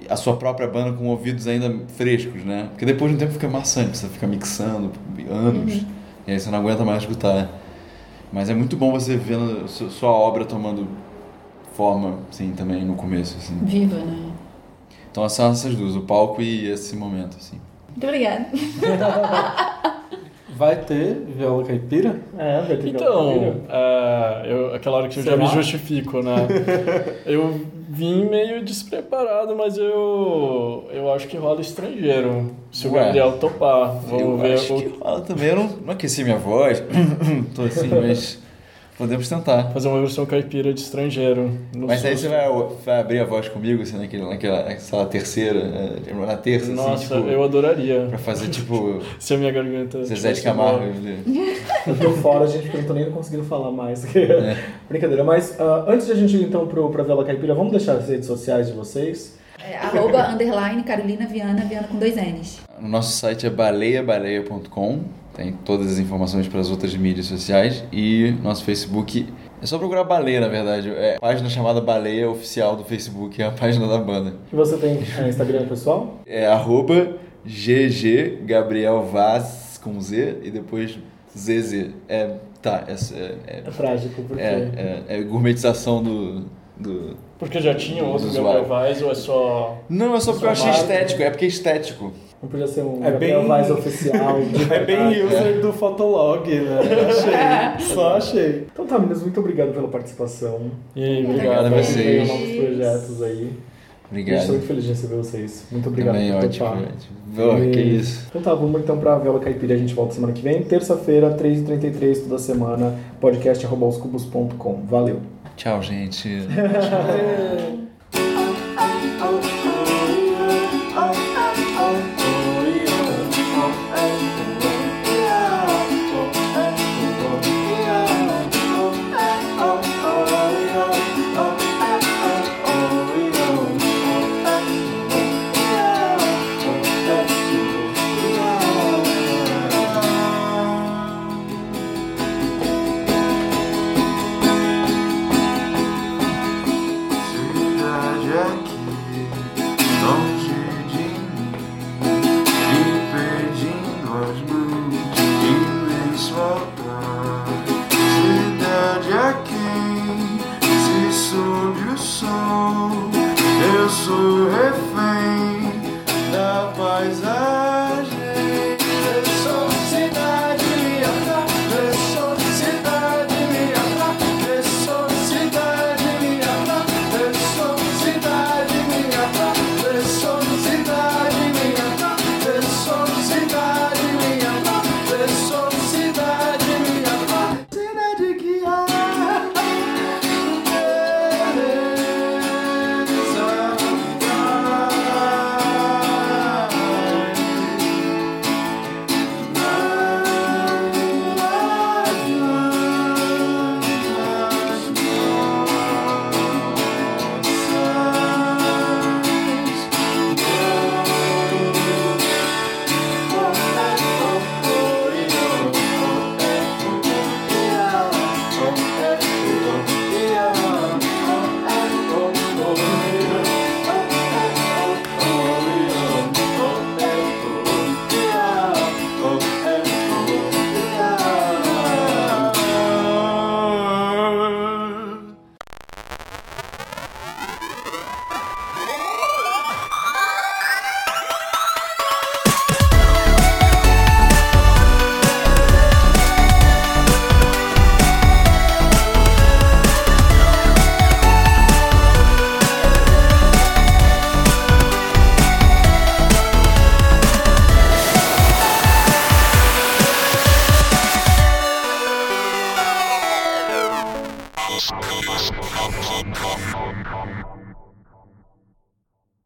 Speaker 4: a sua própria banda com ouvidos ainda frescos, né? Porque depois de um tempo fica maçante, você fica mixando anos, e aí você não aguenta mais escutar. né? Mas é muito bom você vendo su- sua obra tomando forma, assim, também no começo, assim.
Speaker 6: Viva, né?
Speaker 4: Então são essas duas, o palco e esse momento, assim.
Speaker 6: Muito obrigada.
Speaker 2: Vai ter viola caipira?
Speaker 1: É, vai ter que
Speaker 3: Então, ah, eu, aquela hora que eu já
Speaker 2: Será?
Speaker 3: me justifico, né? eu vim meio despreparado, mas eu, eu acho que rola estrangeiro. Se o
Speaker 4: Ué.
Speaker 3: Gabriel topar,
Speaker 4: eu
Speaker 3: vamos ver.
Speaker 4: acho
Speaker 3: o-
Speaker 4: que rola também, eu não, não aqueci minha voz, tô assim, mas podemos tentar.
Speaker 3: Fazer uma versão caipira de estrangeiro. Não
Speaker 4: Mas
Speaker 3: sei
Speaker 4: aí
Speaker 3: se-
Speaker 4: você vai, vai abrir a voz comigo, assim, naquele, naquela, naquela terceira, eh, na terça, assim,
Speaker 3: Nossa,
Speaker 4: tipo,
Speaker 3: eu adoraria.
Speaker 4: pra fazer, tipo,
Speaker 3: Se a minha garganta.
Speaker 4: Zezé de
Speaker 3: tivesse
Speaker 4: Camargo.
Speaker 3: boa.
Speaker 4: né?
Speaker 1: Eu tô fora, gente, porque eu não tô nem conseguindo falar mais.
Speaker 4: É.
Speaker 1: Brincadeira, mas ah, antes de a gente ir então pro, pra Vela Caipira, vamos deixar as redes sociais de vocês.
Speaker 6: É, arroba, underline, Carolina Viana, Viana com dois N's.
Speaker 4: O nosso site é baleiabaleia.com, tem todas as informações para as outras mídias sociais e nosso Facebook. É só procurar baleia, na verdade. É a página chamada Baleia Oficial do Facebook, é a página da banda.
Speaker 1: E você tem ah, Instagram pessoal?
Speaker 4: É arroba GG Gabriel Vaz com Z e depois ZZ. É, tá, é,
Speaker 1: É trágico,
Speaker 4: é,
Speaker 1: porque.
Speaker 4: é, é, é gourmetização do, do.
Speaker 3: Porque já tinha outro
Speaker 4: Do
Speaker 3: Gabriel
Speaker 4: usuário.
Speaker 3: Vaz, ou é só.
Speaker 4: Não, é só porque eu achei
Speaker 1: Somado.
Speaker 4: estético, é porque é estético.
Speaker 1: Não podia ser um
Speaker 2: É
Speaker 1: Gabriel
Speaker 2: bem-
Speaker 1: mais oficial. de
Speaker 2: É bem
Speaker 1: verdade.
Speaker 2: user do Fotolog, né? Achei. Só achei.
Speaker 1: Então tá, meninas, muito obrigado pela participação.
Speaker 3: E aí, obrigado.
Speaker 4: Obrigado a
Speaker 1: Tem
Speaker 4: vocês.
Speaker 1: novos projetos aí. A gente tá
Speaker 4: Obrigado.
Speaker 1: muito feliz de receber vocês. Muito obrigado
Speaker 4: Também
Speaker 1: por
Speaker 4: ótimo.
Speaker 1: topar.
Speaker 4: ótimo. Pô, que isso.
Speaker 1: Então tá, vamos então pra Viola Caipira, a gente volta semana que vem, terça-feira, 3h33, toda semana, podcast arroba oscubos.com. Valeu!
Speaker 4: Tchau, gente.
Speaker 9: Cidade aqui
Speaker 4: eu sou refém da paisagem. Eu sou cidade, me atrai. Eu sou cidade, me atrai. Eu sou cidade, me atrai. Eu sou cidade, me atrai. Eu sou cidade, me atrai. Eu sou cidade, me atrai. Eu sou cidade, me atrai. Cidade que há.